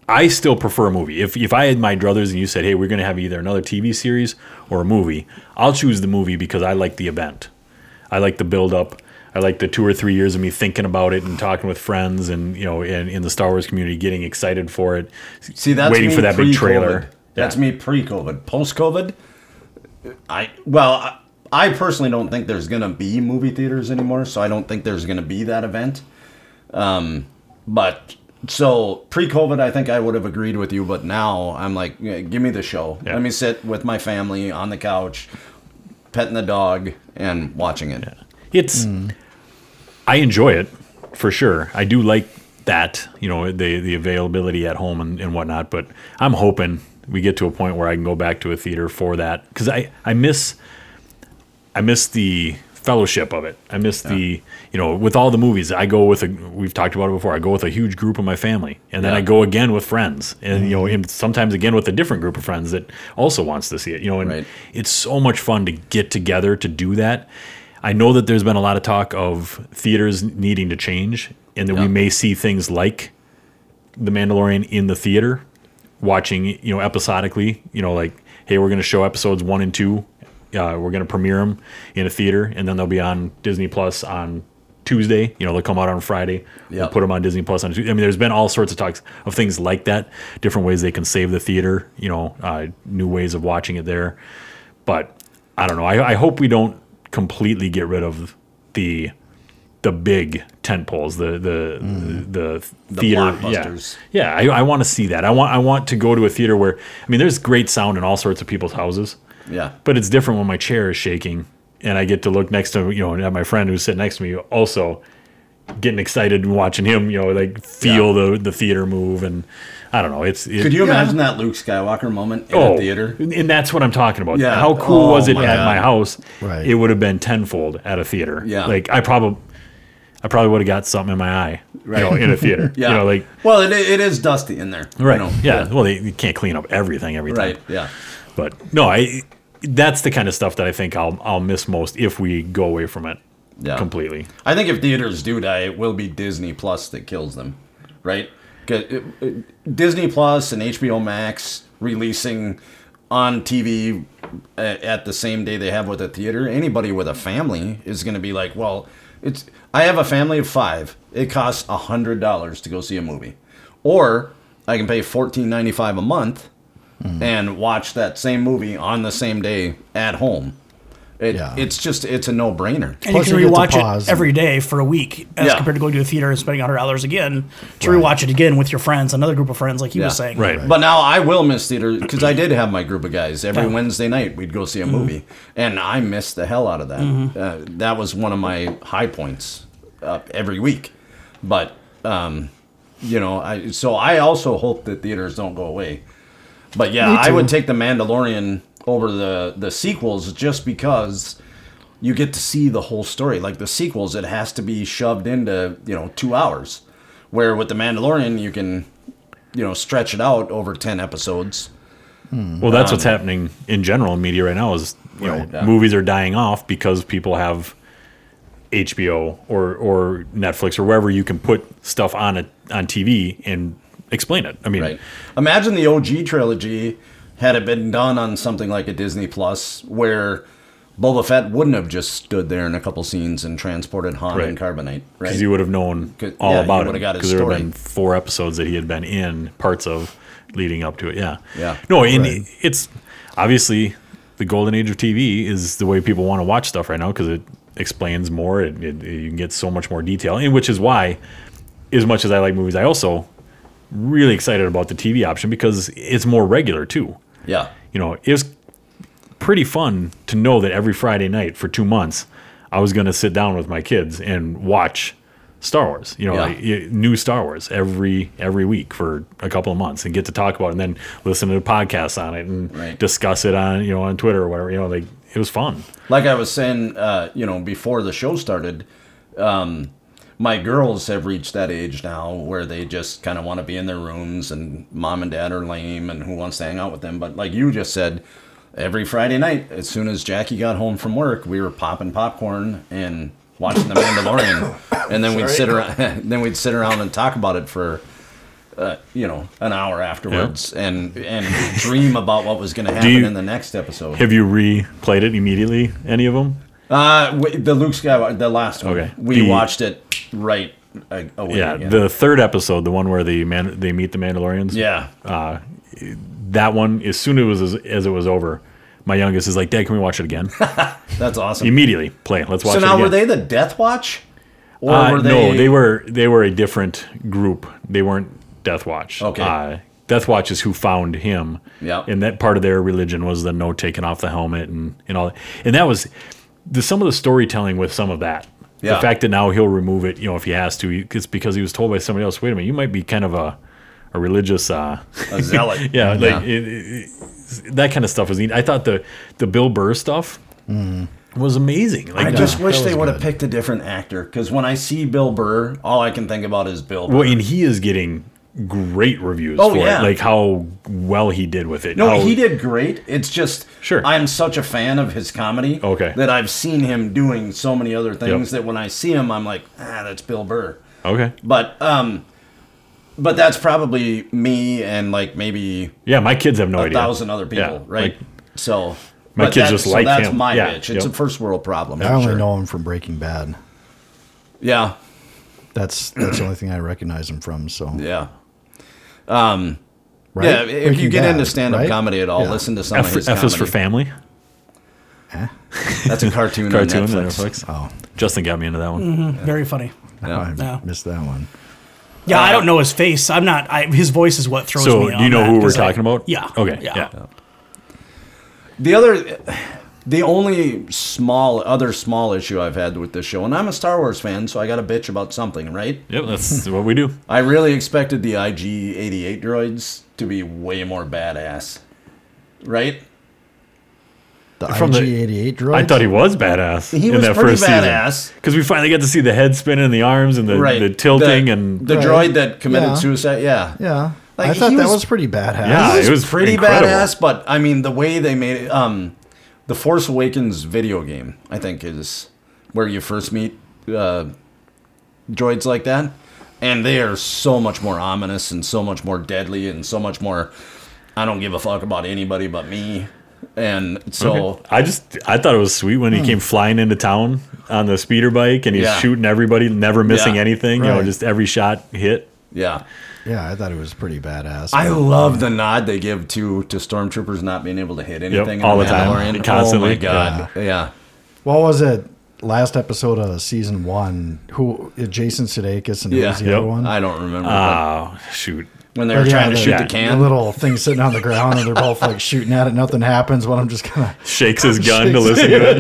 [SPEAKER 5] I still prefer a movie. If if I had my druthers and you said, "Hey, we're going to have either another TV series or a movie," I'll choose the movie because I like the event. I like the build up. I like the two or three years of me thinking about it and talking with friends and you know in, in the Star Wars community, getting excited for it.
[SPEAKER 4] See, that's
[SPEAKER 5] waiting
[SPEAKER 4] me
[SPEAKER 5] for that big
[SPEAKER 4] pre-COVID.
[SPEAKER 5] trailer. Yeah.
[SPEAKER 4] That's me pre-COVID. Post-COVID, I well, I, I personally don't think there's gonna be movie theaters anymore, so I don't think there's gonna be that event. Um, but so pre-COVID, I think I would have agreed with you, but now I'm like, yeah, give me the show.
[SPEAKER 5] Yeah.
[SPEAKER 4] Let me sit with my family on the couch, petting the dog, and watching it.
[SPEAKER 5] It's I enjoy it for sure. I do like that, you know, the the availability at home and, and whatnot. But I'm hoping we get to a point where I can go back to a theater for that because I I miss I miss the fellowship of it. I miss the you know with all the movies I go with a we've talked about it before. I go with a huge group of my family, and then
[SPEAKER 4] Yeah. Mm-hmm.
[SPEAKER 5] I go again with friends, and you know, and sometimes again with a different group of friends that also wants to see it. You know, and
[SPEAKER 4] Right.
[SPEAKER 5] it's so much fun to get together to do that. I know that there's been a lot of talk of theaters needing to change, and that
[SPEAKER 4] Yeah.
[SPEAKER 5] we may see things like the Mandalorian in the theater, watching you know episodically. You know, like hey, we're going to show episodes one and two. Uh, we're going to premiere them in a theater, and then they'll be on Disney Plus on Tuesday. You know, they'll come out on Friday. We'll
[SPEAKER 4] Yep.
[SPEAKER 5] put them on Disney Plus on Tuesday. I mean, there's been all sorts of talks of things like that, different ways they can save the theater. You know, uh, new ways of watching it there. But I don't know. I, I hope we don't completely get rid of the the big tent poles, the the the theater.
[SPEAKER 4] Mm. blockbusters.
[SPEAKER 5] Yeah, yeah. I, I want to see that. I want I want to go to a theater where I mean, there's great sound in all sorts of people's houses,
[SPEAKER 4] Yeah.
[SPEAKER 5] but it's different when my chair is shaking and I get to look next to you know at my friend who's sitting next to me also getting excited and watching him you know like feel the the theater move and I don't know. It's it,
[SPEAKER 4] Could you imagine that Luke Skywalker moment in
[SPEAKER 5] Oh.
[SPEAKER 4] a theater?
[SPEAKER 5] and- And that's what I'm talking about.
[SPEAKER 4] Yeah.
[SPEAKER 5] How cool
[SPEAKER 4] Oh,
[SPEAKER 5] was it
[SPEAKER 4] my
[SPEAKER 5] at
[SPEAKER 4] God.
[SPEAKER 5] my house?
[SPEAKER 2] Right.
[SPEAKER 5] It would have been tenfold at a theater.
[SPEAKER 4] Yeah.
[SPEAKER 5] Like I probably, I probably would have got something in my eye. Right. You know, in a theater.
[SPEAKER 4] Yeah.
[SPEAKER 5] You know, like
[SPEAKER 4] well, it, it is dusty in there. you
[SPEAKER 5] right.
[SPEAKER 4] know.
[SPEAKER 5] yeah. Well, they, you can't clean up everything every time.
[SPEAKER 4] Right. Yeah.
[SPEAKER 5] But no, I that's the kind of stuff that I think I'll I'll miss most if we go away from it
[SPEAKER 4] Yeah.
[SPEAKER 5] completely.
[SPEAKER 4] I think if theaters do die, it will be Disney Plus that kills them, right? 'Cause it- it- Disney Plus and HBO Max releasing on TV a- at the same day they have with a theater. Anybody with a family is going to be like, well, it's. I have a family of five. It costs hundred dollars to go see a movie, or I can pay fourteen ninety five a month and watch that same movie on the same day at home. It,
[SPEAKER 1] Yeah.
[SPEAKER 4] It's just it's a no brainer.
[SPEAKER 3] And you
[SPEAKER 2] Plus
[SPEAKER 3] can
[SPEAKER 2] you get to
[SPEAKER 3] rewatch
[SPEAKER 2] pause
[SPEAKER 3] it
[SPEAKER 2] and-
[SPEAKER 3] every day for a week, as
[SPEAKER 4] Yeah.
[SPEAKER 3] compared to going to a theater and spending hundred dollars again to rewatch it again with your friends, another group of friends, like he was
[SPEAKER 4] Yeah.
[SPEAKER 3] saying.
[SPEAKER 5] Right.
[SPEAKER 4] But now I will miss theater because I did have my group of guys every Wednesday night. We'd go see a movie, and I missed the hell out of that. Uh, that was one of my high points uh, every week. But um, you know, I so I also hope that theaters don't go away. But yeah, I would take the Mandalorian over the the sequels just because you get to see the whole story. Like the sequels, it has to be shoved into you know two hours. Where with the Mandalorian, you can you know stretch it out over 10 episodes
[SPEAKER 5] Well, that's what's happening in general in media right now is you
[SPEAKER 4] Um, Right,
[SPEAKER 5] know
[SPEAKER 4] yeah.
[SPEAKER 5] movies are dying off because people have HBO or or Netflix or wherever you can put stuff on it on TV and explain it. I mean,
[SPEAKER 4] right imagine the og trilogy had it been done on something like a disney plus where boba fett wouldn't have just stood there in a couple scenes and transported han and
[SPEAKER 5] Right.
[SPEAKER 4] carbonite right
[SPEAKER 5] because you would have known
[SPEAKER 4] 'Cause-
[SPEAKER 5] all
[SPEAKER 4] yeah, you
[SPEAKER 5] about it
[SPEAKER 4] would've got his
[SPEAKER 5] because there would have
[SPEAKER 4] story.
[SPEAKER 5] been four episodes that he had been in parts of leading up to it. Yeah,
[SPEAKER 4] Yeah.
[SPEAKER 5] No, and
[SPEAKER 4] Right.
[SPEAKER 5] it's obviously the golden age of TV is the way people want to watch stuff right now because it explains more. It, it, you can get so much more detail, and which is why, as much as I like movies, I also really excited about the TV option because it's more regular too
[SPEAKER 4] yeah
[SPEAKER 5] you know, it was pretty fun to know that every Friday night for two months, I was going to sit down with my kids and watch Star Wars. You know,
[SPEAKER 4] Yeah.
[SPEAKER 5] like, y- new Star Wars every every week for a couple of months, and get to talk about it, and then listen to podcasts on it and
[SPEAKER 4] Right.
[SPEAKER 5] discuss it on you know on Twitter or whatever. You know, like it was fun.
[SPEAKER 4] like I was saying, uh, you know, before the show started, um, my girls have reached that age now where they just kind of want to be in their rooms and mom and dad are lame and who wants to hang out with them. But like you just said, every Friday night, as soon as Jackie got home from work, we were popping popcorn and watching The Mandalorian, and then we'd sit around, then we'd sit around and talk about it for. Uh, you know, an hour afterwards, and and dream about what was going to happen
[SPEAKER 5] you-
[SPEAKER 4] in the next episode.
[SPEAKER 5] Have you replayed it immediately? Any of them?
[SPEAKER 4] Uh, w- the Luke Skywalker, the last one.
[SPEAKER 5] Okay.
[SPEAKER 4] We
[SPEAKER 5] The-
[SPEAKER 4] watched it right uh, away.
[SPEAKER 5] Yeah,
[SPEAKER 4] again.
[SPEAKER 5] the third episode, the one where the man they meet the Mandalorians.
[SPEAKER 4] yeah.
[SPEAKER 5] Uh, that one. As soon as it was as, as it was over, my youngest is like, "Dad, can we watch it again?"
[SPEAKER 4] That's awesome.
[SPEAKER 5] immediately play. it. Let's watch.
[SPEAKER 4] so
[SPEAKER 5] it
[SPEAKER 4] now
[SPEAKER 5] again.
[SPEAKER 4] were they the Death Watch? Or
[SPEAKER 5] Uh, No, they were they were a different group. They weren't Death Watch.
[SPEAKER 4] Okay.
[SPEAKER 5] Uh, Death Watch is who found him.
[SPEAKER 4] Yep.
[SPEAKER 5] And that part of their religion was the no taking off the helmet and, and all that. And that was the some of the storytelling with some of that.
[SPEAKER 4] Yeah.
[SPEAKER 5] The fact that now he'll remove it, you know, if he has to, it's because he was told by somebody else, wait a minute, you might be kind of a, a religious uh,
[SPEAKER 4] a zealot.
[SPEAKER 5] yeah, like It, it, it- that kind of stuff was neat. I thought the the Bill Burr stuff was amazing. Like
[SPEAKER 4] Mm. I
[SPEAKER 5] the-
[SPEAKER 4] just wish they would have picked a different actor because when I see Bill Burr, all I can think about is Bill. Burr.
[SPEAKER 5] Well, and he is getting great reviews
[SPEAKER 4] Oh,
[SPEAKER 5] for
[SPEAKER 4] yeah.
[SPEAKER 5] it. Like how well he did with it.
[SPEAKER 4] No,
[SPEAKER 5] How-
[SPEAKER 4] he did great. It's just
[SPEAKER 5] Sure.
[SPEAKER 4] I'm such a fan of his comedy
[SPEAKER 5] Okay.
[SPEAKER 4] that I've seen him doing so many other things
[SPEAKER 5] Yep.
[SPEAKER 4] that when I see him, I'm like, ah, that's Bill Burr.
[SPEAKER 5] Okay.
[SPEAKER 4] But um, but that's probably me and like maybe
[SPEAKER 5] Yeah, my kids have no
[SPEAKER 4] a
[SPEAKER 5] idea.
[SPEAKER 4] thousand other people,
[SPEAKER 5] Yeah,
[SPEAKER 4] right?
[SPEAKER 5] like,
[SPEAKER 4] so
[SPEAKER 5] My
[SPEAKER 4] but
[SPEAKER 5] kids
[SPEAKER 4] that-
[SPEAKER 5] just
[SPEAKER 4] so
[SPEAKER 5] like
[SPEAKER 4] that's
[SPEAKER 5] him.
[SPEAKER 4] my
[SPEAKER 5] Yeah,
[SPEAKER 4] bitch. It's
[SPEAKER 5] yep.
[SPEAKER 4] a first world problem.
[SPEAKER 2] I only
[SPEAKER 4] Sure.
[SPEAKER 2] know him from Breaking Bad.
[SPEAKER 4] Yeah,
[SPEAKER 2] That's that's the only thing I recognize him from. So
[SPEAKER 4] yeah,
[SPEAKER 2] right?
[SPEAKER 4] yeah. If you
[SPEAKER 2] Breaking
[SPEAKER 4] get into
[SPEAKER 2] Bad,
[SPEAKER 4] stand up
[SPEAKER 2] right?
[SPEAKER 4] comedy at all,
[SPEAKER 2] Yeah.
[SPEAKER 4] listen to some of his
[SPEAKER 5] F, F is for
[SPEAKER 4] comedy.
[SPEAKER 5] family.
[SPEAKER 4] That's a cartoon,
[SPEAKER 5] Cartoon
[SPEAKER 4] on
[SPEAKER 5] on
[SPEAKER 4] Netflix.
[SPEAKER 5] Netflix.
[SPEAKER 2] Oh,
[SPEAKER 5] Justin got me into that one.
[SPEAKER 3] Very funny.
[SPEAKER 2] no, I
[SPEAKER 4] Yeah.
[SPEAKER 2] missed that one.
[SPEAKER 3] Yeah, I don't know his face. I'm not. I, his voice is what throws me.
[SPEAKER 5] Uh, So do you
[SPEAKER 3] on
[SPEAKER 5] know
[SPEAKER 3] that,
[SPEAKER 5] who we're
[SPEAKER 3] 'cause I-
[SPEAKER 5] talking about?
[SPEAKER 3] Yeah.
[SPEAKER 5] Okay.
[SPEAKER 3] Yeah.
[SPEAKER 5] Yeah.
[SPEAKER 4] The other, the only small other small issue I've had with this show, and I'm a Star Wars fan, so I got to bitch about something, right?
[SPEAKER 5] Yep. That's what we do.
[SPEAKER 4] I really expected the IG-88 droids to be way more badass, right?
[SPEAKER 2] The
[SPEAKER 5] From the-
[SPEAKER 2] IG-88 droid.
[SPEAKER 5] I thought he was badass.
[SPEAKER 4] He
[SPEAKER 5] in
[SPEAKER 4] was
[SPEAKER 5] that
[SPEAKER 4] pretty
[SPEAKER 5] first
[SPEAKER 4] badass.
[SPEAKER 5] Because we finally got to see the head spinning and the arms and the,
[SPEAKER 4] Right,
[SPEAKER 5] the tilting
[SPEAKER 4] The-
[SPEAKER 5] and
[SPEAKER 4] the
[SPEAKER 2] Right.
[SPEAKER 4] droid that committed
[SPEAKER 2] Yeah.
[SPEAKER 4] suicide. Yeah,
[SPEAKER 2] Yeah,
[SPEAKER 4] Like,
[SPEAKER 2] I thought
[SPEAKER 4] he
[SPEAKER 2] that
[SPEAKER 4] was-
[SPEAKER 2] was pretty badass.
[SPEAKER 5] yeah,
[SPEAKER 4] It was,
[SPEAKER 5] it was
[SPEAKER 4] pretty
[SPEAKER 5] incredible.
[SPEAKER 4] badass, but I mean the way they made it um The Force Awakens video game, I think, is where you first meet uh, droids like that. And they are so much more ominous and so much more deadly and so much more, I don't give a fuck about anybody but me. And so.
[SPEAKER 5] I just I thought it was sweet when
[SPEAKER 4] Hmm.
[SPEAKER 5] he came flying into town on the speeder bike and he's
[SPEAKER 4] Yeah.
[SPEAKER 5] shooting everybody, never missing
[SPEAKER 4] Yeah.
[SPEAKER 5] anything. You know,
[SPEAKER 2] Right.
[SPEAKER 5] just every shot hit.
[SPEAKER 4] Yeah.
[SPEAKER 2] Yeah, I thought it was pretty badass.
[SPEAKER 4] I love the nod they give to to stormtroopers not being able to hit anything in
[SPEAKER 5] all the time,
[SPEAKER 4] Mandalorian. Oh my
[SPEAKER 5] constantly.
[SPEAKER 4] god. Yeah.
[SPEAKER 2] what was it? Last episode of season one. Who? uh, Jason Sudeikis and who
[SPEAKER 4] Yeah.
[SPEAKER 2] was the
[SPEAKER 5] Yep.
[SPEAKER 2] other one? Oh,
[SPEAKER 4] I don't remember but
[SPEAKER 5] Oh shoot.
[SPEAKER 4] when they were
[SPEAKER 2] Yeah,
[SPEAKER 4] trying to shoot
[SPEAKER 5] yeah.
[SPEAKER 4] the can.
[SPEAKER 2] The little thing sitting on the ground, and they're both like shooting at it. Nothing happens. But I'm just gonna.
[SPEAKER 5] Shakes his gun to
[SPEAKER 2] Shakes-
[SPEAKER 5] listen to it.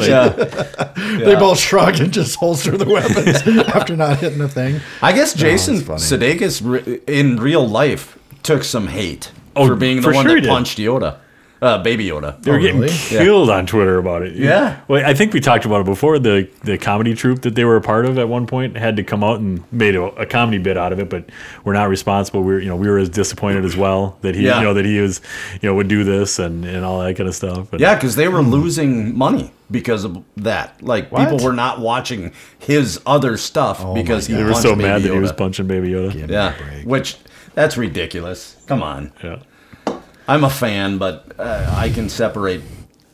[SPEAKER 5] Like,
[SPEAKER 4] yeah.
[SPEAKER 2] They both shrug and just holster the weapons after not hitting a thing.
[SPEAKER 4] I guess Jason
[SPEAKER 2] funny.
[SPEAKER 4] Sudeikis re- in real life took some hate
[SPEAKER 5] Oh,
[SPEAKER 4] for being the
[SPEAKER 5] for
[SPEAKER 4] one
[SPEAKER 5] sure he
[SPEAKER 4] that
[SPEAKER 5] did.
[SPEAKER 4] punched Yoda, uh, baby Yoda.
[SPEAKER 5] They were getting
[SPEAKER 2] really?
[SPEAKER 4] Oh, Yeah.
[SPEAKER 5] killed on Twitter about it.
[SPEAKER 4] Yeah.
[SPEAKER 5] Well, I think we talked about it before. The the comedy troupe that they were a part of at one point had to come out and made a, a comedy bit out of it, but we're not responsible. We were you know, we were as disappointed as well that he
[SPEAKER 4] Yeah.
[SPEAKER 5] you know that he was you know would do this and, and all that kind of stuff. And-
[SPEAKER 4] Yeah, because they were losing money because of that. Like
[SPEAKER 2] Hmm. What? Oh
[SPEAKER 4] people were not watching his other stuff because he
[SPEAKER 5] They were
[SPEAKER 4] punched
[SPEAKER 5] so
[SPEAKER 4] Baby
[SPEAKER 5] mad that he
[SPEAKER 4] Yoda.
[SPEAKER 5] was punching Baby Yoda.
[SPEAKER 2] Give me a
[SPEAKER 4] Yeah,
[SPEAKER 2] break.
[SPEAKER 4] which that's ridiculous. Come on,
[SPEAKER 5] Yeah.
[SPEAKER 4] I'm a fan, but uh, I can separate.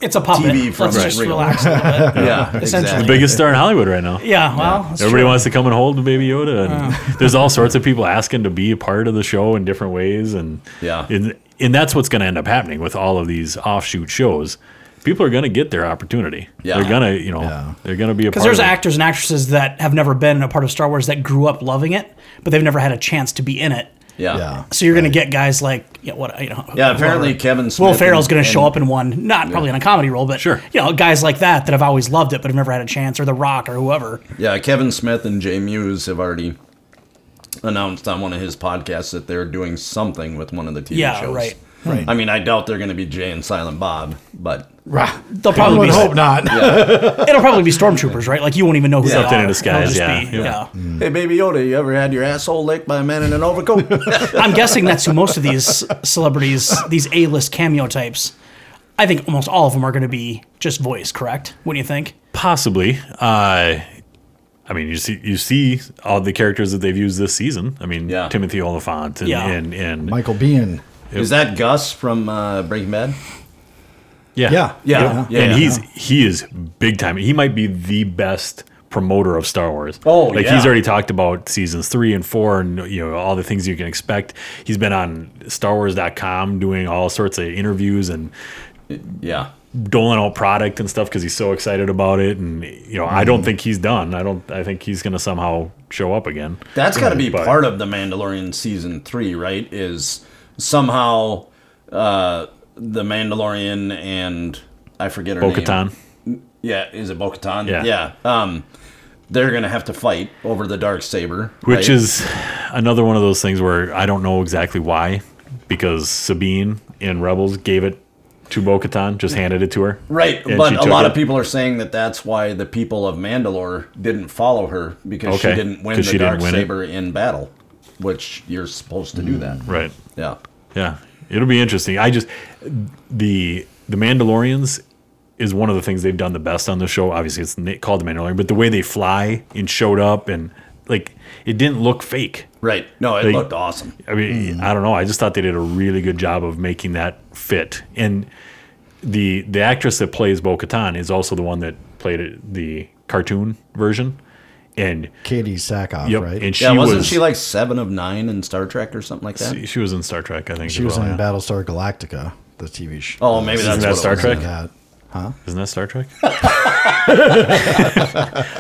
[SPEAKER 3] It's a puppet.
[SPEAKER 4] TV from
[SPEAKER 3] Let's
[SPEAKER 4] right.
[SPEAKER 3] just
[SPEAKER 4] Real.
[SPEAKER 3] relax a little bit.
[SPEAKER 4] Yeah,
[SPEAKER 3] Essentially.
[SPEAKER 4] exactly.
[SPEAKER 5] Biggest star in Hollywood right now.
[SPEAKER 3] Yeah, well, that's
[SPEAKER 5] Everybody
[SPEAKER 3] true.
[SPEAKER 5] wants to come and hold Baby Yoda, and there's all sorts of people asking to be a part of the show in different ways, and
[SPEAKER 4] Yeah.
[SPEAKER 5] and, and that's what's going to end up happening with all of these offshoot shows. People are going to get their opportunity.
[SPEAKER 4] Yeah.
[SPEAKER 5] they're gonna, you know,
[SPEAKER 2] Yeah.
[SPEAKER 5] they're gonna be a part.
[SPEAKER 3] Because there's
[SPEAKER 5] of it.
[SPEAKER 3] actors and actresses that have never been a part of Star Wars that grew up loving it, but they've never had a chance to be in it.
[SPEAKER 4] Yeah.
[SPEAKER 2] Yeah.
[SPEAKER 3] So you're going to get guys like you know, what you know.
[SPEAKER 4] Yeah, apparently
[SPEAKER 3] whoever.
[SPEAKER 4] Kevin Smith
[SPEAKER 3] Will Ferrell's
[SPEAKER 4] and-
[SPEAKER 3] going to show
[SPEAKER 4] and-
[SPEAKER 3] up in one, not probably in a comedy role, but
[SPEAKER 5] Sure.
[SPEAKER 3] you know, guys like that that have always loved it but have never had a chance, or The Rock or whoever.
[SPEAKER 4] Yeah, Kevin Smith and Jay Muse have already announced on one of his podcasts that they're doing something with one of the TV
[SPEAKER 3] Yeah,
[SPEAKER 4] shows.
[SPEAKER 3] right.
[SPEAKER 2] Right.
[SPEAKER 4] I mean, I doubt they're going to be Jay and Silent Bob, but
[SPEAKER 2] Rah.
[SPEAKER 3] They'll
[SPEAKER 2] I
[SPEAKER 3] probably
[SPEAKER 2] would
[SPEAKER 3] be
[SPEAKER 2] hope not.
[SPEAKER 3] it'll probably be stormtroopers, right? Like you won't even know who
[SPEAKER 5] Something
[SPEAKER 3] they
[SPEAKER 5] in
[SPEAKER 3] are.
[SPEAKER 5] disguise,
[SPEAKER 3] They'll just
[SPEAKER 5] yeah.
[SPEAKER 3] be-
[SPEAKER 5] Yeah.
[SPEAKER 4] hey, Baby Yoda, you ever had your asshole licked by a man in an overcoat?
[SPEAKER 3] I'm guessing that's who most of these celebrities, these A-list cameo types. I think almost all of them are going to be just voice, correct? What do you think?
[SPEAKER 5] Possibly. Uh, I mean, you see, you see all the characters that they've used this season. I mean,
[SPEAKER 4] Yeah.
[SPEAKER 5] Timothy Oliphant and
[SPEAKER 3] Yeah.
[SPEAKER 5] and, and
[SPEAKER 2] Michael Bian.
[SPEAKER 4] Is that Gus from uh, Breaking Bad?
[SPEAKER 5] yeah,
[SPEAKER 2] Yeah.
[SPEAKER 4] Yeah. Yeah.
[SPEAKER 5] and he's he is big time. He might be the best promoter of Star Wars.
[SPEAKER 4] Oh,
[SPEAKER 5] like
[SPEAKER 4] yeah.
[SPEAKER 5] he's already talked about seasons three and four, and you know all the things you can expect. He's been on StarWars.com doing all sorts of interviews and
[SPEAKER 4] Yeah.
[SPEAKER 5] doling out product and stuff because he's so excited about it. And you know, I
[SPEAKER 4] Mm-hmm.
[SPEAKER 5] don't think he's done. I don't. I think he's going to somehow show up again.
[SPEAKER 4] That's got to be
[SPEAKER 5] but-
[SPEAKER 4] part of the Mandalorian season three, right? Is somehow uh, the Mandalorian and I forget her name.
[SPEAKER 5] Bo-Katan.
[SPEAKER 4] Yeah, is it Bo-Katan?
[SPEAKER 5] Yeah.
[SPEAKER 4] yeah. Um, they're gonna have to fight over the dark saber,
[SPEAKER 5] which is another one of those things where I don't know exactly why, because Sabine in Rebels gave it to Bo-Katan, just handed it to her.
[SPEAKER 4] right.
[SPEAKER 5] And
[SPEAKER 4] But
[SPEAKER 5] she
[SPEAKER 4] a
[SPEAKER 5] took
[SPEAKER 4] lot
[SPEAKER 5] it.
[SPEAKER 4] of people are saying that that's why the people of Mandalore didn't follow her because she
[SPEAKER 5] Okay,
[SPEAKER 4] didn't win
[SPEAKER 5] 'cause
[SPEAKER 4] the
[SPEAKER 5] she didn't
[SPEAKER 4] dark
[SPEAKER 5] win it.
[SPEAKER 4] saber in battle, which you're supposed to do that.
[SPEAKER 5] Mm, Right.
[SPEAKER 4] Yeah.
[SPEAKER 5] Yeah. It'll be interesting. I just the the Mandalorians is one of the things they've done the best on the show. Obviously, it's na- called the Mandalorian, but the way they fly and showed up and like it didn't look fake.
[SPEAKER 4] Right. No, it
[SPEAKER 5] Like-
[SPEAKER 4] looked awesome.
[SPEAKER 5] I mean,
[SPEAKER 2] Mm.
[SPEAKER 5] I don't know. I just thought they did a really good job of making that fit. And the the actress that plays Bo Katan is also the one that played it, the cartoon version. And
[SPEAKER 2] Katie Sackhoff,
[SPEAKER 5] yep,
[SPEAKER 2] right?
[SPEAKER 5] and she
[SPEAKER 4] yeah, wasn't
[SPEAKER 5] was
[SPEAKER 4] she like seven of nine in Star Trek or something like that?
[SPEAKER 5] she, was in Star Trek, I think.
[SPEAKER 2] she was in Battlestar Galactica, the TV show.
[SPEAKER 4] Oh, maybe that's
[SPEAKER 5] Isn't that
[SPEAKER 4] what it
[SPEAKER 5] Star
[SPEAKER 4] was.
[SPEAKER 5] Trek?
[SPEAKER 2] That.
[SPEAKER 5] Isn't that Star Trek?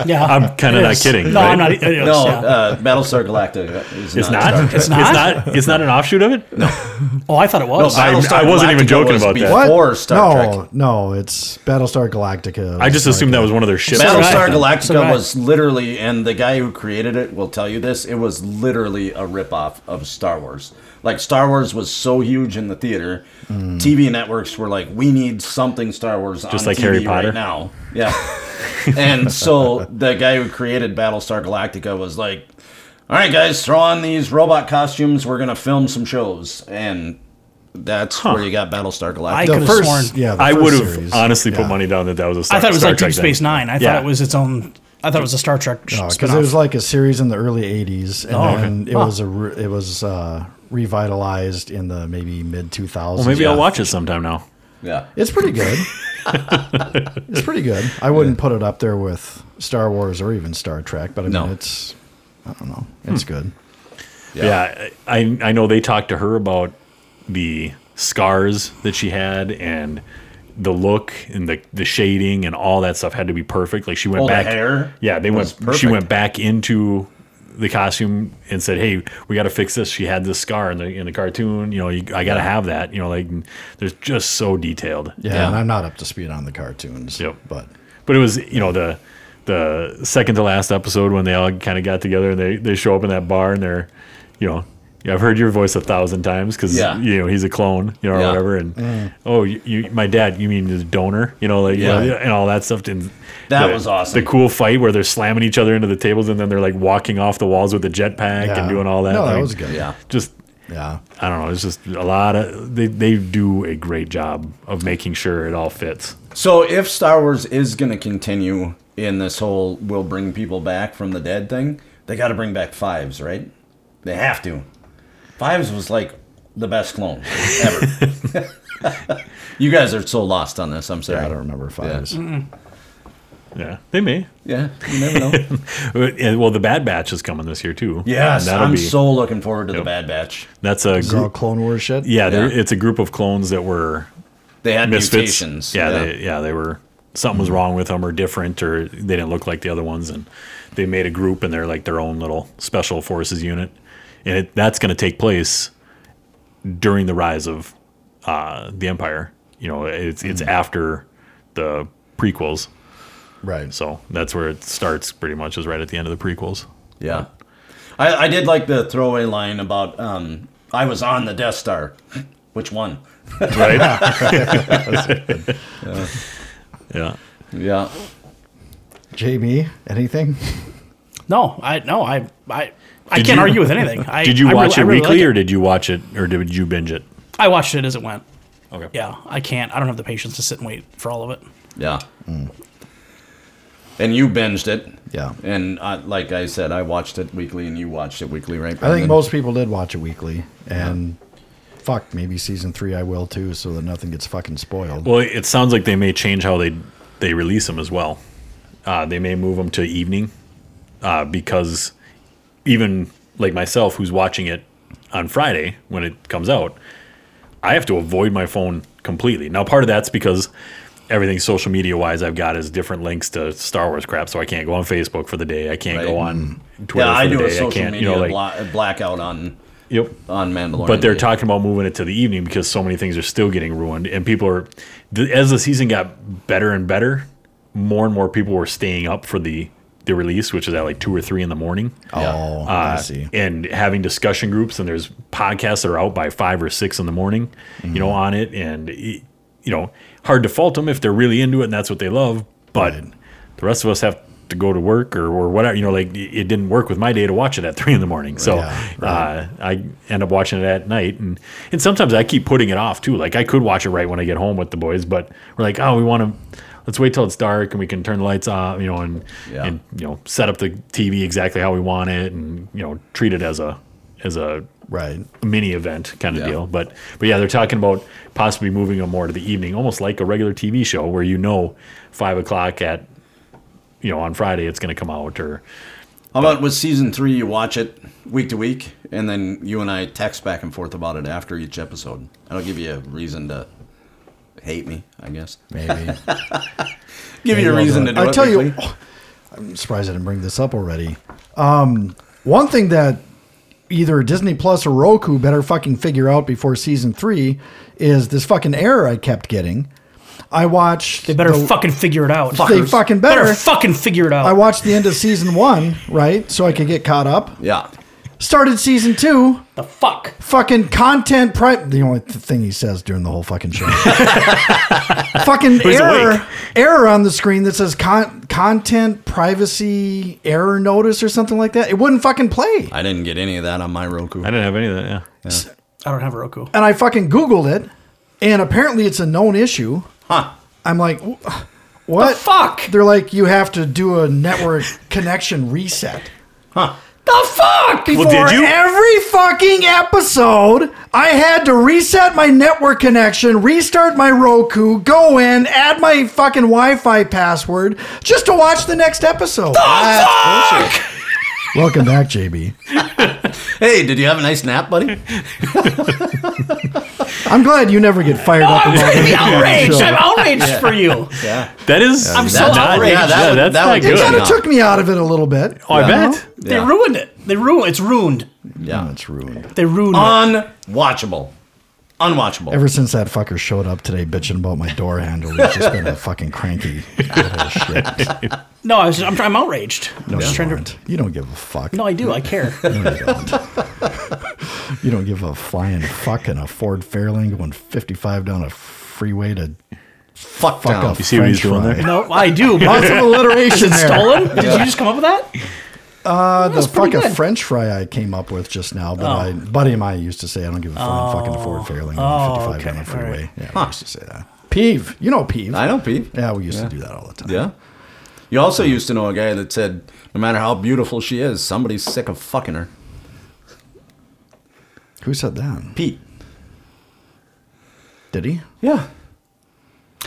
[SPEAKER 3] Yeah,
[SPEAKER 5] I'm kind of
[SPEAKER 3] It
[SPEAKER 5] not
[SPEAKER 3] is.
[SPEAKER 5] kidding.
[SPEAKER 3] No,
[SPEAKER 5] right?
[SPEAKER 3] I'm not. e-, It is,
[SPEAKER 4] No,
[SPEAKER 3] yeah.
[SPEAKER 4] uh, Battlestar Galactica is
[SPEAKER 5] It's
[SPEAKER 4] not. Star
[SPEAKER 5] not.
[SPEAKER 4] Trek.
[SPEAKER 5] It's not. It's not. an offshoot of it. No,
[SPEAKER 3] oh, I thought it was.
[SPEAKER 5] I-
[SPEAKER 4] Battlestar
[SPEAKER 5] I wasn't even
[SPEAKER 4] Galactica
[SPEAKER 5] joking
[SPEAKER 4] was
[SPEAKER 5] about that.
[SPEAKER 2] What?
[SPEAKER 4] Before Star
[SPEAKER 2] no,
[SPEAKER 4] Trek.
[SPEAKER 2] no, it's Battlestar Galactica.
[SPEAKER 5] I just
[SPEAKER 2] Sorry,
[SPEAKER 5] assumed that was one of their ships.
[SPEAKER 3] did I.
[SPEAKER 4] Battlestar Galactica
[SPEAKER 3] So did I.
[SPEAKER 4] was literally, and the guy who created it will tell you this, it was literally a ripoff of Star Wars. Like, Star Wars was so huge in the theater, TV networks were like, we need something Star Wars
[SPEAKER 5] Hmm.
[SPEAKER 4] on
[SPEAKER 5] Just like
[SPEAKER 4] TV
[SPEAKER 5] Harry Potter?
[SPEAKER 4] right now. Yeah. and so the guy who created Battlestar Galactica was like, all right, guys, throw on these robot costumes. We're going to film some shows. And That's where you got Battlestar
[SPEAKER 3] I
[SPEAKER 4] Galactica.
[SPEAKER 2] The
[SPEAKER 3] could have
[SPEAKER 2] first,
[SPEAKER 3] sworn.
[SPEAKER 2] yeah, the
[SPEAKER 5] I
[SPEAKER 2] first
[SPEAKER 5] would have
[SPEAKER 2] series.
[SPEAKER 5] honestly
[SPEAKER 2] Yeah.
[SPEAKER 5] put money down that that was a Star
[SPEAKER 3] I thought it was
[SPEAKER 5] Star
[SPEAKER 3] like Deep
[SPEAKER 5] Trek thing.
[SPEAKER 3] Space Nine. I
[SPEAKER 5] Yeah.
[SPEAKER 3] thought it was its own. I thought it was a Star Trek sh-
[SPEAKER 2] because
[SPEAKER 3] spin-off.
[SPEAKER 2] Uh, it was like a series in the early '80s, and
[SPEAKER 3] Oh,
[SPEAKER 2] then
[SPEAKER 3] okay.
[SPEAKER 2] it
[SPEAKER 3] Huh.
[SPEAKER 2] was a re- it was uh, revitalized in the maybe mid 2000s.
[SPEAKER 5] Well, maybe
[SPEAKER 4] Yeah.
[SPEAKER 5] I'll watch it sometime now.
[SPEAKER 4] yeah.
[SPEAKER 2] It's pretty good. it's pretty good. I wouldn't put it up there with Star Wars or even Star Trek, but I mean,
[SPEAKER 4] No.
[SPEAKER 2] it's I don't know, it's
[SPEAKER 5] Hmm.
[SPEAKER 2] good.
[SPEAKER 5] Yeah, I I know they talked to her about the scars that she had and the look and the the shading and all that stuff had to be perfect. Like she went
[SPEAKER 4] Oh, the
[SPEAKER 5] back.
[SPEAKER 4] hair
[SPEAKER 5] yeah, they
[SPEAKER 4] was
[SPEAKER 5] went. She
[SPEAKER 4] perfect.
[SPEAKER 5] went back into the costume and said, "Hey, we got to fix this." She had this scar in the in the cartoon. You know, you, I got to have that. You know, like there's just so detailed.
[SPEAKER 2] Yeah,
[SPEAKER 4] Yeah.
[SPEAKER 2] and I'm not up to speed on the cartoons.
[SPEAKER 5] Yep.
[SPEAKER 2] but
[SPEAKER 5] But it was, you know, the the second to last episode when they all kind of got together and they, they show up in that bar and they're, you know, yeah, I've heard your voice a thousand times because
[SPEAKER 4] Yeah.
[SPEAKER 5] you know he's a clone, you know, or
[SPEAKER 4] Yeah.
[SPEAKER 5] whatever. And
[SPEAKER 2] Mm.
[SPEAKER 5] oh, you, you, my dad, you mean the donor, you know, like
[SPEAKER 4] Yeah.
[SPEAKER 5] yeah. and all that stuff. And
[SPEAKER 4] That
[SPEAKER 5] the-
[SPEAKER 4] was awesome.
[SPEAKER 5] The cool fight where they're slamming each other into the tables and then they're like walking off the walls with the jetpack
[SPEAKER 2] yeah.
[SPEAKER 5] and doing all that.
[SPEAKER 2] No, that
[SPEAKER 5] thing.
[SPEAKER 2] was good.
[SPEAKER 4] Yeah.
[SPEAKER 5] Just
[SPEAKER 2] yeah.
[SPEAKER 5] I don't know. It's just a lot of they they do a great job of making sure it all fits.
[SPEAKER 4] So if Star Wars is going to continue in this whole we'll bring people back from the dead thing, they got to bring back Fives, right? They have to. Fives was like the best clone ever. you guys are so lost on this. I'm sorry.
[SPEAKER 2] I don't remember if I
[SPEAKER 4] Yeah.
[SPEAKER 2] was.
[SPEAKER 5] Yeah, they may.
[SPEAKER 4] Yeah, you never know.
[SPEAKER 5] Yeah, well, the Bad Batch is coming this year too.
[SPEAKER 4] yes,
[SPEAKER 5] And that'll
[SPEAKER 4] I'm
[SPEAKER 5] be
[SPEAKER 4] so looking forward to the Bad Batch.
[SPEAKER 5] that's a
[SPEAKER 2] Is it all
[SPEAKER 5] group.
[SPEAKER 2] Clone Wars shit?
[SPEAKER 5] Yeah, they're
[SPEAKER 4] Yeah.
[SPEAKER 5] it's a group of clones that were
[SPEAKER 4] They had
[SPEAKER 5] misfits.
[SPEAKER 4] mutations.
[SPEAKER 5] Yeah, They, yeah, they were something was wrong with them or different or they didn't look like the other ones, and they made a group and they're like their own little special forces unit, and it, that's going to take place during the rise of uh, the Empire. You know, it's it's
[SPEAKER 4] Hmm.
[SPEAKER 5] after the prequels,
[SPEAKER 2] right.
[SPEAKER 5] so that's where it starts. Pretty much is right at the end of the prequels.
[SPEAKER 4] Yeah. I, I did like the throwaway line about um, I was on the Death Star. Which one?
[SPEAKER 5] right? yeah.
[SPEAKER 4] Yeah.
[SPEAKER 2] JB, anything?
[SPEAKER 3] no, I no, I I, I
[SPEAKER 5] Did
[SPEAKER 3] can't
[SPEAKER 5] you-
[SPEAKER 3] argue with anything. I,
[SPEAKER 5] Did you
[SPEAKER 3] I
[SPEAKER 5] watch
[SPEAKER 3] really- I
[SPEAKER 5] it
[SPEAKER 3] really
[SPEAKER 5] weekly,
[SPEAKER 3] like
[SPEAKER 5] or did you watch it, or did you binge it?
[SPEAKER 3] I watched it as it went.
[SPEAKER 5] Okay.
[SPEAKER 3] Yeah, I can't. I don't have the patience to sit and wait for all of it.
[SPEAKER 4] Yeah. Mm. And you binged it.
[SPEAKER 2] Yeah.
[SPEAKER 4] And I, like I said, I watched it weekly and you watched it weekly,
[SPEAKER 2] I
[SPEAKER 4] right?
[SPEAKER 2] think
[SPEAKER 4] Brendan?
[SPEAKER 2] most people did watch it weekly, and fuck, maybe season three I will too, so that nothing gets fucking spoiled.
[SPEAKER 5] Well, it sounds like they may change how they they release them as well. Uh, they may move them to evening uh, because even like myself, who's watching it on Friday when it comes out, I have to avoid my phone completely. Now, part of that's because everything social media wise I've got is different links to Star Wars crap, so I can't go on Facebook for the day. I can't
[SPEAKER 4] Right. Mm.
[SPEAKER 5] go on Twitter
[SPEAKER 4] Yeah,
[SPEAKER 5] for
[SPEAKER 4] I
[SPEAKER 5] the
[SPEAKER 4] do
[SPEAKER 5] day.
[SPEAKER 4] a
[SPEAKER 5] I
[SPEAKER 4] social
[SPEAKER 5] can't,
[SPEAKER 4] media
[SPEAKER 5] you know, like
[SPEAKER 4] bla- blackout on
[SPEAKER 5] yep.
[SPEAKER 4] on Mandalorian.
[SPEAKER 5] But they're
[SPEAKER 4] Day.
[SPEAKER 5] talking about moving it to the evening because so many things are still getting ruined, and people are, th- as the season got better and better, more and more people were staying up for the the release, which is at like two or three in the morning,
[SPEAKER 2] oh, I
[SPEAKER 5] Uh,
[SPEAKER 2] see.
[SPEAKER 5] and having discussion groups. And there's podcasts that are out by five or six in the morning, you
[SPEAKER 2] Mm-hmm.
[SPEAKER 5] know, on it, and y- you know, hard to fault them if they're really into it and that's what they love. But the rest of us have to go to work or, or whatever, you know, like it it didn't work with my day to watch it at three in the morning. So
[SPEAKER 2] Yeah,
[SPEAKER 5] uh, I end up watching it at night. And, and sometimes I keep putting it off too. Like I could watch it right when I get home with the boys, but we're like, oh, we want to, let's wait till it's dark and we can turn the lights off, you know, and,
[SPEAKER 4] Yeah.
[SPEAKER 5] and, you know, set up the TV exactly how we want it and, you know, treat it as a, as a
[SPEAKER 2] Right.
[SPEAKER 5] mini event kind of
[SPEAKER 4] Yeah.
[SPEAKER 5] deal. But but yeah, they're talking about possibly moving them more to the evening, almost like a regular TV show where you know five o'clock at you know on Friday it's going to come out or Oh.
[SPEAKER 4] How about with season three, you watch it week to week, and then you and I text back and forth about it after each episode. That'll give you a reason to hate me, I guess.
[SPEAKER 2] Maybe.
[SPEAKER 4] Give you a reason to do
[SPEAKER 2] I
[SPEAKER 4] it.
[SPEAKER 2] tell you,
[SPEAKER 5] oh.
[SPEAKER 2] oh,
[SPEAKER 4] weekly.
[SPEAKER 2] I'm surprised I didn't bring this up already. Um, one thing that either Disney Plus or Roku better fucking figure out before season three is this fucking error I kept getting. I watched.
[SPEAKER 3] They better
[SPEAKER 2] the-
[SPEAKER 3] fucking figure it out.
[SPEAKER 2] They fucking better.
[SPEAKER 3] Better fucking figure it out.
[SPEAKER 2] I watched the end of season one, right, so I could get caught up.
[SPEAKER 4] Yeah.
[SPEAKER 2] Started season two.
[SPEAKER 3] the fuck.
[SPEAKER 2] Fucking content prep. The only th- thing he says during the whole fucking show. fucking
[SPEAKER 5] he's
[SPEAKER 2] error,
[SPEAKER 5] awake.
[SPEAKER 2] error on the screen that says con- content privacy error notice or something like that. It wouldn't fucking play.
[SPEAKER 4] I didn't get any of that on my Roku.
[SPEAKER 5] I didn't have any of that. Yeah,
[SPEAKER 3] I I don't have a Roku.
[SPEAKER 2] And I fucking Googled it, and apparently it's a known issue.
[SPEAKER 4] Huh.
[SPEAKER 2] I'm like, "Wh- what?
[SPEAKER 3] fuck?
[SPEAKER 2] They're like, you have to do a network connection reset.
[SPEAKER 3] The fuck?
[SPEAKER 5] Well, did
[SPEAKER 2] For
[SPEAKER 5] you?
[SPEAKER 2] every fucking episode, I had to reset my network connection, restart my Roku, go in, add my fucking Wi-Fi password just to watch the next episode.
[SPEAKER 4] Ah!
[SPEAKER 2] Welcome back, JB.
[SPEAKER 4] Hey, did you have a nice nap, buddy?
[SPEAKER 2] I'm glad you never get fired up
[SPEAKER 3] I'm
[SPEAKER 2] about
[SPEAKER 3] gonna be
[SPEAKER 2] it.
[SPEAKER 3] outraged. I'm outraged for you.
[SPEAKER 4] Yeah.
[SPEAKER 5] That is. I'm
[SPEAKER 3] so
[SPEAKER 4] outraged. Yeah, that would-
[SPEAKER 5] that's
[SPEAKER 4] that
[SPEAKER 5] not
[SPEAKER 4] would-
[SPEAKER 2] It
[SPEAKER 5] good.
[SPEAKER 2] kind
[SPEAKER 4] No.
[SPEAKER 2] of took me out of it a little bit.
[SPEAKER 5] Oh, I bet.
[SPEAKER 3] They
[SPEAKER 4] Yeah.
[SPEAKER 3] ruined it. They ruined. It's ruined.
[SPEAKER 4] Yeah.
[SPEAKER 2] It's ruined.
[SPEAKER 3] They ruined.
[SPEAKER 4] Uh,
[SPEAKER 3] it.
[SPEAKER 4] Unwatchable. Unwatchable.
[SPEAKER 2] Ever since that fucker showed up today bitching about my door handle, it's just been a fucking cranky little shit.
[SPEAKER 3] No, I was just, I'm, try- I'm outraged. I'm just
[SPEAKER 2] You,
[SPEAKER 3] trying to.
[SPEAKER 2] aren't. You don't give a fuck.
[SPEAKER 3] No, I do. I care.
[SPEAKER 2] No, you don't. you don't give a flying fuck in a Ford Fairlane going 55 down a freeway to
[SPEAKER 4] Fuck,
[SPEAKER 2] fuck
[SPEAKER 4] down.
[SPEAKER 2] up.
[SPEAKER 5] You see what he's doing there?
[SPEAKER 3] no, I do. But
[SPEAKER 2] Lots of alliteration there.
[SPEAKER 3] stolen? Did you just come up with that?
[SPEAKER 2] Uh, the
[SPEAKER 3] was pretty
[SPEAKER 2] fuck a
[SPEAKER 3] good.
[SPEAKER 2] French fry I came up with just now, but I, buddy of mine used to say, I don't give a fuck fucking a Ford Fairlane
[SPEAKER 3] Oh,
[SPEAKER 2] going 55
[SPEAKER 3] okay,
[SPEAKER 2] down a
[SPEAKER 3] all
[SPEAKER 2] freeway.
[SPEAKER 3] right.
[SPEAKER 2] Yeah, we used to say that. Peeve. You know Peeve.
[SPEAKER 4] I know, Pete.
[SPEAKER 2] Yeah, we used to do that all the time.
[SPEAKER 4] Yeah. You also used to know a guy that said, no matter how beautiful she is, somebody's sick of fucking her.
[SPEAKER 2] Who said that?
[SPEAKER 4] Pete.
[SPEAKER 2] Did he?
[SPEAKER 4] Yeah.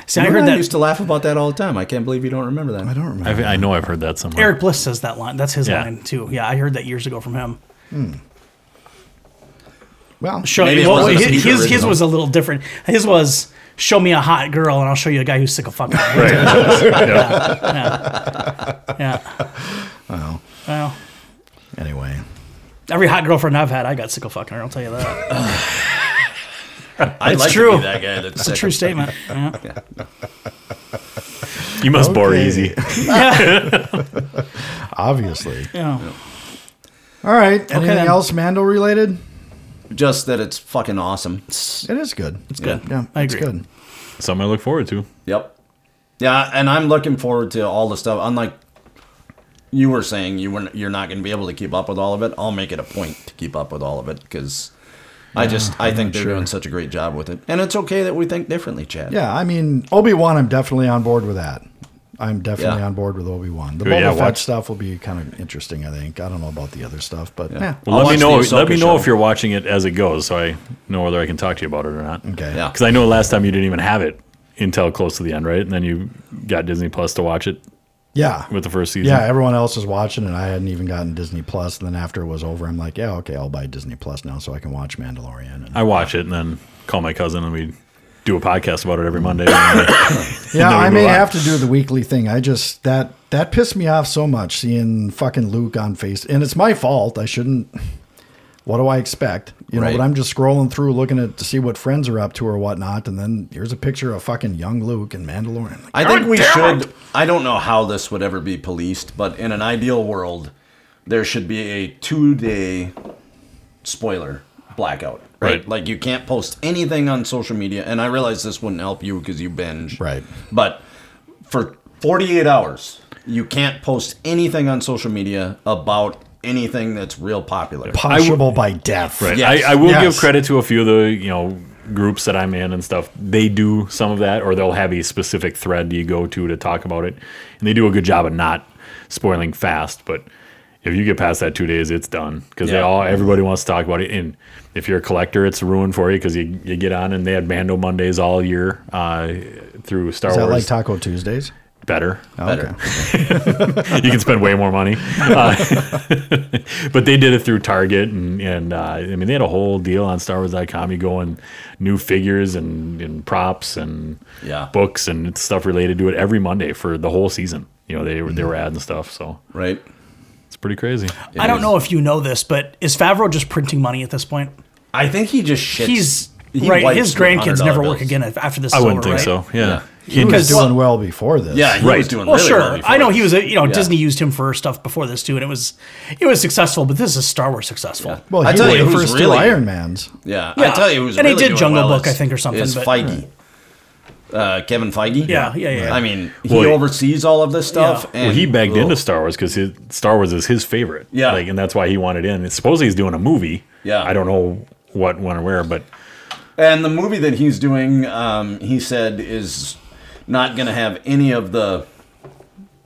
[SPEAKER 3] See,
[SPEAKER 4] You
[SPEAKER 3] I
[SPEAKER 4] and
[SPEAKER 3] heard
[SPEAKER 4] I
[SPEAKER 3] that.
[SPEAKER 4] used to laugh about that all the time. I can't believe you don't remember that.
[SPEAKER 2] I don't remember.
[SPEAKER 5] I've, I know I've heard that somewhere.
[SPEAKER 3] Eric Bliss says that line. That's his
[SPEAKER 5] Yeah.
[SPEAKER 3] line too. Yeah, I heard that years ago from him.
[SPEAKER 2] well,
[SPEAKER 3] Show
[SPEAKER 4] Maybe it
[SPEAKER 3] well,
[SPEAKER 4] wasn't a
[SPEAKER 3] his,
[SPEAKER 4] Peter
[SPEAKER 3] his, his
[SPEAKER 4] original.
[SPEAKER 3] was a little different. His was show me a hot girl and I'll show you a guy who's sick of fucking. Right. yeah. yeah. Well,
[SPEAKER 2] anyway.
[SPEAKER 3] every hot girlfriend I've had, I got sick of fucking her. I'll tell you that.
[SPEAKER 4] I'd
[SPEAKER 3] It's
[SPEAKER 4] like
[SPEAKER 3] true.
[SPEAKER 4] to be that guy that's sick
[SPEAKER 3] It's a true
[SPEAKER 4] of-
[SPEAKER 3] statement. Yeah.
[SPEAKER 5] You must bore
[SPEAKER 2] Okay.
[SPEAKER 5] easy.
[SPEAKER 2] Obviously.
[SPEAKER 3] yeah.
[SPEAKER 2] All right. Anything
[SPEAKER 3] then.
[SPEAKER 2] else Mando related?
[SPEAKER 4] Just that it's fucking awesome.
[SPEAKER 2] It is good. It's
[SPEAKER 4] good.
[SPEAKER 2] Yeah,
[SPEAKER 3] I
[SPEAKER 2] it's
[SPEAKER 3] agree.
[SPEAKER 2] good.
[SPEAKER 5] Something I look forward to.
[SPEAKER 4] Yep. Yeah, and I'm looking forward to all the stuff. Unlike you were saying, you were you're not going to be able to keep up with all of it. I'll make it a point to keep up with all of it because I just I think they're doing such a great job with it, and it's okay that we think differently, Chad.
[SPEAKER 2] Yeah, I mean Obi Wan. I'm definitely on board with that. I'm definitely
[SPEAKER 4] Yeah.
[SPEAKER 2] on board with Obi Wan. The
[SPEAKER 5] Yeah,
[SPEAKER 2] Boba Fett
[SPEAKER 5] watch-
[SPEAKER 2] stuff will be kind of interesting. I think. I don't know about the other stuff, but yeah.
[SPEAKER 4] Yeah.
[SPEAKER 5] Well,
[SPEAKER 4] I'll
[SPEAKER 5] let me know.
[SPEAKER 4] watch the
[SPEAKER 5] Let me
[SPEAKER 4] Ahsoka
[SPEAKER 5] know
[SPEAKER 4] show.
[SPEAKER 5] if you're watching it as it goes, so I know whether I can talk to you about it or not.
[SPEAKER 2] Okay.
[SPEAKER 4] Yeah.
[SPEAKER 5] Because I know last time you didn't even have it until close to the end, right? And then you got Disney Plus to watch it
[SPEAKER 2] Yeah.
[SPEAKER 5] with the first season.
[SPEAKER 2] yeah, everyone else is watching, and I hadn't even gotten Disney Plus. And then after it was over, I'm like, yeah, okay, I'll buy Disney Plus now so I can watch Mandalorian. And,
[SPEAKER 5] I watch it and then call my cousin and we do a podcast about it every Monday. yeah,
[SPEAKER 2] yeah, I may
[SPEAKER 5] have to.
[SPEAKER 2] have to do the weekly thing. I just that that pissed me off so much seeing fucking Luke on face, and it's my fault. I shouldn't. What do I expect? You know,
[SPEAKER 4] Right.
[SPEAKER 2] but I'm just scrolling through, looking at to see what friends are up to or whatnot, and then here's a picture of fucking young Luke and Mandalorian. I'm like,
[SPEAKER 4] I think we should. I don't know how this would ever be policed, but in an ideal world, there should be a two day spoiler blackout. Right?
[SPEAKER 5] Right.
[SPEAKER 4] Like you can't post anything on social media. And I realize this wouldn't help you because you binge.
[SPEAKER 2] Right.
[SPEAKER 4] But for 48 hours, you can't post anything on social media about anything that's real popular.
[SPEAKER 2] Punishable by death.
[SPEAKER 5] Right.
[SPEAKER 4] Yes.
[SPEAKER 5] I, I will
[SPEAKER 2] Yes.
[SPEAKER 5] give credit to a few of the you know groups that I'm in and stuff. They do some of that, or they'll have a specific thread you go to to talk about it, and they do a good job of not spoiling fast. But if you get past that two days, it's done because they
[SPEAKER 4] Yeah.
[SPEAKER 5] all everybody wants to talk about it. And if you're a collector, it's ruined for you because you, you get on and they had Mando Mondays all year uh, through Star
[SPEAKER 2] Is that like
[SPEAKER 5] Wars.
[SPEAKER 2] Taco Tuesdays?
[SPEAKER 5] better
[SPEAKER 4] Better.
[SPEAKER 5] you can spend way more money. Uh, but they did it through Target, and, and uh, I mean, they had a whole deal on StarWars.com. You go and new figures and, and props and
[SPEAKER 4] Yeah.
[SPEAKER 5] books and stuff related to it every Monday for the whole season. You know, they, were they were adding stuff, so
[SPEAKER 4] Right.
[SPEAKER 5] it's pretty crazy.
[SPEAKER 3] I don't
[SPEAKER 4] is.
[SPEAKER 3] know if you know this, but is Favreau just printing money at this point?
[SPEAKER 4] I think he just shits.
[SPEAKER 3] He's
[SPEAKER 4] he
[SPEAKER 3] right.
[SPEAKER 4] wipes
[SPEAKER 3] His
[SPEAKER 4] with
[SPEAKER 3] grandkids
[SPEAKER 4] $100
[SPEAKER 3] never
[SPEAKER 4] bills.
[SPEAKER 3] work again if- after this.
[SPEAKER 5] I
[SPEAKER 3] is
[SPEAKER 5] wouldn't
[SPEAKER 3] over,
[SPEAKER 5] think
[SPEAKER 3] right?
[SPEAKER 5] so. Yeah.
[SPEAKER 2] He was
[SPEAKER 3] Because-
[SPEAKER 2] doing well before this.
[SPEAKER 4] Yeah, he was
[SPEAKER 5] Right.
[SPEAKER 4] doing
[SPEAKER 3] Well,
[SPEAKER 4] really
[SPEAKER 3] sure.
[SPEAKER 4] well before
[SPEAKER 3] I know he
[SPEAKER 4] this.
[SPEAKER 3] was. A, you know,
[SPEAKER 4] Yeah.
[SPEAKER 3] Disney used him for stuff before this too, and it was, it was successful. But this is Star Wars successful.
[SPEAKER 2] Well, he
[SPEAKER 4] I tell
[SPEAKER 2] was
[SPEAKER 4] you
[SPEAKER 2] the
[SPEAKER 4] who's
[SPEAKER 2] first
[SPEAKER 4] really-
[SPEAKER 2] two Iron Mans.
[SPEAKER 4] Yeah,
[SPEAKER 3] Yeah,
[SPEAKER 4] I tell you, who's
[SPEAKER 3] and he
[SPEAKER 4] really
[SPEAKER 3] did
[SPEAKER 4] doing
[SPEAKER 3] Jungle
[SPEAKER 4] well
[SPEAKER 3] Book,
[SPEAKER 4] is-
[SPEAKER 3] I think, or something,
[SPEAKER 4] Is
[SPEAKER 3] but-
[SPEAKER 4] Feige, uh, Kevin Feige?
[SPEAKER 3] Yeah, yeah, yeah.
[SPEAKER 4] I mean, he
[SPEAKER 5] Well, he-
[SPEAKER 4] oversees all of this stuff,
[SPEAKER 3] Yeah.
[SPEAKER 4] and
[SPEAKER 5] Well, he begged
[SPEAKER 4] Ugh.
[SPEAKER 5] into Star Wars because Star Wars is his favorite.
[SPEAKER 4] Yeah.
[SPEAKER 5] Like, and that's why he wanted in. Supposedly he's doing a movie.
[SPEAKER 4] Yeah.
[SPEAKER 5] I don't know what, when, or where. But
[SPEAKER 4] And the movie that he's doing, um, he said, is not going to have any of the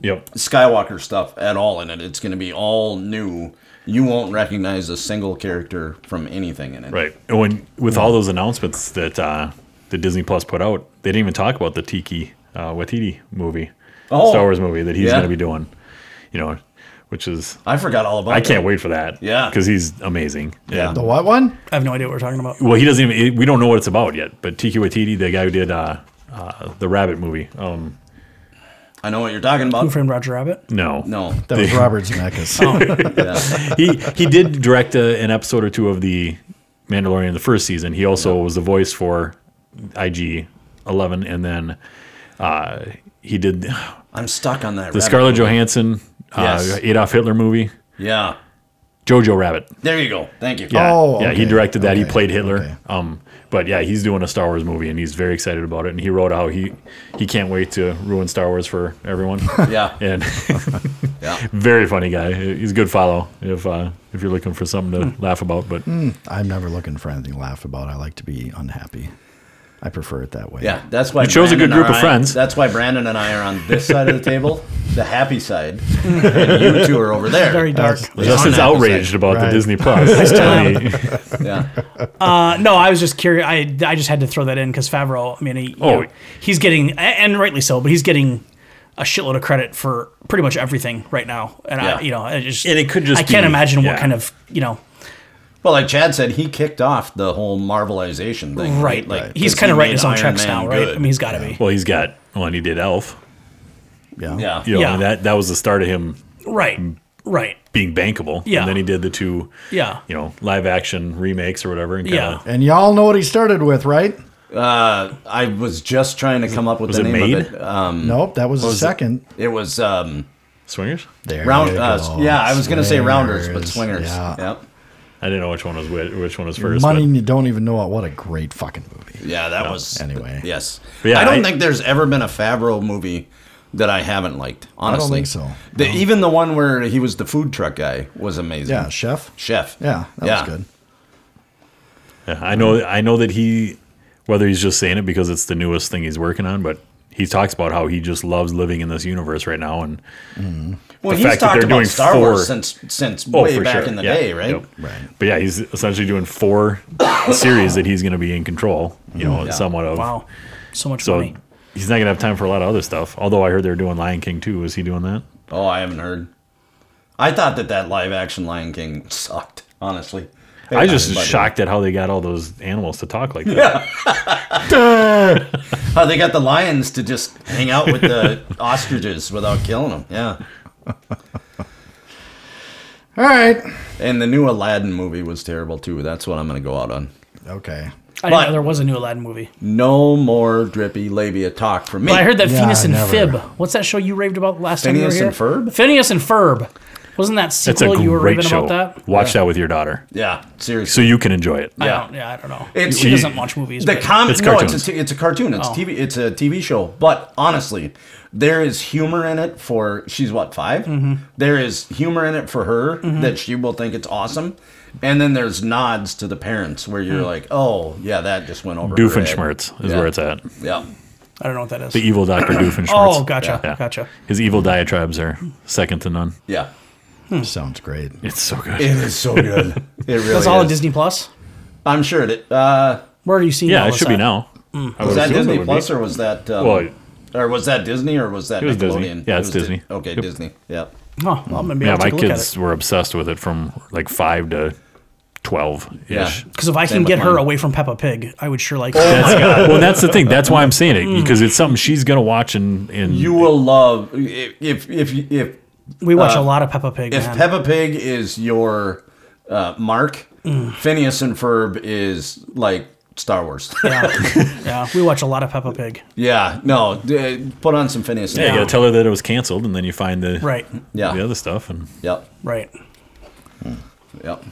[SPEAKER 5] yep,
[SPEAKER 4] Skywalker stuff at all in it. It's going to be all new. You won't recognize a single character from anything in it.
[SPEAKER 5] right. And when with all those announcements that uh, the Disney Plus put out, they didn't even talk about the Tiki uh, Watiti movie,
[SPEAKER 4] Oh.
[SPEAKER 5] Star Wars movie that he's
[SPEAKER 4] Yeah.
[SPEAKER 5] going to be doing. You know, which is
[SPEAKER 4] I forgot all about.
[SPEAKER 5] I can't wait for that.
[SPEAKER 4] Yeah.
[SPEAKER 5] because he's amazing.
[SPEAKER 4] Yeah.
[SPEAKER 2] The what one?
[SPEAKER 3] I have no idea what we're talking about.
[SPEAKER 5] Well, he doesn't even. it- we don't know what it's about yet. But Tiki Watiti, the guy who did uh, uh, the Rabbit movie. Um,
[SPEAKER 4] I know what you're talking
[SPEAKER 3] Who
[SPEAKER 4] about.
[SPEAKER 3] framed Roger Rabbit?
[SPEAKER 5] no,
[SPEAKER 4] No.
[SPEAKER 2] That was Robert Zemeckis.
[SPEAKER 5] he he did direct a, an episode or two of the Mandalorian the first season. He also was the voice for IG Eleven, and then uh, he did the
[SPEAKER 4] I'm stuck on that. rabbit
[SPEAKER 5] Scarlett
[SPEAKER 4] hole.
[SPEAKER 5] Johansson
[SPEAKER 4] Yes.
[SPEAKER 5] uh, Adolf Hitler movie,
[SPEAKER 4] Yeah.
[SPEAKER 5] Jojo Rabbit.
[SPEAKER 4] There you go. Thank you.
[SPEAKER 5] Yeah,
[SPEAKER 2] Oh,
[SPEAKER 5] yeah,
[SPEAKER 2] okay,
[SPEAKER 5] he directed that.
[SPEAKER 2] okay,
[SPEAKER 5] He played Hitler.
[SPEAKER 2] okay.
[SPEAKER 5] Um, but yeah, he's doing a Star Wars movie, and he's very excited about it. And he wrote how he he can't wait to ruin Star Wars for everyone.
[SPEAKER 4] Yeah.
[SPEAKER 5] and
[SPEAKER 4] Yeah.
[SPEAKER 5] very funny guy. He's a good follow if uh, if you're looking for something to laugh about. But
[SPEAKER 2] I'm never looking for anything to laugh about. I like to be unhappy. I prefer it that way.
[SPEAKER 4] Yeah, that's why
[SPEAKER 5] You chose a good
[SPEAKER 4] Brandon
[SPEAKER 5] group
[SPEAKER 4] and
[SPEAKER 5] of
[SPEAKER 4] I-
[SPEAKER 5] friends.
[SPEAKER 4] That's why Brandon and I are on this side of the table, the happy side, and you two are over there.
[SPEAKER 3] Very dark.
[SPEAKER 5] Justin's
[SPEAKER 4] Unhappy
[SPEAKER 5] outraged
[SPEAKER 4] side.
[SPEAKER 5] about
[SPEAKER 2] Right.
[SPEAKER 5] the Disney Plus. He-
[SPEAKER 4] Yeah,
[SPEAKER 3] Uh, no, I was just curious. I, I just had to throw that in because Favreau. I mean, he, you
[SPEAKER 5] Oh.
[SPEAKER 3] know, he's getting a- and rightly so, but he's getting a shitload of credit for pretty much everything right now. And
[SPEAKER 4] Yeah.
[SPEAKER 3] I, you know, I just
[SPEAKER 5] And it could just
[SPEAKER 3] I can't
[SPEAKER 5] be-
[SPEAKER 3] imagine
[SPEAKER 5] yeah.
[SPEAKER 3] what kind of you know.
[SPEAKER 4] well, like Chad said, he kicked off the whole Marvelization thing.
[SPEAKER 3] Right,
[SPEAKER 4] like
[SPEAKER 3] he's
[SPEAKER 4] 'cause
[SPEAKER 3] kind of
[SPEAKER 4] he
[SPEAKER 3] writing his
[SPEAKER 4] made
[SPEAKER 3] own
[SPEAKER 4] Iron
[SPEAKER 3] checks
[SPEAKER 4] Man
[SPEAKER 3] now, right?
[SPEAKER 4] good.
[SPEAKER 3] I mean, he's got to be
[SPEAKER 5] well, he's got well, and he did Elf.
[SPEAKER 2] Yeah.
[SPEAKER 4] yeah,
[SPEAKER 5] You know,
[SPEAKER 3] Yeah.
[SPEAKER 5] that that was the start of him
[SPEAKER 3] right, right,
[SPEAKER 5] being bankable.
[SPEAKER 3] Yeah.
[SPEAKER 5] And then he did the two,
[SPEAKER 3] yeah,
[SPEAKER 5] you know, live action remakes or whatever. And
[SPEAKER 3] yeah.
[SPEAKER 5] kinda,
[SPEAKER 2] And y'all know what he started with, right?
[SPEAKER 4] Uh, I was just trying to come up with
[SPEAKER 5] Was
[SPEAKER 4] the
[SPEAKER 5] it
[SPEAKER 4] name
[SPEAKER 5] Made?
[SPEAKER 4] of it. Um,
[SPEAKER 2] Nope, that was, the second.
[SPEAKER 4] it was um,
[SPEAKER 5] Swingers.
[SPEAKER 2] There
[SPEAKER 4] round.
[SPEAKER 2] you
[SPEAKER 4] Uh,
[SPEAKER 2] go.
[SPEAKER 4] yeah, I was gonna say rounders, but
[SPEAKER 2] Swingers.
[SPEAKER 4] swingers.
[SPEAKER 2] Yeah.
[SPEAKER 4] Yep.
[SPEAKER 5] I didn't know which one was which, which one was first.
[SPEAKER 2] Money
[SPEAKER 5] but-
[SPEAKER 2] you don't even know. What a great fucking movie.
[SPEAKER 4] Yeah, that was
[SPEAKER 2] Anyway.
[SPEAKER 4] Yes,
[SPEAKER 5] But yeah,
[SPEAKER 4] I don't
[SPEAKER 5] I-
[SPEAKER 4] think there's ever been a Favreau movie that I haven't liked. Honestly,
[SPEAKER 2] think so.
[SPEAKER 4] The, Even the one where he was the food truck guy was amazing.
[SPEAKER 2] Yeah, Chef.
[SPEAKER 4] chef.
[SPEAKER 2] Yeah, that
[SPEAKER 4] Hmm. Yeah.
[SPEAKER 2] was good.
[SPEAKER 5] Yeah, I know. I know that he, whether he's just saying it because it's the newest thing he's working on, but he talks about how he just loves living in this universe right now, and
[SPEAKER 4] Well,
[SPEAKER 5] The
[SPEAKER 4] he's
[SPEAKER 5] fact that
[SPEAKER 4] talked
[SPEAKER 5] they're
[SPEAKER 4] about
[SPEAKER 5] doing
[SPEAKER 4] Star
[SPEAKER 5] four- Oh,
[SPEAKER 4] Wars since since way back in the
[SPEAKER 5] Yeah,
[SPEAKER 4] day, right?
[SPEAKER 5] yep. But yeah, he's essentially doing four series that he's going to be in control, you know, somewhat of.
[SPEAKER 3] Wow, so much
[SPEAKER 5] So
[SPEAKER 3] money.
[SPEAKER 5] he's not going to have time for a lot of other stuff. Although I heard they're doing Lion King too. Is he doing that?
[SPEAKER 4] Oh, I haven't heard. I thought that that live action Lion King sucked. Honestly,
[SPEAKER 5] I just
[SPEAKER 4] But-
[SPEAKER 5] shocked at how they got all those animals to talk like that.
[SPEAKER 4] How Oh, they got the lions to just hang out with the ostriches without killing them. Yeah.
[SPEAKER 2] All right.
[SPEAKER 4] And the new Aladdin movie was terrible too. That's what I'm going to go out on.
[SPEAKER 2] Okay.
[SPEAKER 3] I
[SPEAKER 4] but-
[SPEAKER 3] didn't know there was a new Aladdin movie.
[SPEAKER 4] No more drippy labia talk from me.
[SPEAKER 3] But I heard that
[SPEAKER 2] Yeah,
[SPEAKER 3] Phineas and
[SPEAKER 2] never.
[SPEAKER 3] Fib. What's that show you raved about last
[SPEAKER 4] Phineas
[SPEAKER 3] time you were
[SPEAKER 4] and
[SPEAKER 3] here?
[SPEAKER 4] Ferb?
[SPEAKER 3] Phineas and Ferb. Wasn't that
[SPEAKER 5] That's a
[SPEAKER 3] sequel you were
[SPEAKER 5] great
[SPEAKER 3] raving
[SPEAKER 5] show.
[SPEAKER 3] about that?
[SPEAKER 5] Watch that with your daughter,
[SPEAKER 4] Yeah,
[SPEAKER 5] so
[SPEAKER 4] seriously.
[SPEAKER 5] you can enjoy it.
[SPEAKER 3] I
[SPEAKER 4] Yeah.
[SPEAKER 3] don't, yeah, I don't know.
[SPEAKER 4] It's-
[SPEAKER 3] she
[SPEAKER 4] you-
[SPEAKER 3] doesn't watch movies.
[SPEAKER 4] the
[SPEAKER 3] but-
[SPEAKER 4] com-
[SPEAKER 5] It's
[SPEAKER 4] no,
[SPEAKER 5] cartoons. Oh.
[SPEAKER 4] it's a, t- it's a cartoon. It's TV. It's a TV show. But honestly, there is humor in it for she's what 5
[SPEAKER 5] Mm-hmm.
[SPEAKER 4] There is humor in it for her that she will think it's awesome, and then there's nods to the parents where
[SPEAKER 5] Mm.
[SPEAKER 4] you're like, oh yeah, that just went over. her head."
[SPEAKER 5] Doofenshmirtz is
[SPEAKER 4] Yeah.
[SPEAKER 5] where it's at.
[SPEAKER 4] Yeah,
[SPEAKER 3] I don't know what that is.
[SPEAKER 5] The evil Doctor Doofenshmirtz.
[SPEAKER 3] Oh, gotcha,
[SPEAKER 5] Yeah.
[SPEAKER 3] gotcha.
[SPEAKER 5] His evil diatribes are second to none.
[SPEAKER 4] yeah.
[SPEAKER 2] Sounds great.
[SPEAKER 5] It's so good.
[SPEAKER 4] It is so good. it really.
[SPEAKER 3] That's all on
[SPEAKER 4] is.
[SPEAKER 3] Disney Plus.
[SPEAKER 4] I'm sure it. Uh,
[SPEAKER 3] Where are you seeing?
[SPEAKER 5] yeah,
[SPEAKER 3] all
[SPEAKER 5] it
[SPEAKER 3] this
[SPEAKER 5] should be
[SPEAKER 3] at?
[SPEAKER 5] now.
[SPEAKER 3] Hmm.
[SPEAKER 5] I
[SPEAKER 4] was that
[SPEAKER 5] would assume it
[SPEAKER 4] Oh, Disney
[SPEAKER 5] would be.
[SPEAKER 4] Plus or was that? Um,
[SPEAKER 5] Well,
[SPEAKER 4] or was that Disney or was that
[SPEAKER 5] was
[SPEAKER 4] Nickelodeon?
[SPEAKER 5] Disney. Yeah,
[SPEAKER 4] It
[SPEAKER 5] it's
[SPEAKER 4] was Di-
[SPEAKER 5] Disney.
[SPEAKER 4] okay,
[SPEAKER 5] Yep.
[SPEAKER 4] Disney. Yeah.
[SPEAKER 3] Oh, well, maybe
[SPEAKER 5] yeah,
[SPEAKER 3] I'll
[SPEAKER 5] my
[SPEAKER 3] take a look
[SPEAKER 5] kids were obsessed with it from like five to twelve
[SPEAKER 4] Yeah.
[SPEAKER 5] ish.
[SPEAKER 3] Because if I
[SPEAKER 4] Same
[SPEAKER 3] can
[SPEAKER 4] with
[SPEAKER 3] get her
[SPEAKER 4] mine.
[SPEAKER 3] away from Peppa Pig, I would sure like.
[SPEAKER 5] Uh, Well, that's the thing. That's why I'm saying
[SPEAKER 3] Hmm.
[SPEAKER 5] it because it's something she's gonna watch and and
[SPEAKER 4] You will love if if if if,
[SPEAKER 3] we watch a lot of Peppa Pig.
[SPEAKER 4] uh, if
[SPEAKER 3] man.
[SPEAKER 4] Peppa Pig is your uh, mark, Phineas and Ferb is like Star Wars.
[SPEAKER 3] yeah. yeah, we watch a lot of Peppa Pig.
[SPEAKER 4] yeah, no, d- put on some Phineas. And
[SPEAKER 5] yeah, you
[SPEAKER 4] Ferb.
[SPEAKER 5] gotta tell her that it was canceled and then you find the
[SPEAKER 3] Right,
[SPEAKER 4] Yeah.
[SPEAKER 5] the other stuff and
[SPEAKER 4] Yep.
[SPEAKER 3] right.
[SPEAKER 4] Yep.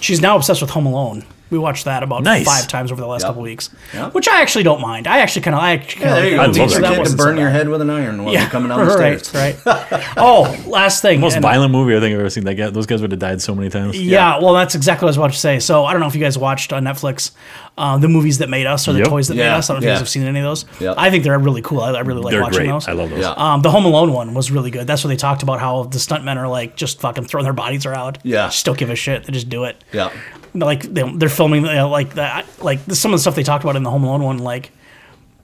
[SPEAKER 3] She's now obsessed with Home Alone. We watched that about
[SPEAKER 5] Nice.
[SPEAKER 3] five times over the last
[SPEAKER 4] Yep.
[SPEAKER 3] couple weeks,
[SPEAKER 4] Yep.
[SPEAKER 3] which I actually don't mind. I actually kind of I actually
[SPEAKER 4] Yeah,
[SPEAKER 3] kinda
[SPEAKER 4] there you go.
[SPEAKER 3] like it.
[SPEAKER 5] I love
[SPEAKER 4] Teach your
[SPEAKER 5] that game.
[SPEAKER 4] kid to
[SPEAKER 3] wasn't
[SPEAKER 4] burn
[SPEAKER 3] so
[SPEAKER 4] your
[SPEAKER 3] bad.
[SPEAKER 4] head with an iron while you're coming down the
[SPEAKER 3] right,
[SPEAKER 4] stairs.
[SPEAKER 3] right. Oh, last thing.
[SPEAKER 5] Most
[SPEAKER 3] and-
[SPEAKER 5] violent movie I think I've ever seen. That guy, those guys would have died so many times.
[SPEAKER 3] Yeah, well, that's exactly what I was about to say. So I don't know if you guys watched on Netflix uh, the movies that made us or the
[SPEAKER 5] Yep.
[SPEAKER 3] toys that made
[SPEAKER 4] Yeah,
[SPEAKER 3] us. I don't know if you
[SPEAKER 4] yeah.
[SPEAKER 3] guys have seen any of those.
[SPEAKER 4] Yep.
[SPEAKER 3] I think they're really cool. I, I really like
[SPEAKER 5] they're
[SPEAKER 3] watching
[SPEAKER 5] great.
[SPEAKER 3] those.
[SPEAKER 5] I love those.
[SPEAKER 4] Yeah.
[SPEAKER 3] Um, the Home Alone one was really good. That's where they talked about how the stuntmen are like just fucking throwing their bodies around.
[SPEAKER 4] Yeah.
[SPEAKER 3] just don't give a shit. They just do it.
[SPEAKER 4] Yeah.
[SPEAKER 3] like they, they're filming you know, like that. Like some of the stuff they talked about in the Home Alone one, like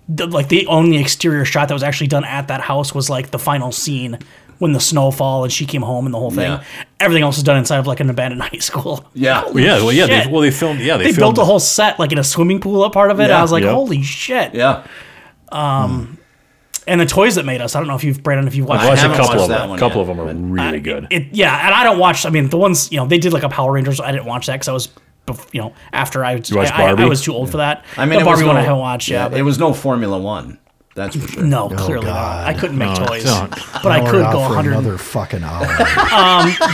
[SPEAKER 3] the, like the only exterior shot that was actually done at that house was like the final scene when the snowfall and she came home and the whole thing.
[SPEAKER 4] Yeah.
[SPEAKER 3] Everything else was done inside of like an abandoned high school.
[SPEAKER 4] Yeah.
[SPEAKER 5] Well, yeah, well, yeah. They,
[SPEAKER 3] Shit.
[SPEAKER 5] well, they filmed. Yeah, they,
[SPEAKER 3] They
[SPEAKER 5] filmed
[SPEAKER 3] built a whole set like in a swimming pool up part of it.
[SPEAKER 4] Yeah.
[SPEAKER 3] I was like,
[SPEAKER 5] Yep.
[SPEAKER 3] holy shit!
[SPEAKER 4] Yeah.
[SPEAKER 3] And the toys that made us. I don't know if you've Brandon, if you've watched.
[SPEAKER 5] I watched a
[SPEAKER 4] haven't
[SPEAKER 5] couple
[SPEAKER 4] watched
[SPEAKER 5] of
[SPEAKER 4] that
[SPEAKER 5] them.
[SPEAKER 4] one
[SPEAKER 5] A couple
[SPEAKER 4] yet,
[SPEAKER 5] of them are really good.
[SPEAKER 3] It, yeah, and I don't watch. I mean, the ones you know they did like a Power Rangers. I didn't watch that because I was, bef- you know, after I,
[SPEAKER 5] watched
[SPEAKER 3] I, I- I
[SPEAKER 5] Barbie?
[SPEAKER 3] was too old for that.
[SPEAKER 4] I mean,
[SPEAKER 3] the
[SPEAKER 4] it
[SPEAKER 3] Barbie
[SPEAKER 4] was
[SPEAKER 3] one
[SPEAKER 4] no-
[SPEAKER 3] I haven't watched. Yeah, but
[SPEAKER 4] It was no Formula One. That's for sure.
[SPEAKER 2] Oh,
[SPEAKER 3] no, clearly not. I couldn't make
[SPEAKER 5] No,
[SPEAKER 3] toys,
[SPEAKER 5] don't.
[SPEAKER 3] but I
[SPEAKER 2] Now we're
[SPEAKER 3] could
[SPEAKER 2] out
[SPEAKER 3] go
[SPEAKER 2] for
[SPEAKER 3] 100
[SPEAKER 2] another fucking hour.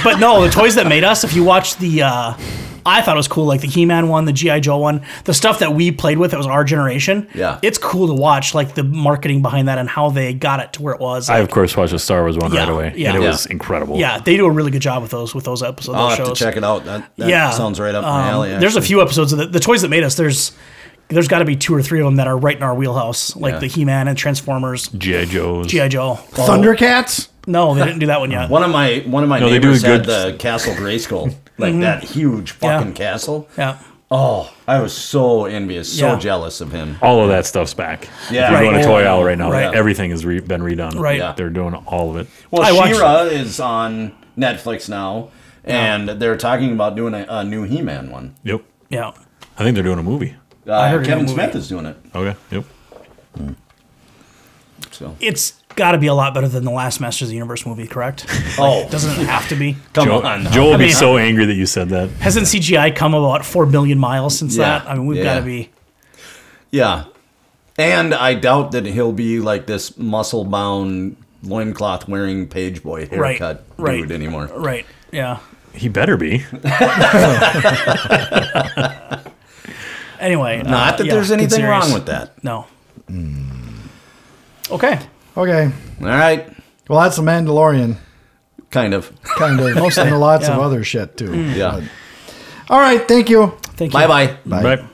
[SPEAKER 3] but no, the toys that made us. If you watch the, uh, I thought it was cool, like the He-Man one, the GI Joe one, the stuff that we played with that was our generation.
[SPEAKER 4] Yeah.
[SPEAKER 3] it's cool to watch, like the marketing behind that and how they got it to where it was.
[SPEAKER 5] I of course watched the Star Wars one
[SPEAKER 3] Yeah,
[SPEAKER 5] right away,
[SPEAKER 3] yeah.
[SPEAKER 5] and it
[SPEAKER 3] Yeah.
[SPEAKER 5] was incredible.
[SPEAKER 3] yeah, they do a really good job with those with those episodes.
[SPEAKER 4] I'll
[SPEAKER 3] those
[SPEAKER 4] have to
[SPEAKER 3] shows.
[SPEAKER 4] check it out. That, that
[SPEAKER 3] yeah,
[SPEAKER 4] sounds right up
[SPEAKER 3] Um,
[SPEAKER 4] my alley.
[SPEAKER 3] There's a
[SPEAKER 4] actually.
[SPEAKER 3] few episodes of the, the toys that made us. There's there's got to be two or three of them that are right in our wheelhouse, like
[SPEAKER 4] Yeah.
[SPEAKER 3] the He-Man and Transformers,
[SPEAKER 5] GI Joe's.
[SPEAKER 3] GI Joe.
[SPEAKER 2] Thundercats?
[SPEAKER 3] No, they didn't do that one yet.
[SPEAKER 4] One of my one of my
[SPEAKER 5] No, they do
[SPEAKER 4] neighbors
[SPEAKER 5] a
[SPEAKER 4] had
[SPEAKER 5] good-
[SPEAKER 4] the Castle Grayskull, like that huge
[SPEAKER 3] Mm-hmm.
[SPEAKER 4] fucking
[SPEAKER 3] Yeah.
[SPEAKER 4] castle.
[SPEAKER 3] Yeah.
[SPEAKER 4] Oh, I was so envious, so
[SPEAKER 3] Yeah.
[SPEAKER 4] jealous of him.
[SPEAKER 5] all of that stuff's back.
[SPEAKER 4] Yeah.
[SPEAKER 5] if you're going
[SPEAKER 3] Right.
[SPEAKER 5] to Toy Owl right now,
[SPEAKER 4] Right.
[SPEAKER 5] everything has re- been redone.
[SPEAKER 3] Right. Yeah.
[SPEAKER 5] they're doing all of it.
[SPEAKER 4] Well,
[SPEAKER 3] I watched
[SPEAKER 4] Shira is on Netflix now, and they're talking about doing a, a new He-Man one.
[SPEAKER 5] Yep,
[SPEAKER 3] Yeah.
[SPEAKER 5] I think they're doing a movie.
[SPEAKER 4] Uh,
[SPEAKER 3] heard
[SPEAKER 4] Kevin
[SPEAKER 3] of the
[SPEAKER 4] Smith
[SPEAKER 3] movie.
[SPEAKER 4] is doing it.
[SPEAKER 5] Okay, yep.
[SPEAKER 4] So,
[SPEAKER 3] It's got to be a lot better than the last Masters of the Universe movie, correct?
[SPEAKER 4] oh,
[SPEAKER 3] Doesn't it have to be?
[SPEAKER 4] come
[SPEAKER 5] Joe,
[SPEAKER 4] on, now.
[SPEAKER 5] Joel will
[SPEAKER 3] I
[SPEAKER 5] be
[SPEAKER 3] mean-
[SPEAKER 5] so angry that you said that.
[SPEAKER 3] Hasn't CGI come about four billion miles since
[SPEAKER 4] Yeah.
[SPEAKER 3] that? I mean, we've
[SPEAKER 4] Yeah.
[SPEAKER 3] got to be.
[SPEAKER 4] Yeah. And I doubt that he'll be like this muscle bound loincloth wearing page boy haircut
[SPEAKER 3] Right, Uh, right.
[SPEAKER 4] dude anymore.
[SPEAKER 3] Right. Yeah.
[SPEAKER 5] He better be.
[SPEAKER 3] Anyway. uh,
[SPEAKER 4] Not that there's anything wrong with that.
[SPEAKER 3] No. Okay.
[SPEAKER 2] Okay.
[SPEAKER 4] All right.
[SPEAKER 2] Well, that's The Mandalorian.
[SPEAKER 4] Kind of.
[SPEAKER 2] Kind of. Most and lots of
[SPEAKER 3] Yeah.
[SPEAKER 2] other shit, too.
[SPEAKER 4] Yeah.
[SPEAKER 2] All right. Thank you.
[SPEAKER 3] Thank you.
[SPEAKER 4] Bye bye.
[SPEAKER 5] Right.